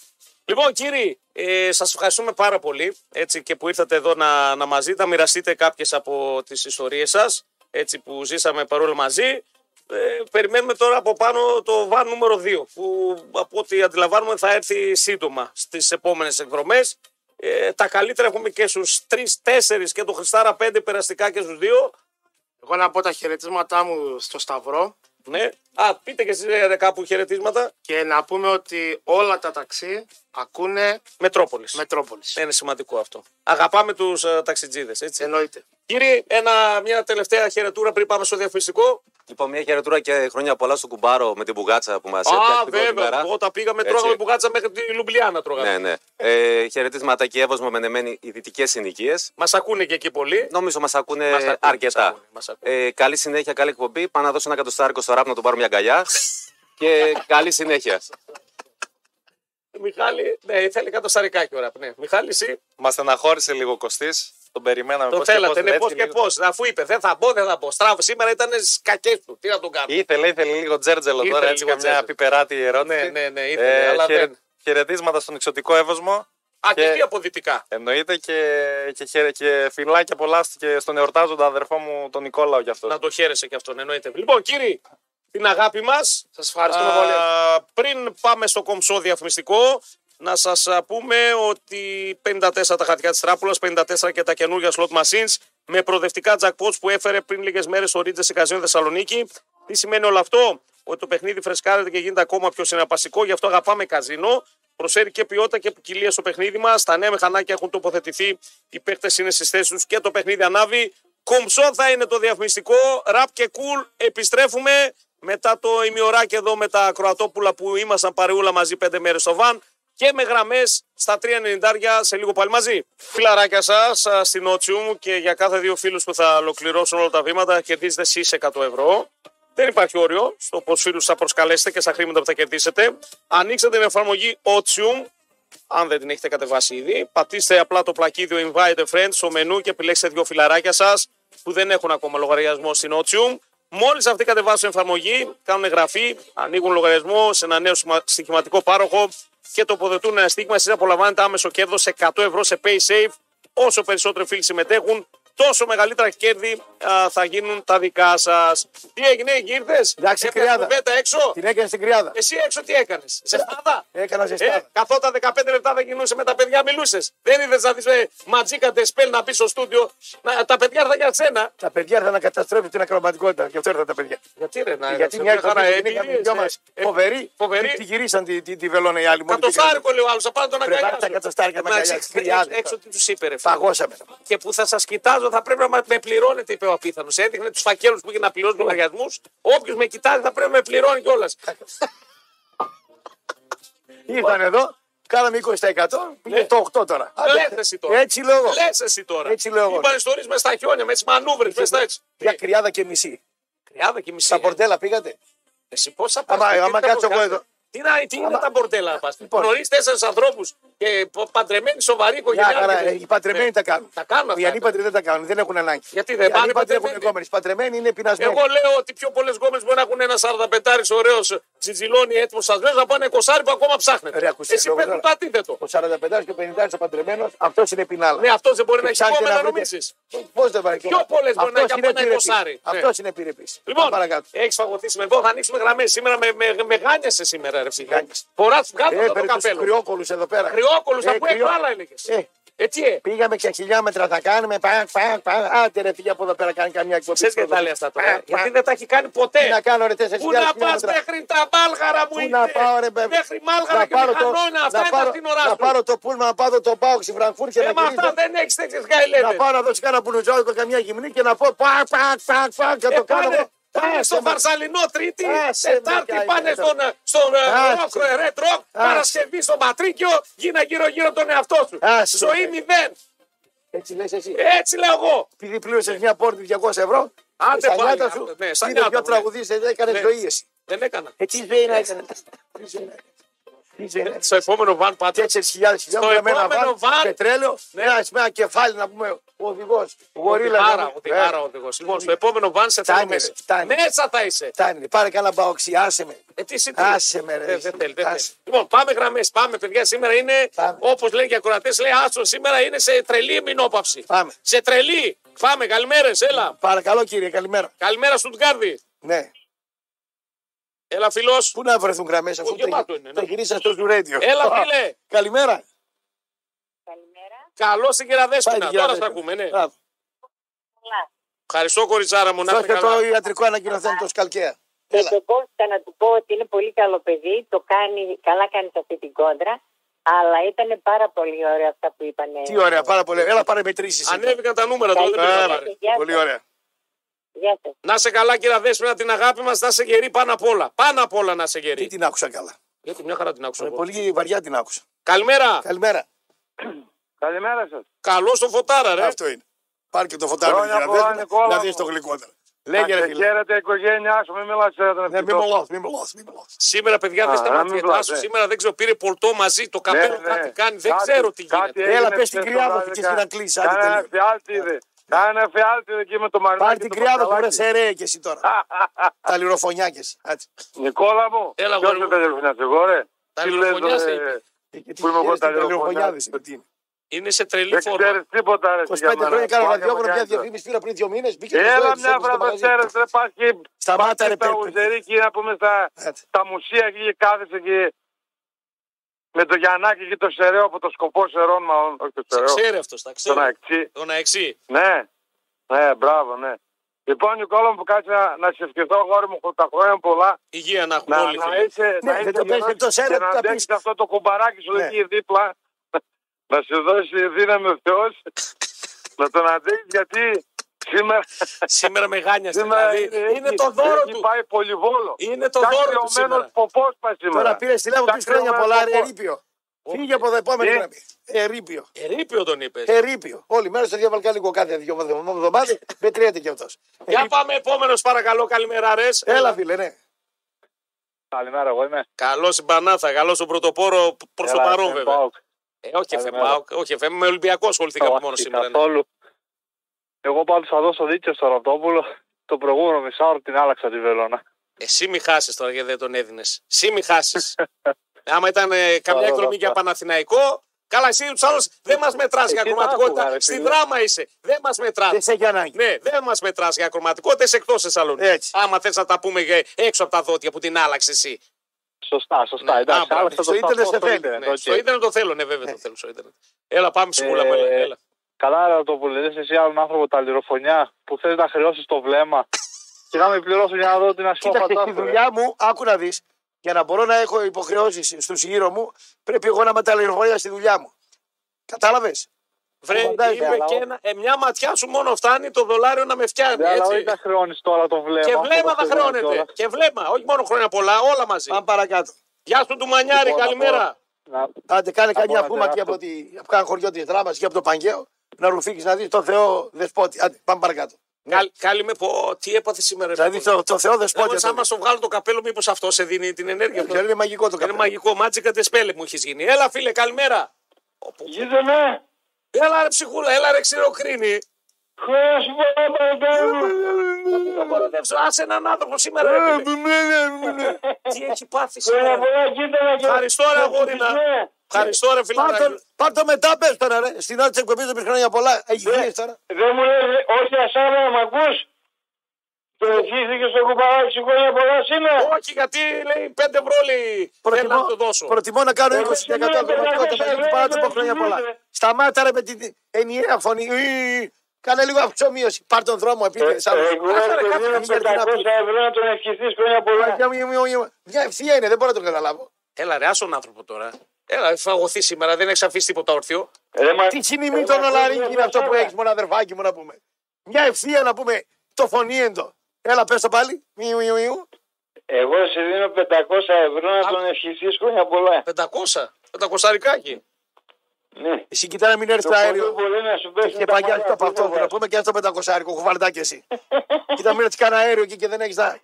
Speaker 1: Λοιπόν, κύριοι, ε, σας ευχαριστούμε πάρα πολύ έτσι, και που ήρθατε εδώ να, να μαζί, να μοιραστείτε κάποιες από τις ιστορίες σας έτσι που ζήσαμε παρόλο μαζί. Ε, περιμένουμε τώρα από πάνω το βαν νούμερο 2 που από ό,τι αντιλαμβάνουμε θα έρθει σύντομα στις επόμενες εκδρομές. Ε, τα καλύτερα έχουμε και στους 3-4 και το Χριστάρα 5 περαστικά και στους 2.
Speaker 3: Εγώ να πω τα χαιρετίσματά μου στο Σταυρό
Speaker 1: Ναι. Α, πείτε και εσείς ε, κάπου χαιρετίσματα.
Speaker 3: και να πούμε ότι όλα τα ταξί ακούνε
Speaker 1: Μετρόπολης.
Speaker 3: Μετρόπολης.
Speaker 2: Ε.
Speaker 1: Ναι, Είναι σημαντικό αυτό. Αγαπάμε τους ε, ταξιτζίδες, έτσι.
Speaker 3: Εννοείται.
Speaker 1: Κύριε, ένα, μια τελευταία χαιρετούρα πριν πάμε στο διαφημιστικό.
Speaker 4: Λοιπόν, μια χαιρετούρα και χρόνια πολλά στον κουμπάρο με την μπουγάτσα που μας
Speaker 1: Α,
Speaker 4: έφτιαξε την πρώτη
Speaker 1: βέβαια.
Speaker 4: μέρα.
Speaker 1: Όταν πήγαμε,
Speaker 4: Έτσι.
Speaker 1: τρώγαμε μπουγάτσα μέχρι τη Λουμπλιάνα. Τρώγαμε.
Speaker 4: Ναι, ναι. Ε, χαιρετίσματα και εύωσμα μενεμένη οι δυτικές συνοικίες.
Speaker 1: Μας ακούνε και εκεί πολύ.
Speaker 4: Νομίζω μας
Speaker 5: Ε,
Speaker 4: ακούνε
Speaker 1: Μας ακούνε,
Speaker 4: αρκετά.
Speaker 1: μας ακούνε, μας ακούνε.
Speaker 4: Ε, καλή συνέχεια, καλή εκπομπή. Πάω να δώσω ένα εκατοστάρικο στο ράπ να τον πάρω μια
Speaker 1: [LAUGHS]
Speaker 4: αγκαλιά. και καλή συνέχεια.
Speaker 1: Μιχάλη, ναι, θέλει κάτω σαρικάκι ώρα. Ναι. Μιχάλη, εσύ
Speaker 5: Μας στεναχώρησε λίγο ο Κωστής, Τον περιμέναμε.
Speaker 1: το
Speaker 5: πώς και
Speaker 1: θέλατε.
Speaker 5: πώς,
Speaker 1: Ναι,
Speaker 5: έτσι
Speaker 1: πώς και
Speaker 5: λίγο-
Speaker 1: πώς. Αφού είπε, δεν θα μπω, δεν θα μπω. Στράβο, σήμερα ήταν στι κακέ του. Τι να τον κάνω.
Speaker 5: Ήθελε, ήθελε λίγο τζέρτζελο
Speaker 1: Ήθελε
Speaker 5: τώρα, έτσι
Speaker 1: λίγο
Speaker 5: καμιά
Speaker 1: τζέρτζελο.
Speaker 5: πιπεράτη ερώτηση. Ε,
Speaker 1: Ναι, ναι, ναι, ήθελε, αλλά δεν.
Speaker 5: Χαιρετίσματα στον εξωτικό εύωσμο.
Speaker 1: Α, και
Speaker 5: και-
Speaker 1: τι αποδυτικά.
Speaker 5: Εννοείται και, και, χαιρε- και φυλάκια πολλά στο- και στον εορτάζοντα αδερφό μου τον Νικόλαο γι' αυτός.
Speaker 1: Να το χαίρεσαι και αυτόν, εννοείται. Λοιπόν, κύριοι, την αγάπη μας.
Speaker 3: Σας ευχαριστούμε
Speaker 1: Α,
Speaker 3: πολύ.
Speaker 1: Πριν πάμε στο κομψό διαφημιστικό, να σας πούμε ότι 54 τα χαρτιά της τράπουλας, 54 και τα καινούργια slot machines με προοδευτικά jackpots που έφερε πριν λίγες μέρες ο Ρίτζες σε καζίνο Θεσσαλονίκη. Τι σημαίνει όλο αυτό, ότι το παιχνίδι φρεσκάρεται και γίνεται ακόμα πιο συναπαστικό, γι' αυτό αγαπάμε καζίνο. Προσφέρει και ποιότητα και ποικιλία στο παιχνίδι μας. Τα νέα μηχανάκια έχουν τοποθετηθεί, οι παίχτε είναι στις θέσεις τους και το παιχνίδι ανάβει. Κομψό θα είναι το διαφημιστικό. Ραπ και κουλ. Επιστρέφουμε μετά το ημιωράκι εδώ με τα Κροατόπουλα που ήμασταν παρεούλα μαζί πέντε μέρες στο βαν. Και με γραμμές στα 3.90 σε λίγο πάλι μαζί. Φιλαράκια σας στην ότσιου μου και για κάθε δύο φίλους που θα ολοκληρώσουν όλα τα βήματα κερδίζετε εσείς 100 ευρώ. Δεν υπάρχει όριο στο πώς φίλους θα προσκαλέσετε και στα χρήματα που θα κερδίσετε. Ανοίξτε την εφαρμογή Otium αν δεν την έχετε κατεβάσει ήδη. Πατήστε απλά το πλακίδιο Invite a Friend στο μενού και επιλέξτε δύο φιλαράκια σας που δεν έχουν ακόμα λογαριασμό στην Otium. Μόλις αυτοί κατεβάσουν εφαρμογή, κάνουν εγγραφή, ανοίγουν λογαριασμό σε ένα νέο σημα- στοιχηματικό πάροχο και τοποθετούν ένα στίγμα, εσείς απολαμβάνετε άμεσο κέρδος 100 ευρώ σε PaySafe. Όσο περισσότεροι φίλοι συμμετέχουν, τόσο μεγαλύτερα κέρδη α, θα γίνουν τα δικά σας. Τι έγινε, εκεί ήρθε.
Speaker 2: Εντάξει, κρυάδα.
Speaker 1: έξω.
Speaker 2: Την έκανες στην κρυάδα.
Speaker 1: Εσύ έξω τι έκανες. Ζεστάδα.
Speaker 2: Έκανα
Speaker 1: Ε,
Speaker 2: ζεστάδα.
Speaker 1: καθόταν 15 λεπτά δεν κινούσε με τα παιδιά, μιλούσες. Δεν είδες να δεις ε, ματζίκα τεσπέλ να πει στο στούντιο. Να, τα παιδιά ήρθαν για σένα.
Speaker 2: Τα παιδιά ήρθαν να καταστρέφουν την ακροματικότητα. Γι' αυτό ήρθαν τα παιδιά.
Speaker 1: Ε, Γιατί ρε, να
Speaker 2: Γιατί μια χαρά έκανε δυο μας φοβερή.
Speaker 1: ε, φοβερή.
Speaker 2: Τη- Τη γυρίσαν τη- τη τη βελόνα οι άλλοι. μόνοι τους
Speaker 1: Κατοστάρικο λέει ο άλλος, θα πάνε τον
Speaker 2: Πρέπει να
Speaker 1: αγκαλιάσουν.
Speaker 2: τα κατοστάρια να
Speaker 1: Να
Speaker 2: αγκαλιάσεις,
Speaker 1: ξέρεις, ε,
Speaker 2: χιλιάδες.
Speaker 1: Έξω τι τους είπε, ρε. φίλε.
Speaker 2: Παγώσαμε.
Speaker 1: Και που θα σας κοιτάζω, θα πρέπει να μα- με πληρώνετε, είπε ο απίθανο. Έδειχνε τους φακέλους που είχε να πληρώσει
Speaker 2: Ναι.
Speaker 1: λογαριασμούς. Όποιος με κοιτάζει θα πρέπει να με πληρώνει κιόλας.
Speaker 2: Ήρθαν εδώ, κάναμε 20%, πήγε το 8 τώρα. Άντε.
Speaker 1: Ναι. Λες εσύ τώρα.
Speaker 2: Έτσι λέω εγώ.
Speaker 1: Λες εσύ τώρα.
Speaker 2: Έτσι λέω εγώ.
Speaker 1: Είπαν ιστορίε με στα χιόνια, με τις μανούβρες, με στα έτσι.
Speaker 2: Για κρυάδα και μισή.
Speaker 1: Κρυάδα και μισή.
Speaker 2: Στα πορτέλα πήγατε.
Speaker 1: Εσύ πώς θα
Speaker 2: Άμα-
Speaker 1: πας, τι
Speaker 2: άμα
Speaker 1: θα
Speaker 2: κάτσω
Speaker 1: προκάτε.
Speaker 2: εγώ εδώ.
Speaker 1: Τι, να, τι είναι τα μπορτέλα να πα.
Speaker 2: Λοιπόν.
Speaker 1: Γνωρίζεις τέσσερις ανθρώπους και πο- παντρεμένη σοβαρή
Speaker 2: Μια
Speaker 1: οικογένεια.
Speaker 2: χαρά. ε, Οι παντρεμένοι τα κάνουν.
Speaker 1: Ναι. Τα κάνουν
Speaker 2: Οι
Speaker 1: αυτά.
Speaker 2: ανήπαντροι δεν τα κάνουν, δεν έχουν ανάγκη.
Speaker 1: Γιατί δεν
Speaker 2: Οι
Speaker 1: πάνε
Speaker 2: ανήπαντροι έχουν
Speaker 1: παντρεμένοι.
Speaker 2: γκόμενε. Οι παντρεμένοι είναι πεινασμένοι.
Speaker 1: Ε, Εγώ λέω ότι πιο πολλές γκόμε μπορεί να έχουν ένα 45 ωραίο τσιτζιλόνι έτοιμο σα λέω να πάνε 20 που ακόμα ψάχνετε.
Speaker 2: Ρε, ακούστε,
Speaker 1: Εσύ
Speaker 2: λόγω
Speaker 1: πες μου το
Speaker 2: τώρα.
Speaker 1: αντίθετο.
Speaker 2: Ο 45 και ο 50 ο παντρεμένος, αυτός είναι πεινάλα.
Speaker 1: Ναι, αυτός δεν μπορεί να έχει
Speaker 2: Ψάχνετε
Speaker 1: γκόμενα,
Speaker 2: βρείτε-
Speaker 1: νομίζει.
Speaker 2: Πώς δεν βαρκεί.
Speaker 1: Πιο πολλές μπορεί να
Speaker 2: Αυτός
Speaker 1: έχει
Speaker 2: είναι
Speaker 1: από ένα
Speaker 2: επιρρεπής.
Speaker 1: εικοσάρι. Ναι.
Speaker 2: Αυτός είναι επιρρεπής. Πάμε
Speaker 1: Λοιπόν,
Speaker 2: παρακάτω.
Speaker 1: έχεις φαγωθήσει με εδώ, θα ανοίξουμε γραμμές. Σήμερα με, με, με γάνιασες σήμερα, ρε φίλε.
Speaker 2: Γάνιασες.
Speaker 1: Φοράς του κάτω από το
Speaker 2: Έφερε τους
Speaker 1: καπέλο.
Speaker 2: κρυόκολους Ε, εδώ πέρα.
Speaker 1: Κρυόκολους,
Speaker 2: Ε,
Speaker 1: από
Speaker 2: κρυό-
Speaker 1: εκβάλα έλεγες.
Speaker 2: Ε,
Speaker 1: Έτσι, ε.
Speaker 2: Πήγαμε και χιλιόμετρα θα κάνουμε. Πακ, πακ, πακ. Άντε ρε, φύγε από εδώ πέρα, κάνει καμιά εκπομπή.
Speaker 1: Ξέρεις γιατί τα λέει αυτά τώρα. ε?
Speaker 2: Πακ, πακ.
Speaker 1: Γιατί δεν τα έχει κάνει
Speaker 2: Τι να
Speaker 1: ποτέ.
Speaker 2: κάνω ρε 4.000
Speaker 1: Πού να πα
Speaker 2: χιλιόμετρα.
Speaker 1: μέχρι τα μάλγαρα μου
Speaker 2: Πού
Speaker 1: ήρθε.
Speaker 2: να πάω ρε μπε.
Speaker 1: Μέχρι μάλγαρα
Speaker 2: Να
Speaker 1: και
Speaker 2: πάρω το-
Speaker 1: μηχανόνα. Αυτά
Speaker 2: να
Speaker 1: είναι
Speaker 2: πάρω-
Speaker 1: αυτήν ώρα
Speaker 2: Να
Speaker 1: σου.
Speaker 2: πάρω το πούλμα, να πάω το πάω στη Φραγκφούρτη
Speaker 1: Ε,
Speaker 2: και
Speaker 1: μα
Speaker 2: να
Speaker 1: αυτά
Speaker 2: γυρίσω.
Speaker 1: δεν έχεις τέτοιες γαϊλέδε.
Speaker 2: Να πάω να δώσω κάνα πουλουτζάδικο καμιά γυμνή και να πω πακ, πακ, πακ, πακ και το κάνω. Ε, εγώ.
Speaker 1: Ε, Πάνε, πάνε
Speaker 2: Άσε
Speaker 1: στο
Speaker 2: με.
Speaker 1: Βαρσαλινό Τρίτη,
Speaker 2: Άσε με,
Speaker 1: Τετάρτη
Speaker 2: καημένε
Speaker 1: πάνε
Speaker 2: τώρα.
Speaker 1: στον, ε, στον
Speaker 2: Άσε με.
Speaker 1: Ροκ, Ρετ Ροκ, Παρασκευή στο Ματρίκιο, γίνα γύρω γύρω τον εαυτό σου.
Speaker 2: Άσε με,
Speaker 1: Ζωή
Speaker 2: ρε.
Speaker 1: μηδέν. Ε,
Speaker 2: Έτσι λες εσύ.
Speaker 1: Έτσι λέω εγώ.
Speaker 2: Επειδή πλήρωσες μια πόρτη 200 ευρώ,
Speaker 1: Άντε
Speaker 2: στα
Speaker 1: πάλι,
Speaker 2: νιάτα
Speaker 1: άντε,
Speaker 2: σου,
Speaker 1: ναι, στα
Speaker 2: είδες
Speaker 1: νιάτα
Speaker 2: δυο
Speaker 1: μου, ναι.
Speaker 2: τραγουδίες, δεν έκανες
Speaker 1: Ναι.
Speaker 2: ζωή εσύ.
Speaker 1: Δεν έκανα.
Speaker 2: Ε, τι ζωή να έκανες. Τι ζωή να έκανες. Τι ζωή να έκανες.
Speaker 1: Ε, Στο επόμενο βαν πάτε.
Speaker 2: 4.000 χιλιόμετρα με ένα
Speaker 1: επόμενο Ναι.
Speaker 2: βάρ,
Speaker 1: βάρ.
Speaker 2: πετρέλαιο, ένα, με ένα κεφάλι να πούμε ο οδηγός. Γορίλα. να
Speaker 1: Άρα,
Speaker 2: πούμε.
Speaker 1: ο Τιγάρα ο οδηγός. Λοιπόν, στο επόμενο βαν σε θέλω
Speaker 2: Φτάνει,
Speaker 1: μέσα.
Speaker 2: ρε, φτάνει.
Speaker 1: Μέσα θα είσαι.
Speaker 2: Ε, Φτάνει, πάρε κανένα μπαοξί, άσε με.
Speaker 1: Ε, τι εσύ τι-
Speaker 2: Άσε με, ρε.
Speaker 1: Ε, δεν θέλει, δεν
Speaker 2: Άσε.
Speaker 1: θέλει. Λοιπόν, πάμε γραμμές. Πάμε, παιδιά. Σήμερα είναι,
Speaker 2: Πάμε.
Speaker 1: όπως λένε και οι ακροατές, λέει άστρο. Σήμερα είναι σε τρελή μηνόπαυση.
Speaker 2: Πάμε.
Speaker 1: Σε τρελή. Πάμε, καλημέρες, έλα.
Speaker 2: Παρακαλώ κύριε, καλημέρα.
Speaker 1: Καλημέρα στον Τγκάρδη.
Speaker 2: Ναι.
Speaker 1: Έλα, φιλό.
Speaker 2: Πού να βρεθούν γραμμές αφού
Speaker 1: γεμάτο
Speaker 2: το,
Speaker 1: είναι, ναι.
Speaker 2: το γυρίσα στο ζουρέντιο.
Speaker 1: Έλα, φίλε.
Speaker 2: Καλημέρα.
Speaker 6: Καλημέρα.
Speaker 1: Καλό στην Κυραδέσποινα.
Speaker 2: Πάει,
Speaker 1: Τώρα
Speaker 2: Κυραδέσποινα.
Speaker 1: θα ακούμε, ναι.
Speaker 2: Μπράβο.
Speaker 6: Καλά.
Speaker 1: Ευχαριστώ, κοριτσάρα μου. Να είστε
Speaker 2: Δώστε το
Speaker 1: καλά.
Speaker 2: ιατρικό ανακοινωθέν το σκαλκέα.
Speaker 6: Και
Speaker 2: Έλα.
Speaker 6: τον Κώστα να του πω ότι είναι πολύ καλό παιδί. Το κάνει, καλά κάνει σε αυτή την κόντρα. Αλλά ήταν πάρα πολύ ωραία αυτά που είπανε.
Speaker 2: Τι ωραία, πάρα πολύ. Έλα πάρε μετρήσεις.
Speaker 1: Ανέβηκαν τα νούμερα τώρα. δεν
Speaker 6: Καλημέρα.
Speaker 1: πειράζει να
Speaker 2: Έλα.
Speaker 1: πάρει.
Speaker 6: Γεια
Speaker 2: Πολύ
Speaker 6: σας.
Speaker 2: ωραία.
Speaker 6: Γεια σας.
Speaker 1: Να σε καλά, Κυραδέσποινα, την αγάπη μας. Να σε γερή πάνω απ' όλα. Πάνω απ' όλα να σε
Speaker 2: Τι
Speaker 1: γερή.
Speaker 2: την άκουσα καλά.
Speaker 1: Γιατί μια χαρά την άκουσα.
Speaker 2: Ε,
Speaker 1: εγώ.
Speaker 2: Πολύ βαριά την άκουσα.
Speaker 1: Καλημέρα.
Speaker 2: Καλημέρα.
Speaker 7: Καλημέρα σας.
Speaker 1: Καλό στο φωτάρα, ρε.
Speaker 2: Αυτό είναι. Πάρ και το φωτάρι
Speaker 7: Ε. Χρόνια
Speaker 2: να
Speaker 7: πολλά,
Speaker 2: δεις-
Speaker 7: Νικόλα
Speaker 2: να
Speaker 7: μου.
Speaker 2: δεις το γλυκότερο.
Speaker 7: Να
Speaker 2: Λέγε ρε φίλε.
Speaker 7: ξεχαίρετε οικογένειά σου, μην μιλάς σε έναν
Speaker 2: Ναι, μην
Speaker 7: φυτό.
Speaker 2: μολός, μην μολός, μην μολός.
Speaker 1: Σήμερα, παιδιά, δεν
Speaker 7: Α, να μην
Speaker 1: σταματιέται.
Speaker 7: βλάτε.
Speaker 1: Άσου, Σήμερα δεν ξέρω, πήρε πολτό μαζί, το
Speaker 7: Ναι,
Speaker 1: καπέλο
Speaker 7: ναι.
Speaker 1: κάτι κάνει. Δεν ξέρω τι
Speaker 7: κάτι
Speaker 1: γίνεται.
Speaker 7: έγινε
Speaker 2: Έλα, πες
Speaker 7: χθες
Speaker 2: την
Speaker 7: το
Speaker 2: Κρυάδο
Speaker 7: βράδυ,
Speaker 2: και
Speaker 7: κα-
Speaker 2: εσύ να κλείσεις, άντε,
Speaker 7: Κάνα
Speaker 2: τελείω.
Speaker 7: εφιάλτιδε. Κάνα εφιάλτιδε εκεί με το μαγνάκι.
Speaker 2: Πάρ
Speaker 7: και
Speaker 2: την
Speaker 7: το
Speaker 2: κρυάδα του, ρε
Speaker 7: μπακαλάκι.
Speaker 2: σε ρε και εσύ
Speaker 7: [LAUGHS]
Speaker 2: τώρα. Τα λιροφωνιά και εσύ. Άτσι.
Speaker 7: Νικόλα μου,
Speaker 1: Έλα,
Speaker 7: ποιος
Speaker 1: γόρι
Speaker 7: με
Speaker 1: μου.
Speaker 7: τα λεφτά εγώ, ρε.
Speaker 1: Τα
Speaker 7: Τι λες,
Speaker 1: λιροφωνιάς
Speaker 7: ρε,
Speaker 1: είπε.
Speaker 2: Ε, και τι
Speaker 7: Πού είμαι εγώ
Speaker 2: χαίρεσαι,
Speaker 7: τα
Speaker 2: τα λιροφωνιάδες
Speaker 7: λιροφωνιάδες.
Speaker 2: είναι, τι είναι.
Speaker 1: Είναι σε τρελή
Speaker 7: Δεν
Speaker 1: φόρμα.
Speaker 7: ξέρεις τίποτα, ρε.
Speaker 2: 25
Speaker 7: για μένα.
Speaker 2: χρόνια κάνω
Speaker 7: Πάγια
Speaker 2: ραδιόφωνο,
Speaker 7: μου
Speaker 2: μια
Speaker 7: κάνεις τώρα.
Speaker 2: διαφήμιση πήρα πριν δύο μήνες. μπήκε και
Speaker 7: Έλα
Speaker 2: ζωής,
Speaker 7: μια
Speaker 2: όπως το μαγαζί.
Speaker 7: βραδευτέρα, ρε πάχη.
Speaker 2: Σταμάτα, ρε,
Speaker 7: πάχη Τα
Speaker 2: πέ- πέ-
Speaker 7: ουζερίκι να πούμε στα,
Speaker 2: Άτσι.
Speaker 7: τα μουσεία εκεί και κάθεσαι και με το Γιαννάκη και το Σεραίο από το σκοπό Σερών, μάλλον, όχι το
Speaker 1: Σε
Speaker 7: Σεραίο,
Speaker 1: ξέρει αυτός, τα
Speaker 7: τον
Speaker 1: ξέρει.
Speaker 7: Αεξή.
Speaker 1: Τον αεξή.
Speaker 7: Ναι, ναι, μπράβο, ναι. Λοιπόν, Νικόλα μου, κάτσε να, να σε ευχηθώ, γόρι μου, τα χρόνια πολλά.
Speaker 1: Υγεία να έχουμε
Speaker 7: Να,
Speaker 1: όλοι.
Speaker 7: να
Speaker 1: φίλε.
Speaker 7: είσαι,
Speaker 2: Ναι,
Speaker 7: Ε, να
Speaker 2: δεν
Speaker 7: είσαι
Speaker 2: το παίζει
Speaker 1: Ε,
Speaker 7: γερός
Speaker 2: εκτός έργα που
Speaker 7: και να
Speaker 2: τα πεις.
Speaker 7: αντέξεις αυτό το κουμπαράκι σου
Speaker 2: Ναι.
Speaker 7: εκεί δίπλα. να σου δώσει δύναμη ο Θεός. να τον αντέξεις, γιατί
Speaker 1: [LAUGHS]
Speaker 7: Σήμερα,
Speaker 1: Σήμερα μεγάνιασε.
Speaker 7: σήμερα
Speaker 1: δηλαδή,
Speaker 7: έχει-
Speaker 1: είναι το δώρο
Speaker 7: έχει
Speaker 1: του.
Speaker 7: πάει πολύ βόλο.
Speaker 1: Είναι το δώρο του σήμερα.
Speaker 7: ποπός πάει σήμερα.
Speaker 2: Τώρα πήρε τηλέφωνο τρει χρόνια
Speaker 7: Κρεμμένο
Speaker 2: πολλά, ρε
Speaker 7: ποπός.
Speaker 2: ερήπιο. Φύγε από εδώ, επόμενη
Speaker 7: λοιπόν. Ε.
Speaker 2: γραμμή. Ερήπιο.
Speaker 1: Ερήπιο τον είπες.
Speaker 2: Ερήπιο. Όλη μέρα στο διαβαλκανικό κάθε δύο εβδομάδες μετριέται κι αυτός.
Speaker 1: Για πάμε επόμενος παρακαλώ. Καλημέρα, ρες.
Speaker 2: Έλα, φίλε, ναι.
Speaker 7: Καλημέρα, εγώ είμαι.
Speaker 1: Καλό η Μπανάθα, καλό στον πρωτοπόρο προς το
Speaker 7: Έλα,
Speaker 1: παρόν
Speaker 7: είμαι
Speaker 1: βέβαια.
Speaker 7: ΠΑΟΚ.
Speaker 1: Ε, όχι, εφέ,
Speaker 7: Καλημέρα.
Speaker 1: Πάοκ, όχι, εφέ, με Ολυμπιακός ασχοληθήκαμε μόνο σήμερα. ναι.
Speaker 7: Καθόλου. Εγώ πάντως θα δώσω δίκιο στο Ραπτόπουλο. Το προηγούμενο μισάωρο την άλλαξα τη βελόνα.
Speaker 1: Εσύ μη χάσεις τώρα γιατί δεν τον έδινες. Εσύ μη
Speaker 7: [LAUGHS]
Speaker 1: χάσεις. Άμα ήταν ε, καμιά
Speaker 7: Παρόλα
Speaker 1: εκδρομή
Speaker 7: αυτά. Ε,
Speaker 1: για Παναθηναϊκό, καλά, εσύ του άλλου δεν μας μετράς για
Speaker 7: Εκεί τα άκουγα,
Speaker 1: κομματικότητα.
Speaker 7: ρε
Speaker 1: Στη
Speaker 7: φίλε. Ε,
Speaker 1: δράμα είσαι. Δεν μας μετράς.
Speaker 2: Δεν σε έχει ανάγκη.
Speaker 1: Ναι, δεν μας μετράς για κομματικότητα, είσαι εκτός
Speaker 7: Ε,
Speaker 1: Θεσσαλονίκης.
Speaker 2: Έτσι.
Speaker 1: Άμα θες να τα πούμε για- έξω από τα δόντια που την άλλαξες εσύ.
Speaker 7: Σωστά, σωστά.
Speaker 1: Ναι,
Speaker 7: εντάξει,
Speaker 1: άμπρα,
Speaker 7: άλλαξα
Speaker 2: στο
Speaker 7: το
Speaker 2: ίντερνετ σε
Speaker 7: σταθμό στο
Speaker 2: θέλει,
Speaker 7: ίντερνετ,
Speaker 1: Ναι,
Speaker 7: οκ.
Speaker 1: Στο Ιντερνετ το θέλω, ναι, βέβαια το θέλω στο Ιντερνετ. Έλα, πάμε στη μου, έλα,
Speaker 7: Ε,
Speaker 1: έλα.
Speaker 7: Καλά, ρε το που λες εσύ άλλον άνθρωπο τα λιροφωνιά που θέλει να χρεώσεις το βλέμμα. και να με πληρώσουν για να δω την ασχόλια
Speaker 2: Κοίταξε, τη δουλειά μου, άκου να δεις, για να μπορώ να έχω υποχρεώσεις στου γύρω μου, πρέπει εγώ να μεταλλευρωγώ στη δουλειά μου. Κατάλαβες.
Speaker 1: Ε. Βρε,
Speaker 2: Φαντάζομαι,
Speaker 1: είπε
Speaker 7: ε, αλλά
Speaker 1: και
Speaker 7: ό-
Speaker 1: ένα, ε, μια ματιά σου μόνο φτάνει το δολάριο να με φτιάνει.
Speaker 7: Ναι, Αλλά όχι
Speaker 1: Έτσι.
Speaker 7: να χρεώνει τώρα το βλέμμα.
Speaker 1: Και
Speaker 7: αυτό
Speaker 1: βλέμμα
Speaker 7: το
Speaker 1: θα
Speaker 7: ξέρω
Speaker 1: χρεώνεται.
Speaker 7: κιόλας.
Speaker 1: Και βλέμμα. Όχι μόνο χρόνια πολλά, όλα μαζί.
Speaker 2: Πάμε παρακάτω.
Speaker 1: Γεια σου του Μανιάρη,
Speaker 7: Λοιπόν,
Speaker 1: καλημέρα.
Speaker 7: Να-
Speaker 2: Άντε, κάνε
Speaker 7: μπορώ
Speaker 2: καμιά
Speaker 7: να
Speaker 2: φούμα και
Speaker 7: τεράσω.
Speaker 2: από, τη, από κάνα χωριό της δράμας και από το Παγκαίο να ρουφήξεις να δεις το Θεό δεσπότη. Άντε, πάμε παρακάτω.
Speaker 1: Καλ, καλή με πω, τι έπαθε σήμερα.
Speaker 2: Ναι. Δηλαδή, Να δεις
Speaker 1: ρε,
Speaker 2: το, το Θεό
Speaker 1: Εγώ
Speaker 2: δεσπότη.
Speaker 1: της, άμα στο βγάλω το καπέλο, μήπως αυτό σε δίνει την ενέργεια.
Speaker 2: αυτό.
Speaker 1: αυτό.
Speaker 2: Είναι μαγικό το
Speaker 1: Είναι
Speaker 2: καπέλο.
Speaker 1: μαγικό, μάτζικα τεσπέλε μου έχεις γίνει. Έλα, φίλε, καλημέρα. Όπου-
Speaker 7: Γείτονα,
Speaker 1: Έλα, ρε ψυχούλα, έλα, ρε ξηροκρίνη.
Speaker 7: χωρί μου.
Speaker 1: Δεν το κοροϊδεύσω. Άσε έναν άνθρωπο σήμερα, ρε
Speaker 2: Ε,
Speaker 1: φίλε. Τι έχει πάθει σήμερα. ρε.
Speaker 7: γείτονα και.
Speaker 1: Ευχαριστώ, ρε αγόρινα. Ευχαριστώ, ρε φίλε.
Speaker 2: Πάρ' τον- Πάρ' το μετά, πε τώρα, ρε. Στην ώρα τη εκπομπή δεν πει χρόνια πολλά. Έχει
Speaker 1: Ναι.
Speaker 2: γίνει τώρα.
Speaker 7: Δεν μου λέει, όχι ασάρα, μ' ακούς. Το ευχήθηκε στο κουπαράκι σου χρόνια πολλά σήμερα.
Speaker 1: Όχι, γιατί λέει 5 ευρώ λέει. Θέλω να το δώσω.
Speaker 2: προτιμώ να κάνω 20%
Speaker 7: σήμερα
Speaker 2: κομματικότητα
Speaker 7: πετακόσια
Speaker 2: μαζί παρά να το πω
Speaker 7: ευρώ
Speaker 2: χρόνια
Speaker 7: είναι
Speaker 2: πολλά.
Speaker 7: δουλειά.
Speaker 2: Σταμάτα ρε με την ενιαία φωνή. Ι, Κάνε λίγο αυξομοίωση. Πάρ τον δρόμο επίτηδε.
Speaker 1: Ε,
Speaker 7: Ε, Εγώ το δίνω 500 ευρώ να τον ευχηθείς χρόνια πολλά.
Speaker 2: Μια ευθεία είναι, δεν μπορώ να το καταλάβω.
Speaker 1: Έλα, ρε, άσον άνθρωπο τώρα. Έλα, έχει φαγωθεί σήμερα, δεν έχει αφήσει τίποτα όρθιο.
Speaker 7: Ρε, Ε, μα- ε,
Speaker 2: Τι συνειμή
Speaker 1: Ε,
Speaker 2: των Ολαρίκη είναι αυτό που έχει, μοναδερφάκι μου να πούμε. Μια ευθεία να πούμε το φωνήεντο. Έλα, πες το πάλι. Μιου, μιου, μιου.
Speaker 7: Εγώ σε δίνω 500 ευρώ να τον ευχηθείς χρόνια πολλά.
Speaker 1: 500. 500 αρικάκι.
Speaker 7: Ναι.
Speaker 2: Εσύ κοιτά να μην έρθει το
Speaker 7: Το
Speaker 2: αέριο.
Speaker 7: πολύ πολύ να σου πέσει
Speaker 2: Και παγιάζει το παυτόχρονα. Να πούμε και στο πεντακοσάρικο, κουβαλτάκι εσύ. Κοίτα, μην έρθει κανένα αέριο εκεί και δεν έχεις να.
Speaker 7: Ε,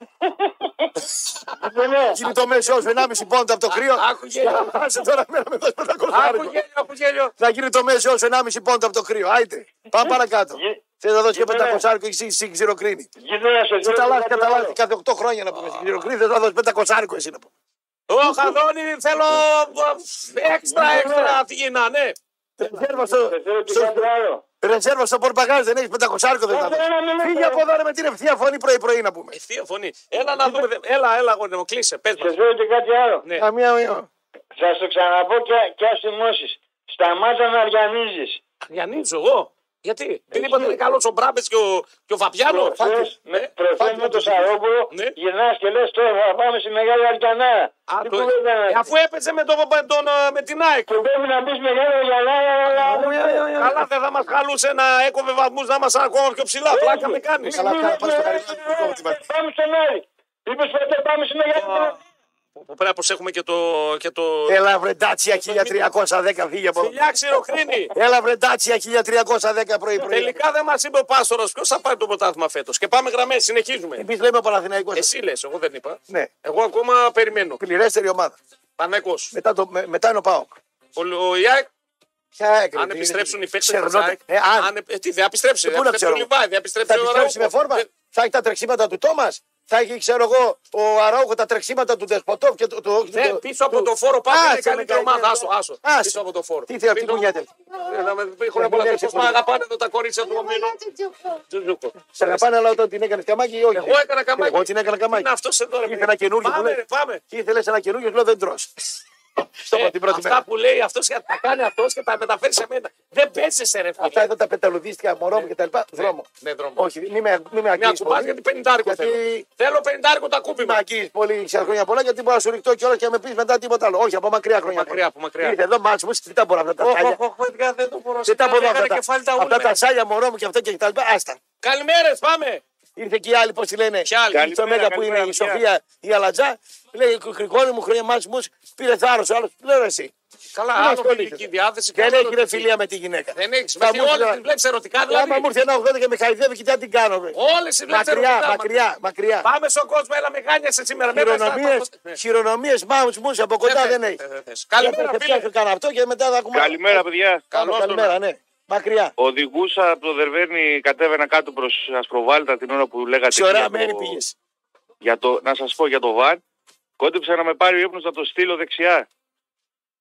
Speaker 7: ναι,
Speaker 2: Κινητό μέσο σου 1,5 πόντο από το κρύο.
Speaker 1: άκουγε.
Speaker 2: Άσε τώρα μέρα με το
Speaker 1: Άκου
Speaker 2: 500
Speaker 1: γέλιο, άκου γέλιο.
Speaker 2: Θα γίνει το μέσο σου 1,5 πόντο από το κρύο. Άιτε. Πάμε παρακάτω.
Speaker 7: Γι-
Speaker 2: Θε να δώσει και
Speaker 7: Γείτονα.
Speaker 2: 500 άρικο εσύ στην ξηροκρίνη.
Speaker 7: Γείτονα σε
Speaker 2: Τι τα
Speaker 7: θέλω
Speaker 2: λάθη,
Speaker 7: κάτι
Speaker 2: κατά
Speaker 7: άλλο.
Speaker 2: λάθη, κάθε 8 χρόνια να πούμε στην ξηροκρίνη. Θε να δώσει 500 άρικο εσύ να πούμε.
Speaker 1: Ω, Χαδόνι, θέλω έξτρα, έξτρα. Τι γίνα, ναι.
Speaker 2: Ρεζέρβα στο.
Speaker 7: Σε θέλω και
Speaker 2: στο-
Speaker 7: κάτι άλλο.
Speaker 2: Ρεζέρβα στο πορπαγάζ δεν έχεις 500 άρικο δεν θα
Speaker 7: Ε, θέλω να μην
Speaker 2: δώσει. Φύγε
Speaker 7: λέτε.
Speaker 2: από εδώ ρε, με την ευθεία φωνή πρωί-πρωί να πούμε.
Speaker 1: Ευθεία Ε, φωνή. Έλα να δούμε. δε- Έλα, έλα, αγόρι μου, κλείσε. Πες
Speaker 7: Σε
Speaker 1: μα.
Speaker 7: θέλω και κάτι άλλο.
Speaker 1: Ε.
Speaker 2: Καμία μία.
Speaker 7: Θα σου ξαναπώ και, και ας θυμώσεις. Σταμάτα να αριανίζεις.
Speaker 1: Γιαννίτζο, εγώ. Γιατί δεν είπατε Ε, είναι καλός ο Μπράμπες και ο, και ο Φαπιάνο.
Speaker 7: Προχθές
Speaker 1: Ναι.
Speaker 7: με- προχθές με τον
Speaker 2: φάκελο.
Speaker 7: Σαρόπουλο
Speaker 1: Ναι.
Speaker 7: γυρνάς και λες τώρα θα πάμε στη Μεγάλη Αριανά.
Speaker 1: Α, το-
Speaker 7: Τι κουβέντα
Speaker 1: ε,
Speaker 7: να-
Speaker 1: Αφού έπαιζε με, τον, τον, ε, ναι. με την ΑΕΚ.
Speaker 7: Που πρέπει να μπεις Μεγάλη Αριανά. αλλά-
Speaker 1: Καλά δεν θα μα χαλούσε να έκοβε βαθμού να είμαστε ακόμα πιο ψηλά. Πλάκα με κάνει.
Speaker 2: Καλά, καλά, πας στο καρύδι.
Speaker 7: Πάμε στον Άρη. Είπες ποτέ πάμε στη Μεγάλη Αριανά.
Speaker 1: Πρέπει να προσέχουμε και το. Και το...
Speaker 2: Έλα βρε Ντάτσια 1310 φύγε από εδώ.
Speaker 1: Φιλιά, ξηροκρίνη.
Speaker 2: Έλα βρε Ντάτσια 1310 πρωί-πρωί.
Speaker 1: Τελικά δεν μας είπε ο Πάστορα ποιος θα πάρει το πρωτάθλημα φέτος. Και πάμε γραμμές, συνεχίζουμε.
Speaker 2: Εμείς λέμε Παναθηναϊκός.
Speaker 1: Εσύ λες, εγώ δεν είπα.
Speaker 2: Ναι,
Speaker 1: Εγώ ακόμα περιμένω.
Speaker 2: πληρέστερη ομάδα.
Speaker 1: Πανέκο.
Speaker 2: Μετά, το, με- μετά είναι ο Πάοκ.
Speaker 1: Ο, ο Ιάκ,
Speaker 2: Ποια έκρητη,
Speaker 1: αν
Speaker 2: Ε, είναι
Speaker 1: επιστρέψουν οι
Speaker 2: εκεί.
Speaker 1: παίκτε τη
Speaker 2: Ξερνώτα.
Speaker 1: ΑΕΚ.
Speaker 2: Ε, αν,
Speaker 1: αν, ε, τι, δεν επιστρέψει.
Speaker 2: Ε,
Speaker 1: Δεν
Speaker 2: πού να
Speaker 1: επιστρέψει ο
Speaker 2: ξέρω.
Speaker 1: Λιβάη, δεν
Speaker 2: θα
Speaker 1: επιστρέψει ο Ε,
Speaker 2: επιστρέψει με
Speaker 1: Αραούχο.
Speaker 2: φόρμα,
Speaker 1: Δεν-
Speaker 2: θα έχει τα τρεξίματα του Τόμας, θα έχει, ξέρω εγώ, ο Αράουχο τα τρεξίματα του Δεσποτόφ και του. του,
Speaker 1: Ναι,
Speaker 2: του-
Speaker 1: πίσω από
Speaker 2: του-
Speaker 1: το φόρο
Speaker 2: Άσε
Speaker 1: πάμε. Είναι
Speaker 2: με,
Speaker 1: καλύτερη
Speaker 2: καλή
Speaker 1: ομάδα.
Speaker 2: ομάδα.
Speaker 1: Άσο, άσο.
Speaker 2: Άσε.
Speaker 1: Πίσω από το φόρο.
Speaker 2: Τι θέλει αυτή
Speaker 1: Πίσω-
Speaker 2: που νιέται.
Speaker 1: Ε, να με- Έχουν
Speaker 2: μην
Speaker 1: πολλά
Speaker 2: έρθει
Speaker 1: κόσμο.
Speaker 2: πολύ.
Speaker 1: Αγαπάνε εδώ τα κορίτσια του ομίλου. Τζουτζούκο.
Speaker 2: Σε αγαπάνε, αλλά όταν την έκανες καμάκι ή όχι.
Speaker 1: Εγώ έκανα καμάκι.
Speaker 2: Εγώ την έκανα καμάκι.
Speaker 1: Είναι αυτός εδώ, ρε
Speaker 2: Ήθελα
Speaker 1: παιδί.
Speaker 2: καινούργιο,
Speaker 1: Πάμε,
Speaker 2: μου λέει.
Speaker 1: ρε, πάμε.
Speaker 2: Και ήθελες ένα καινούργιο, λέω δεν τρώ. Στο είπα
Speaker 1: Ε,
Speaker 2: την πρώτη
Speaker 1: Αυτά
Speaker 2: μέρα.
Speaker 1: που λέει αυτός και τα κάνει αυτός και τα μεταφέρει σε μένα. Δεν παίζεσαι, ρε
Speaker 2: Αυτά
Speaker 1: φίλε.
Speaker 2: εδώ τα πεταλουδίστηκα, μωρό μου και τα λοιπά. Δρόμο.
Speaker 1: Ναι, δρόμο.
Speaker 2: Όχι, μην με, μην με
Speaker 1: Μια
Speaker 2: αγγίζεις
Speaker 1: κουμπά
Speaker 2: πολύ.
Speaker 1: γιατί 50
Speaker 2: Γιατί-
Speaker 1: θέλω. Θέλω 50 το
Speaker 2: Μ'
Speaker 1: ακούπημα.
Speaker 2: αγγίζεις πολύ σε χρόνια πολλά γιατί μπορώ να σου ρηχτώ κιόλα και να με πεις μετά τίποτα άλλο. Όχι, από μακριά χρόνια.
Speaker 1: μακριά,
Speaker 2: πολλά.
Speaker 1: από μακριά.
Speaker 2: Ήρθε εδώ, μάτσο μου, τι τα μπορώ αυτά τα
Speaker 1: Όχι,
Speaker 2: σάλια.
Speaker 1: όχι, όχι, παιδιά, δεν το μπορώ.
Speaker 2: Δεν τα
Speaker 1: Έκανα
Speaker 2: μπορώ αυτά.
Speaker 1: κεφάλι
Speaker 2: τα-
Speaker 1: τα
Speaker 2: Αυτά
Speaker 1: ούλα.
Speaker 2: τα σάλια μωρό μου και αυτό και τα λοιπά. Άστα.
Speaker 1: Καλημέρες, πάμε.
Speaker 2: Ήρθε και οι άλλοι, πώς τη λένε.
Speaker 1: Ποιοι άλλοι?
Speaker 2: Στο
Speaker 7: Καλημέρα,
Speaker 2: Μέγα που είναι
Speaker 7: καλημέρα,
Speaker 2: η
Speaker 7: παιδιά.
Speaker 2: Σοφία, η Αλατζά. Λέει, γρηγόρη μου, χρόνια μάτς μου, πήρε θάρρος. Άλλο λέω ρε εσύ.
Speaker 1: Καλά,
Speaker 2: Δεν
Speaker 1: άλλο
Speaker 2: ασχολείσαι.
Speaker 1: φιλική διάθεση.
Speaker 2: Δεν
Speaker 1: καλό
Speaker 2: έχει ρε
Speaker 1: ερωτική.
Speaker 2: φιλία με τη γυναίκα.
Speaker 1: Δεν έχει. Με
Speaker 2: Θα μου έρθει
Speaker 1: όλε
Speaker 2: ένα-
Speaker 1: τι βλέπει ερωτικά δηλαδή.
Speaker 2: Άμα μου ήρθε ένα 80 και με χαϊδεύει, κοιτά τι κάνω. βρε.
Speaker 1: Όλε τι βλέπει
Speaker 2: Μακριά,
Speaker 1: ερωτικά.
Speaker 2: μακριά, μακριά.
Speaker 1: Πάμε στον κόσμο, έλα μεγάνιασε σήμερα. Μην
Speaker 2: Χειρονομίε,
Speaker 1: Ναι.
Speaker 2: χειρονομίες μάουτ μου από κοντά δεν έχει.
Speaker 1: Καλημέρα,
Speaker 2: θα
Speaker 1: φίλε.
Speaker 2: πιάσω κανένα αυτό και μετά θα ακούμε. Ε,
Speaker 7: Καλημέρα, παιδιά.
Speaker 2: Καλό,
Speaker 1: Καλώς τον
Speaker 2: καλημέρα, ναι. Μακριά.
Speaker 7: Οδηγούσα από το Δερβαίνη, κατέβαινα κάτω προς Ασκροβάλτα την ώρα που λέγατε.
Speaker 2: Τι ωραία
Speaker 7: για το-
Speaker 2: μέρη πήγες.
Speaker 7: Για το, να σας πω για το βαν. Κόντεψα να με πάρει ο ύπνος να το στείλω δεξιά.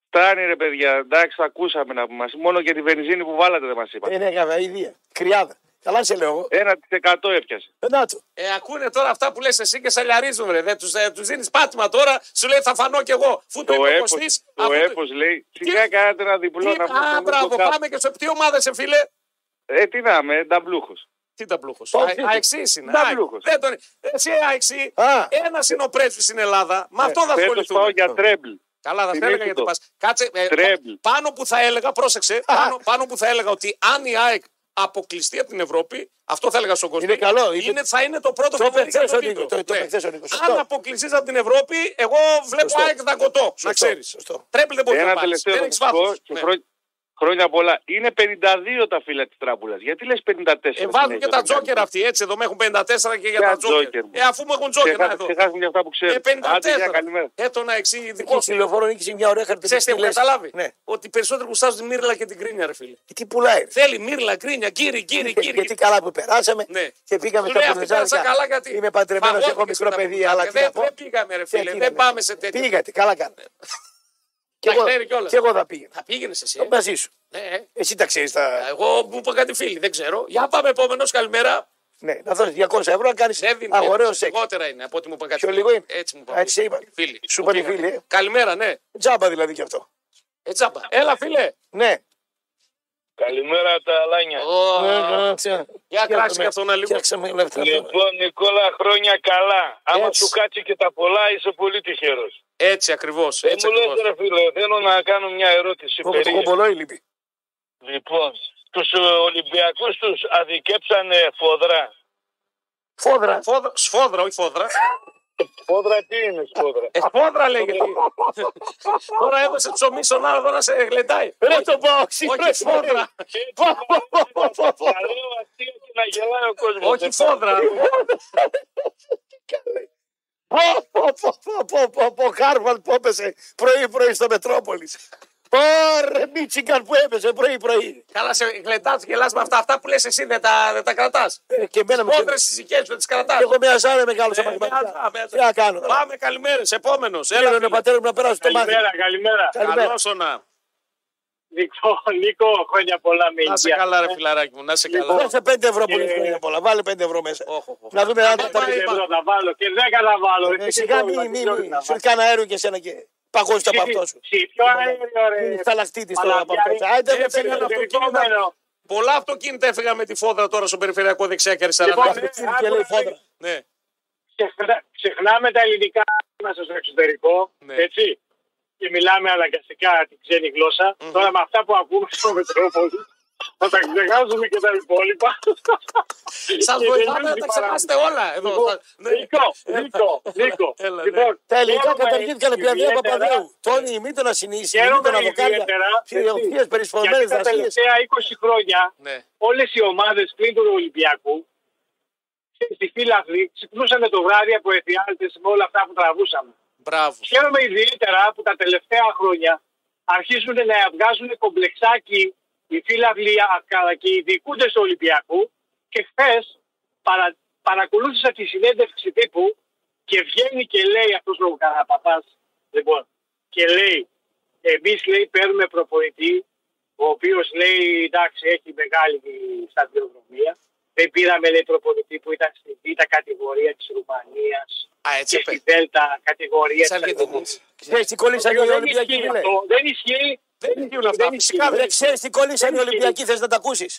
Speaker 7: Φτάνει ρε παιδιά, εντάξει, τα ακούσαμε να μας, Μόνο για τη βενζίνη που βάλατε δεν μας είπατε.
Speaker 2: Ε, ναι, βέβαια, ιδία. Κρυάδα. Καλά σε λέω εγώ.
Speaker 7: Ένα της εκατό έπιασε.
Speaker 2: Ε, να το.
Speaker 1: Ε, ακούνε τώρα αυτά που λες εσύ και σαλιαρίζουν, ρε. Δεν τους, ε, τους δίνεις πάτημα τώρα, σου λέει θα φανώ κι εγώ. Φού το
Speaker 7: Το
Speaker 1: είπε ο
Speaker 7: έπος,
Speaker 1: Κωστής. αφού
Speaker 7: το
Speaker 1: το-
Speaker 7: έπος λέει, σιγά κάνατε ένα διπλό
Speaker 1: Τι-
Speaker 7: να πούμε,
Speaker 1: Α,
Speaker 7: το
Speaker 1: μπράβο,
Speaker 7: κάπου.
Speaker 1: πάμε και σε ποια ομάδα σε φίλε.
Speaker 7: Ε, τι να είμαι, νταμπλούχος.
Speaker 1: Τι τα πλούχος.
Speaker 2: Το-
Speaker 1: Αεξής είναι.
Speaker 7: Τα
Speaker 1: Α,
Speaker 7: πλούχος.
Speaker 1: Δεν τον... Εσύ αεξή,
Speaker 2: Α.
Speaker 1: ένας είναι ο πρέσβης στην Ελλάδα. Με αυτό θα
Speaker 7: Ε, Φέτος πάω
Speaker 1: ασχοληθούμε.
Speaker 7: για τρέμπλ.
Speaker 1: Καλά, θα σε
Speaker 7: Θυμήθη
Speaker 1: έλεγα γιατί
Speaker 7: το.
Speaker 1: πας. Κάτσε, ε,
Speaker 7: Τρέμπλ.
Speaker 1: πα- πάνω που θα έλεγα, πρόσεξε, πάνω, πάνω που θα έλεγα ότι αν η ΑΕΚ αποκλειστεί από την Ευρώπη, αυτό θα έλεγα στον κόσμο.
Speaker 2: Είναι καλό, είπε-
Speaker 1: Είναι, θα είναι το πρώτο
Speaker 2: Το
Speaker 1: φαβορί
Speaker 2: είπε
Speaker 1: για
Speaker 2: χθες ο
Speaker 1: τίτλο.
Speaker 2: Νίκος, το- το
Speaker 1: Ναι.
Speaker 2: είπε χθες ο Νίκος, σωστό.
Speaker 1: Αν αποκλειστείς από την Ευρώπη, εγώ βλέπω
Speaker 2: Σωστό.
Speaker 1: ΑΕΚ δαγκωτό. Να
Speaker 2: Σωστό,
Speaker 1: ξέρεις.
Speaker 2: σωστό.
Speaker 1: Τρέμπλ δεν μπορεί να
Speaker 7: Ένα
Speaker 1: πάρει.
Speaker 7: τελευταίο
Speaker 1: Δεν Ναι.
Speaker 7: να
Speaker 1: έχει
Speaker 7: σας πω
Speaker 1: βάθος.
Speaker 7: και χρό- χρόνια πολλά. Είναι 52 τα φύλλα της τράμπουλας. Γιατί λες 54
Speaker 1: Ε, βάζουν
Speaker 7: συνέχεια,
Speaker 1: και τα
Speaker 7: να κάνεις.
Speaker 1: τζόκερ αυτοί έτσι. Εδώ με έχουν 54 και για
Speaker 7: Ποια
Speaker 1: τα τζόκερ.
Speaker 7: τζόκερ, μου.
Speaker 1: Ε, αφού μου έχουν τζόκερ. να,
Speaker 7: Ξεχά-
Speaker 1: εδώ.
Speaker 7: Ξεχάσουμε για αυτά που
Speaker 1: Ε,
Speaker 7: ξέρουμε. Άντε, γεια,
Speaker 1: 54.
Speaker 7: καλημέρα.
Speaker 1: Ε, το να εξήγει δικό
Speaker 2: Εκεί
Speaker 1: σου.
Speaker 2: στη λεωφόρο νίκησε μια ωραία
Speaker 1: Ξέρεις τι
Speaker 2: χαρτοπιστή.
Speaker 1: έχω καταλάβει.
Speaker 2: Ναι.
Speaker 1: Ότι περισσότερο γουστάζουν τη Μύρλα και την Κρίνια, ρε φίλε.
Speaker 2: Και Τι πουλάει. ρε.
Speaker 1: Θέλει Μύρλα, Κρίνια, κύριε, κύριε,
Speaker 2: Και-
Speaker 1: κύριε.
Speaker 2: Ε, Γιατί καλά που περάσαμε
Speaker 1: Ναι.
Speaker 2: και πήγαμε
Speaker 1: Του λέει,
Speaker 2: στα
Speaker 1: αυτή πέρασα καλά
Speaker 2: Πορτοζάρικα.
Speaker 1: γιατί.
Speaker 2: Είμαι παντρεμένος,
Speaker 1: Μαγώθηκε
Speaker 2: έχω
Speaker 1: στα
Speaker 2: μικρό παιδί,
Speaker 1: Πορτοζάρικα.
Speaker 2: αλλά τι
Speaker 1: δεν,
Speaker 2: να πω. Ε,
Speaker 1: δεν πήγαμε, ρε
Speaker 2: Τι
Speaker 1: φίλε.
Speaker 2: να
Speaker 1: Δεν
Speaker 2: πω.
Speaker 1: πάμε σε τέτοιο. Ναι.
Speaker 2: Πήγατε, καλά κάνατε. Και
Speaker 1: Τα
Speaker 2: εγώ,
Speaker 1: ξέρει κιόλας.
Speaker 2: και εγώ θα πήγαινα.
Speaker 1: Θα πήγαινες εσύ.
Speaker 2: Ε,
Speaker 1: ε.
Speaker 2: Μαζί σου.
Speaker 1: Ναι, ε.
Speaker 2: Εσύ τα ξέρεις τα.
Speaker 1: Εγώ μου είπα κάτι φίλοι, δεν ξέρω. Για πάμε επόμενος, καλημέρα.
Speaker 2: Ναι, να δώσεις 200 ευρώ να κάνεις
Speaker 1: Δεν δίνει.
Speaker 2: αγοραίο σεξ.
Speaker 1: Λιγότερα είναι από ό,τι μου είπα κάτι.
Speaker 2: Πιο
Speaker 1: φίλοι.
Speaker 2: λίγο είναι.
Speaker 1: Έτσι μου
Speaker 2: Α, έτσι
Speaker 1: είπα.
Speaker 2: είπα.
Speaker 1: Φίλοι.
Speaker 2: Σου
Speaker 1: Μου
Speaker 2: είπαν οι
Speaker 1: πήγανε.
Speaker 2: φίλοι, ε.
Speaker 1: Καλημέρα, ναι.
Speaker 2: Τζάμπα δηλαδή κι αυτό.
Speaker 1: Ε, τσάμπα. Έλα, φίλε.
Speaker 2: Ναι.
Speaker 7: Καλημέρα τα
Speaker 2: Ε,
Speaker 7: αλάνια.
Speaker 1: Ω,
Speaker 2: Ξε-
Speaker 1: Για
Speaker 2: φτιάξαμε-
Speaker 1: κράξε και αυτό να λίγο.
Speaker 2: φτιάξαμε όλα αυτά.
Speaker 7: Λοιπόν, Νικόλα, χρόνια καλά. Άμα
Speaker 2: Έτσι.
Speaker 7: σου κάτσει και τα πολλά, είσαι πολύ τυχερός.
Speaker 1: Έτσι ακριβώς.
Speaker 7: Δεν μου λες ρε φίλε, θέλω να κάνω μια ερώτηση
Speaker 2: Το το
Speaker 7: περίεργη.
Speaker 2: κομπολόι λείπει.
Speaker 7: Λοιπόν, τους ε, Ολυμπιακούς τους αδικέψανε φοδρά.
Speaker 2: Φόδρα.
Speaker 1: Σφόδρα, όχι φόδρα.
Speaker 7: Φόδρα τι είναι σφόδρα.
Speaker 1: Ε, φόδρα λέγεται. Τώρα έδωσε ψωμί στον άλλο, τώρα σε γλεντάει.
Speaker 2: Ρε το πάω,
Speaker 1: Όχι φόδρα.
Speaker 7: Τα λέω αστεία και να γελάει ο κόσμος.
Speaker 1: Όχι
Speaker 7: Δεν
Speaker 1: φόδρα.
Speaker 2: Πω, πω, πω, πω, πω, πω, Χάρβαλ που έπεσε πρωί-πρωί στο Μετρόπολης. Ωρε, Μίτσικαν που έπεσε πρωί-πρωί.
Speaker 1: Καλά, σε γλεντάς, γελάς με αυτά. Αυτά που λες εσύ δεν τα, δεν τα κρατάς.
Speaker 2: Ε, Και εμένα με
Speaker 1: Φόδρε
Speaker 2: Και
Speaker 1: τι δικέ σου, δεν Ε, τις κρατάς.
Speaker 2: εγώ μια ζάρα μεγάλο στα μαθηματικά. Τι να κάνω. τώρα.
Speaker 1: Πάμε, καλημέρες. Επόμενος. Έλα,
Speaker 2: Έλα, ο
Speaker 1: φίλε.
Speaker 2: πατέρα μου να περάσει το μάθημα.
Speaker 8: Καλημέρα, καλημέρα.
Speaker 2: Καλημέρα.
Speaker 1: Καλό να.
Speaker 8: Νικό, Νίκο, χρόνια πολλά με
Speaker 1: Να σε
Speaker 8: υγεία.
Speaker 1: καλά, ρε φιλαράκι μου, να σε καλά.
Speaker 2: Δώσε 5 ευρώ που
Speaker 8: Και-
Speaker 2: είναι χρόνια πολλά. Βάλε 5 ευρώ μέσα.
Speaker 1: Όχ, όχ, όχ.
Speaker 2: Να δούμε αν
Speaker 1: Άμα
Speaker 2: θα
Speaker 8: Πέντε
Speaker 1: πάει-
Speaker 2: τα
Speaker 8: ευρώ να βάλω και δέκα να βάλω.
Speaker 2: Ε,
Speaker 8: Τι
Speaker 2: Σιγά
Speaker 8: πρόβλημα,
Speaker 2: μη,
Speaker 8: τι
Speaker 2: μη,
Speaker 8: πρόβλημα
Speaker 2: μη.
Speaker 8: να
Speaker 2: Σου
Speaker 8: βάλω.
Speaker 2: κάνα αέριο και εσένα και παγώσει το από αυτό σου.
Speaker 8: Συ- Πιο αέριο, ρε.
Speaker 2: Θα λαχτεί τώρα από αυτό. Άιντε με
Speaker 1: Έφυγε
Speaker 2: φέρνει
Speaker 1: ένα
Speaker 2: αυτό.
Speaker 1: αυτοκίνητο.
Speaker 8: Περιεχόμενο.
Speaker 1: Πολλά αυτοκίνητα έφυγαν με τη φόδρα τώρα στον περιφερειακό δεξιά και αριστερά.
Speaker 8: Λοιπόν,
Speaker 1: Ναι.
Speaker 8: ε,
Speaker 2: Και λέει
Speaker 8: άκουρα,
Speaker 2: φόδρα.
Speaker 1: Ναι,
Speaker 8: ξεχνά- Ξεχνάμε τα ελληνικά μέσα στο εξωτερικό,
Speaker 1: Ναι.
Speaker 8: έτσι. Και μιλάμε αναγκαστικά την ξένη γλώσσα. Τώρα με αυτά που ακούμε στο Μετρόπολη, θα τα ξεχάσουμε και τα υπόλοιπα.
Speaker 1: Σας
Speaker 8: Και
Speaker 1: βοηθάμε να τα
Speaker 8: τελειώνει η Λοιπόν,
Speaker 1: ξεχάσετε όλα εδώ. Θα- ναι.
Speaker 8: Νίκο, Νίκο, Νίκο.
Speaker 1: [LAUGHS] Έλα, ναι.
Speaker 8: Λοιπόν,
Speaker 2: Τα ελληνικά
Speaker 8: χαίρομαι
Speaker 2: καταργήθηκαν επί Ανδρέα
Speaker 8: ιδιαίτερα-
Speaker 2: Παπαδέου. Τόνι, η μήτωνα συνείσχυση, η
Speaker 8: Χαίρομαι
Speaker 2: μήτωνα βοκάλια.
Speaker 8: ιδιαίτερα, έτσι,
Speaker 2: Φιλιοξίε
Speaker 8: Γιατί
Speaker 2: περισπασμένε
Speaker 8: τα
Speaker 2: δασκίε.
Speaker 8: τελευταία 20 χρόνια
Speaker 1: Ναι.
Speaker 8: όλες οι ομάδες πλην του Ολυμπιακού στη φύλλα αυτή ξυπνούσαν το βράδυ από εφιάλτες με όλα αυτά που τραβούσαμε.
Speaker 1: Μπράβο.
Speaker 8: Χαίρομαι ιδιαίτερα που τα τελευταία χρόνια αρχίζουν να βγάζουν κομπλεξάκι οι φίλαβλοι α- και οι διοικούντε του Ολυμπιακού. Και χθες παρα, παρακολούθησα τη συνέντευξη τύπου και βγαίνει και λέει αυτός ο Καραπαπάς. Λοιπόν, και λέει, εμείς λέει παίρνουμε προπονητή, ο οποίος λέει εντάξει έχει μεγάλη σταδιοδρομία. Δεν πήραμε λέει προπονητή που ήταν στη β' κατηγορία της Ρουμανίας
Speaker 1: Α, έτσι
Speaker 8: και στη
Speaker 1: είπε.
Speaker 8: Δέλτα κατηγορία
Speaker 1: Σαν
Speaker 8: της
Speaker 1: γιατί.
Speaker 8: Αργεντινής.
Speaker 2: Ξέρει τι κολλήσαν οι
Speaker 8: Δεν
Speaker 2: Ολυμπιακοί,
Speaker 8: ισχύει
Speaker 2: φίλε.
Speaker 8: αυτό. Δεν ισχύει.
Speaker 1: Δεν γίνουν αυτά.
Speaker 8: δεν
Speaker 1: Φυσικά
Speaker 8: ισχύει.
Speaker 1: δεν
Speaker 2: Ρε, ξέρεις τι κολλήσαν οι
Speaker 8: Δεν ισχύει.
Speaker 2: Ολυμπιακοί, θες να τα ακούσεις.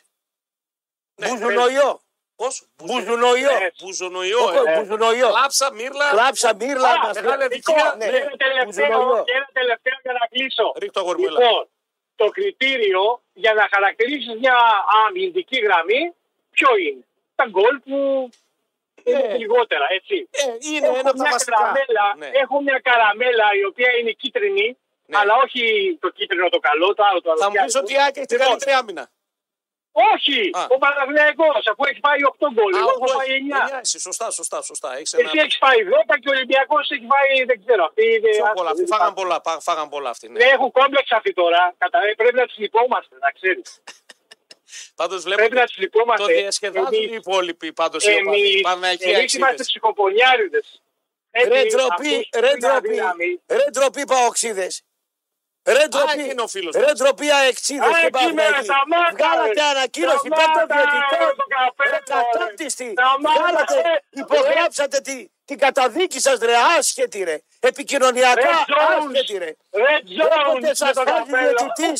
Speaker 8: Ναι, ε,
Speaker 2: Μπουζουνοϊό.
Speaker 1: Πώ.
Speaker 2: Μπουζουνοϊό.
Speaker 1: Μπουζονοϊό.
Speaker 2: Ω,
Speaker 1: ε.
Speaker 2: Μπουζουνοϊό.
Speaker 1: Κλάψα, μύρλα.
Speaker 2: Κλάψα, μύρλα,
Speaker 8: Α,
Speaker 2: μαστά.
Speaker 1: μεγάλη
Speaker 8: Νικό,
Speaker 1: επιτυχία.
Speaker 8: και
Speaker 2: Ναι.
Speaker 8: λοιπόν,
Speaker 2: Ε,
Speaker 8: ένα τελευταίο,
Speaker 2: Μπουζουνοϊό.
Speaker 8: και ένα τελευταίο για να κλείσω.
Speaker 1: Ρίχτω αγόρι μου, έλα.
Speaker 8: Λοιπόν, το κριτήριο για να χαρακτηρίσεις μια αμυντική γραμμή, ποιο είναι. τα γκολ που είναι λιγότερα, έτσι.
Speaker 2: Ε, είναι
Speaker 8: Ε, έχω
Speaker 2: Ε, ένα από τα
Speaker 8: μια
Speaker 2: βασικά.
Speaker 8: καραμέλα,
Speaker 1: Ναι.
Speaker 8: Έχω μια καραμέλα η οποία είναι κίτρινη, αλλά όχι το κίτρινο το καλό, το άλλο το άλλο.
Speaker 2: Ναι. Θα μου πεις ότι η ΑΕΚ έχει την
Speaker 8: Λοιπόν.
Speaker 2: καλύτερη άμυνα.
Speaker 8: Όχι!
Speaker 1: Α.
Speaker 8: Ο Παναθηναϊκός, αφού έχει πάει 8 γκολ, εγώ έχω
Speaker 1: όχι,
Speaker 8: πάει 9.
Speaker 1: εννιά, εσύ, Σωστά, σωστά, σωστά. Έχεις
Speaker 8: Λοιπόν, Εσύ
Speaker 1: ένα...
Speaker 8: έχεις πάει 10 και ο Ολυμπιακός έχει πάει, δεν ξέρω. Αυτή είναι
Speaker 1: Πιο
Speaker 8: άσχημη,
Speaker 1: πολλά.
Speaker 8: δεν
Speaker 1: Αυτοί
Speaker 8: υπάρχει.
Speaker 1: φάγαν πολλά. πά- Φάγαν πολλά αυτοί. Ναι.
Speaker 8: Ναι, έχουν κόμπλεξ αυτή τώρα. Κατα... ε, Πρέπει να τις λυπόμαστε, να ξέρεις.
Speaker 1: Πάντως βλέπω
Speaker 8: Πρέπει να τις
Speaker 1: το
Speaker 8: λυπόμαστε.
Speaker 1: διασκεδάζουν οι υπόλοιποι πάντως οι οπαδοί.
Speaker 8: Εμεί
Speaker 1: Παναγία
Speaker 8: είμαστε ψυχοπονιάριδε.
Speaker 2: Ρε ντροπή, ρε ντροπή, ρε ντροπή παοξίδες. Ρε ντροπή,
Speaker 1: είναι ο φίλος
Speaker 2: ρε ντροπή αεξίδες
Speaker 8: Α,
Speaker 2: και
Speaker 8: εκεί με
Speaker 2: Παναθηναϊκοί.
Speaker 8: σταμάτα,
Speaker 2: Βγάλατε
Speaker 8: ρε.
Speaker 2: ανακοίνωση,
Speaker 8: Σταμάτα,
Speaker 2: πέντε
Speaker 8: ρε, το
Speaker 2: διαιτητών, ρε
Speaker 8: καφέ, ρε. ε.
Speaker 2: κατάπτυστη.
Speaker 8: Σταμάτα,
Speaker 2: Βγάλατε,
Speaker 8: ρε.
Speaker 2: υπογράψατε τη- την καταδίκη σας ρε, άσχετη ρε. Επικοινωνιακά
Speaker 8: Ρε, Jones.
Speaker 2: άσχετη ρε.
Speaker 8: Ρε
Speaker 2: Όποτε
Speaker 8: Τζόουνς
Speaker 2: σας
Speaker 8: με το
Speaker 2: φάει
Speaker 8: καπέλο.
Speaker 2: διαιτητής,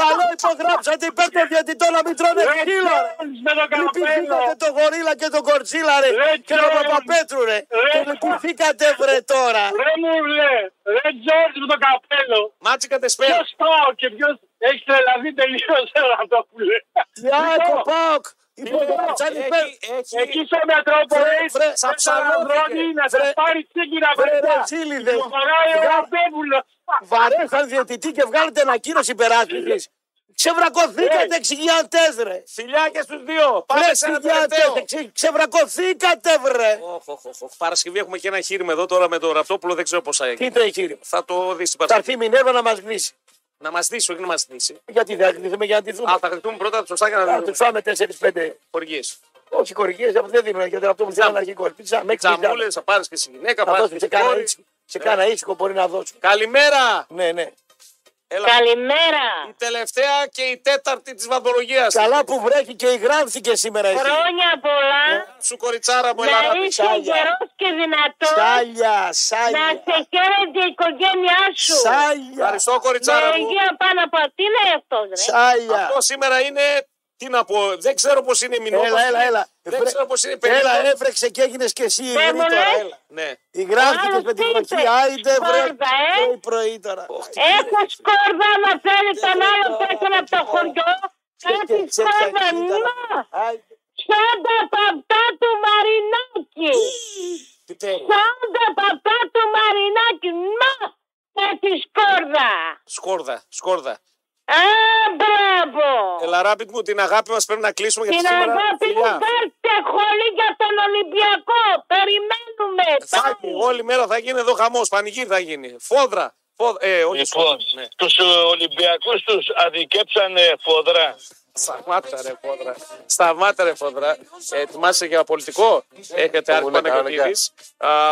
Speaker 2: καλό υπογράψατε υπέρ των διαιτητών να μην τρώνε
Speaker 8: Ρε
Speaker 2: ξύλο ρε.
Speaker 8: Jones με το
Speaker 2: Λυπηθήκατε
Speaker 8: καπέλο.
Speaker 2: τον Γορίλα και τον Κορτσίλα ρε
Speaker 8: Ρε
Speaker 2: και τον
Speaker 8: Jones.
Speaker 2: Παπαπέτρου ρε.
Speaker 8: Ρε.
Speaker 2: Τον λυπηθήκατε βρε τώρα.
Speaker 8: Ρε μου βλέ. Ρε Τζόουνς με το καπέλο.
Speaker 1: Μάτσικα τεσπέρα.
Speaker 8: Ποιος πάω και ποιος έχει τρελαθεί τελείως έλα αυτό που λέει. Λοιπόν,
Speaker 2: Ιάκο Πάοκ. Υπογράψαν υπέρ.
Speaker 1: Έχει, έχει,
Speaker 8: Εκεί στο Μετρόπολη
Speaker 2: Βρε, βρε,
Speaker 8: θα ψαλώνει να
Speaker 2: βρε,
Speaker 8: σας πάρει τσίγκυρα
Speaker 2: βρε,
Speaker 8: παιδιά.
Speaker 2: Βασίλειδες.
Speaker 8: Του χωράει ο
Speaker 2: Βγα-
Speaker 8: Ραπέβουλος.
Speaker 2: Βαρέσαν διαιτητή και βγάλετε ανακοίνωση υπεράσπιση. Ξεβρακωθήκατε εξηγιαντές ρε.
Speaker 1: Φιλιά και στους δύο.
Speaker 2: Ρε
Speaker 1: Πάμε σε ένα τελευταίο.
Speaker 2: εξηγιαντές. ξε- Ξεβρακωθήκατε βρε.
Speaker 1: Οχ, οχ, οχ, οχ. Παρασκευή έχουμε και ένα χείριμο εδώ τώρα με τον Ραπτόπουλο. Δεν ξέρω πόσα
Speaker 2: Τι
Speaker 1: έχει.
Speaker 2: ήταν κύριο.
Speaker 1: Θα το δεις την
Speaker 2: Θα
Speaker 1: Παρασκευή.
Speaker 2: έρθει η Μινέρβα να μας γνήσει.
Speaker 1: Να μας δείσει, όχι να μας δείσει.
Speaker 2: Γιατί θα γνηθούμε για να τη
Speaker 1: Α,
Speaker 2: δούμε.
Speaker 1: θα χρειαστούμε πρώτα σωστά για να
Speaker 2: Θα
Speaker 1: δούμε.
Speaker 2: του φάμε 4-5.
Speaker 1: Χοριέ.
Speaker 2: Όχι κορυφαίε, δεν δίνουμε γιατί αυτό μου θέλει να έχει κόλπη.
Speaker 1: Τζαμούλε, θα Ε. πάρεις και εσύ γυναίκα.
Speaker 2: Θα
Speaker 1: πάρεις
Speaker 2: δώσω
Speaker 1: και
Speaker 2: σε
Speaker 1: εσύ
Speaker 2: κάνα
Speaker 1: κόρη. Ε,
Speaker 2: ίτσικο. Σε κάνα ίτσικο μπορεί να δώσω.
Speaker 1: Καλημέρα!
Speaker 2: Ναι, ναι.
Speaker 1: Έλα,
Speaker 6: Καλημέρα.
Speaker 1: η τελευταία και η τέταρτη της βαθμολογίας.
Speaker 2: Καλά που βρέχει και υγράψηκε σήμερα εσύ.
Speaker 6: Χρόνια πολλά.
Speaker 1: Σου κοριτσάρα μου, Ελλάδα.
Speaker 6: Να είσαι
Speaker 2: Σάλια.
Speaker 6: γερός και δυνατός.
Speaker 2: Σάλια,
Speaker 6: Να
Speaker 2: σάλια.
Speaker 6: σε χαίρεται η οικογένειά σου.
Speaker 2: Σάλια.
Speaker 1: Ευχαριστώ, κοριτσάρα
Speaker 6: Με
Speaker 2: Ναι,
Speaker 1: μου.
Speaker 6: υγεία πάνω από τι λέει αυτός ρε.
Speaker 2: Σάλια.
Speaker 1: Αυτό σήμερα είναι. Τι να πω, δεν ξέρω πώς είναι η μηνό.
Speaker 2: Έλα, έλα, έλα.
Speaker 1: Δεν ξέρω πώς είναι η περίοδος.
Speaker 2: Έλα, έφρεξε και έγινες και εσύ
Speaker 6: Δεν
Speaker 2: υγρή
Speaker 6: μου
Speaker 2: τώρα.
Speaker 6: λες.
Speaker 2: Έλα.
Speaker 1: Ναι.
Speaker 2: Υγράφηκε
Speaker 6: Άλλος
Speaker 2: με την
Speaker 6: τι
Speaker 2: βροχή.
Speaker 6: είπε.
Speaker 2: Άιντε, βρε.
Speaker 6: Σκόρδα, ε.
Speaker 2: Το πρωί τώρα.
Speaker 6: Έχω σκόρδα να φέρει τον άλλο
Speaker 2: τώρα,
Speaker 6: πέσαν από το
Speaker 2: τώρα.
Speaker 6: χωριό. Κάτι
Speaker 2: Και σε
Speaker 6: σκόρδα,
Speaker 2: ψαχτεί τώρα.
Speaker 6: να.
Speaker 2: Άιντε.
Speaker 6: Σαν τα παπτά του Μαρινάκη.
Speaker 1: Τι τέλειο.
Speaker 6: Σαν τα παπτά του Μαρινάκη. Να. Κάτι σκόρδα.
Speaker 1: Σκόρδα, σκόρδα.
Speaker 6: Α, μπράβο.
Speaker 1: Έλα, Ράμπιτ μου, την αγάπη μας πρέπει να κλείσουμε γιατί
Speaker 6: Την
Speaker 1: σήμερα. Ε,
Speaker 6: αγάπη μου
Speaker 1: Φιλιά.
Speaker 6: φέρτε χολή για τον Ολυμπιακό. Περιμένουμε.
Speaker 1: Ε, Θα,
Speaker 6: Πάμε.
Speaker 1: όλη μέρα θα γίνει εδώ χαμός. Πανηγύρι θα γίνει. Φόδρα. Φόδ, ε, όχι.
Speaker 9: Λοιπόν,
Speaker 1: Ναι.
Speaker 9: τους Ολυμπιακούς τους αδικέψανε φοδρά.
Speaker 1: Σταμάτα ρε φόδρα. Σταμάτα ρε φόδρα. Ε, Ετοιμάσαι για πολιτικό. Έχετε Άρη
Speaker 10: Πολύ κανονικά.
Speaker 1: Παναγιωτήδη.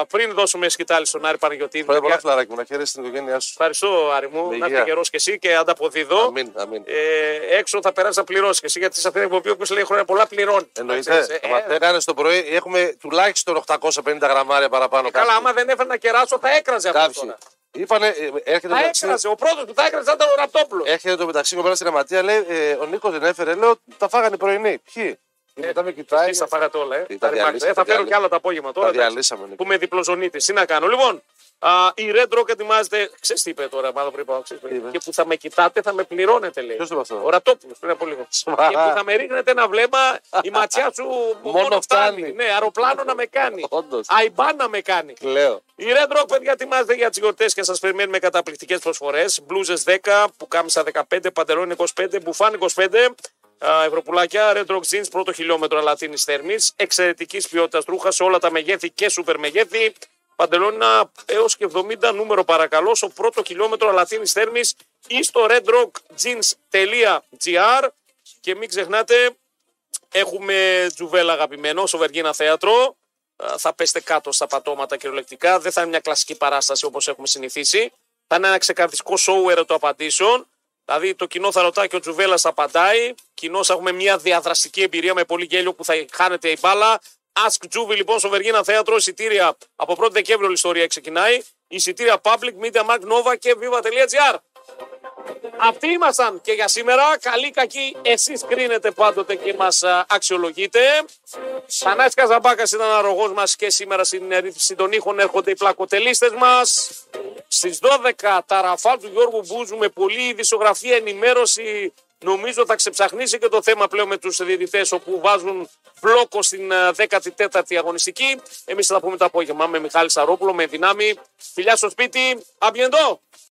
Speaker 1: Πριν δώσουμε σκητάλη στον Άρη Παναγιωτήδη.
Speaker 10: Πολλά πολλά
Speaker 1: παιδιά,
Speaker 10: φιλαράκι μου, να χαίρεσαι την οικογένειά σου.
Speaker 1: Ευχαριστώ Άρη μου.
Speaker 10: Με
Speaker 1: Να είστε
Speaker 10: υγεία.
Speaker 1: καιρό και εσύ και ανταποδίδω.
Speaker 10: Αμήν, αμήν.
Speaker 1: Ε, έξω θα περάσει να πληρώσει και εσύ γιατί σε αυτήν την εκπομπή όποιο λέει χρόνια πολλά πληρώνει. Να
Speaker 10: Εννοείται.
Speaker 1: ξέρεις, ε,
Speaker 10: Άμα
Speaker 1: ε,
Speaker 10: δεν έκανε το πρωί, έχουμε τουλάχιστον 850 γραμμάρια παραπάνω.
Speaker 1: Ε, Καλά,
Speaker 10: κάποιοι.
Speaker 1: άμα δεν έφερνα κεράσο θα έκραζε αυτό
Speaker 10: Κάποιοι.
Speaker 1: τώρα.
Speaker 10: Είπανε, ε, έρχεται
Speaker 1: Θα
Speaker 10: μεταξύ.
Speaker 1: έκραζε. Ο πρώτος που θα έκραζε θα ήταν ο Ραπτόπουλος.
Speaker 10: Έρχεται το μεταξύ κοπέλα στην αματία, λέει ε, ο Νίκος δεν έφερε, λέω τα φάγανε πρωινή. Ποιοι. Και μετά με κοιτάει.
Speaker 1: Τι θα φάγατε όλα, ε.
Speaker 10: Τι, τα
Speaker 1: Τα ρημάξατε.
Speaker 10: διαλύσατε,
Speaker 1: Ε, Θα φέρω
Speaker 10: διαλύσατε.
Speaker 1: κι άλλα το απόγευμα τώρα.
Speaker 10: Τα
Speaker 1: εντάξει.
Speaker 10: διαλύσαμε, Νίκο.
Speaker 1: Που με διπλοζωνίτη. Τι να κάνω. Λοιπόν, α, η Red Rock ετοιμάζεται. Ξέρεις τι είπε τώρα, μάλλον πριν πάω. ξέρεις τι είπε.
Speaker 10: είπε?
Speaker 1: Και που θα με κοιτάτε, θα με πληρώνετε, λέει.
Speaker 10: Ποιος το είπε αυτό?
Speaker 1: Ο Ρατόπουλος πριν από λίγο. και που θα με ρίχνετε ένα βλέμμα, η ματιά σου μόνο,
Speaker 10: Μόνο
Speaker 1: φτάνει.
Speaker 10: φτάνει.
Speaker 1: Ναι, αεροπλάνο να με κάνει.
Speaker 10: Όντως.
Speaker 1: Αϊμπάν να με κάνει.
Speaker 10: Λέω.
Speaker 1: Η Red Rock, παιδιά, ετοιμάζεται για τις γιορτές και σας περιμένει με καταπληκτικές προσφορές. Μπλούζες 10, πουκάμισα 15, παντελόνι 25, μπουφάν 25. α, Ευρωπουλάκια, Red Rock Jeans, πρώτο χιλιόμετρο αλατίνης θερμή. Εξαιρετικής ποιότητας ρούχας σε όλα τα μεγέθη και σούπερ μεγέθη. Παντελόνινα έως και 70 νούμερο παρακαλώ στο πρώτο χιλιόμετρο αλατίνη θέρμης ή στο redrockjeans.gr. Και μην ξεχνάτε, Έχουμε τζουβέλα αγαπημένο στο Βεργίνα Θέατρο. Ε, Θα πέστε κάτω στα πατώματα κυριολεκτικά. Δεν θα είναι μια κλασική παράσταση όπως έχουμε συνηθίσει. Θα είναι ένα ξεκαρδιστικό σοου ερωτοαπαντήσεων. Δηλαδή το κοινό θα ρωτάει και ο Τζουβέλας θα απαντάει. Κοινώς θα έχουμε μια διαδραστική εμπειρία με πολύ γέλιο που θα χάνεται η μπάλα. Ask Τζούβι λοιπόν στο Βεργίνα Θέατρο. Εισιτήρια από 1η Δεκέμβρη όλη η ιστορία ξεκινάει. Εισιτήρια Public, Media Mark Nova και viva.gr. Αυτοί ήμασταν και για σήμερα. Καλή κακή, εσείς κρίνετε πάντοτε και μας α, αξιολογείτε. Θανάσης Καζαμπάκας ήταν αρρωγός μας και σήμερα στην ρύθμιση των ήχων έρχονται οι πλακοτελίστες μας. Στις 12 τα ραφάλ του Γιώργου Μπούζου με πολλή ειδησιογραφία ενημέρωση. Νομίζω θα ξεψαχνίσει και το θέμα πλέον με τους διαιτητές όπου βάζουν μπλόκο στην ε, 14η αγωνιστική. Εμείς θα τα πούμε το απόγευμα με Μιχάλη Σαρόπουλο, με δυνάμει. Φιλιά στο σπίτι, αμπιεντό!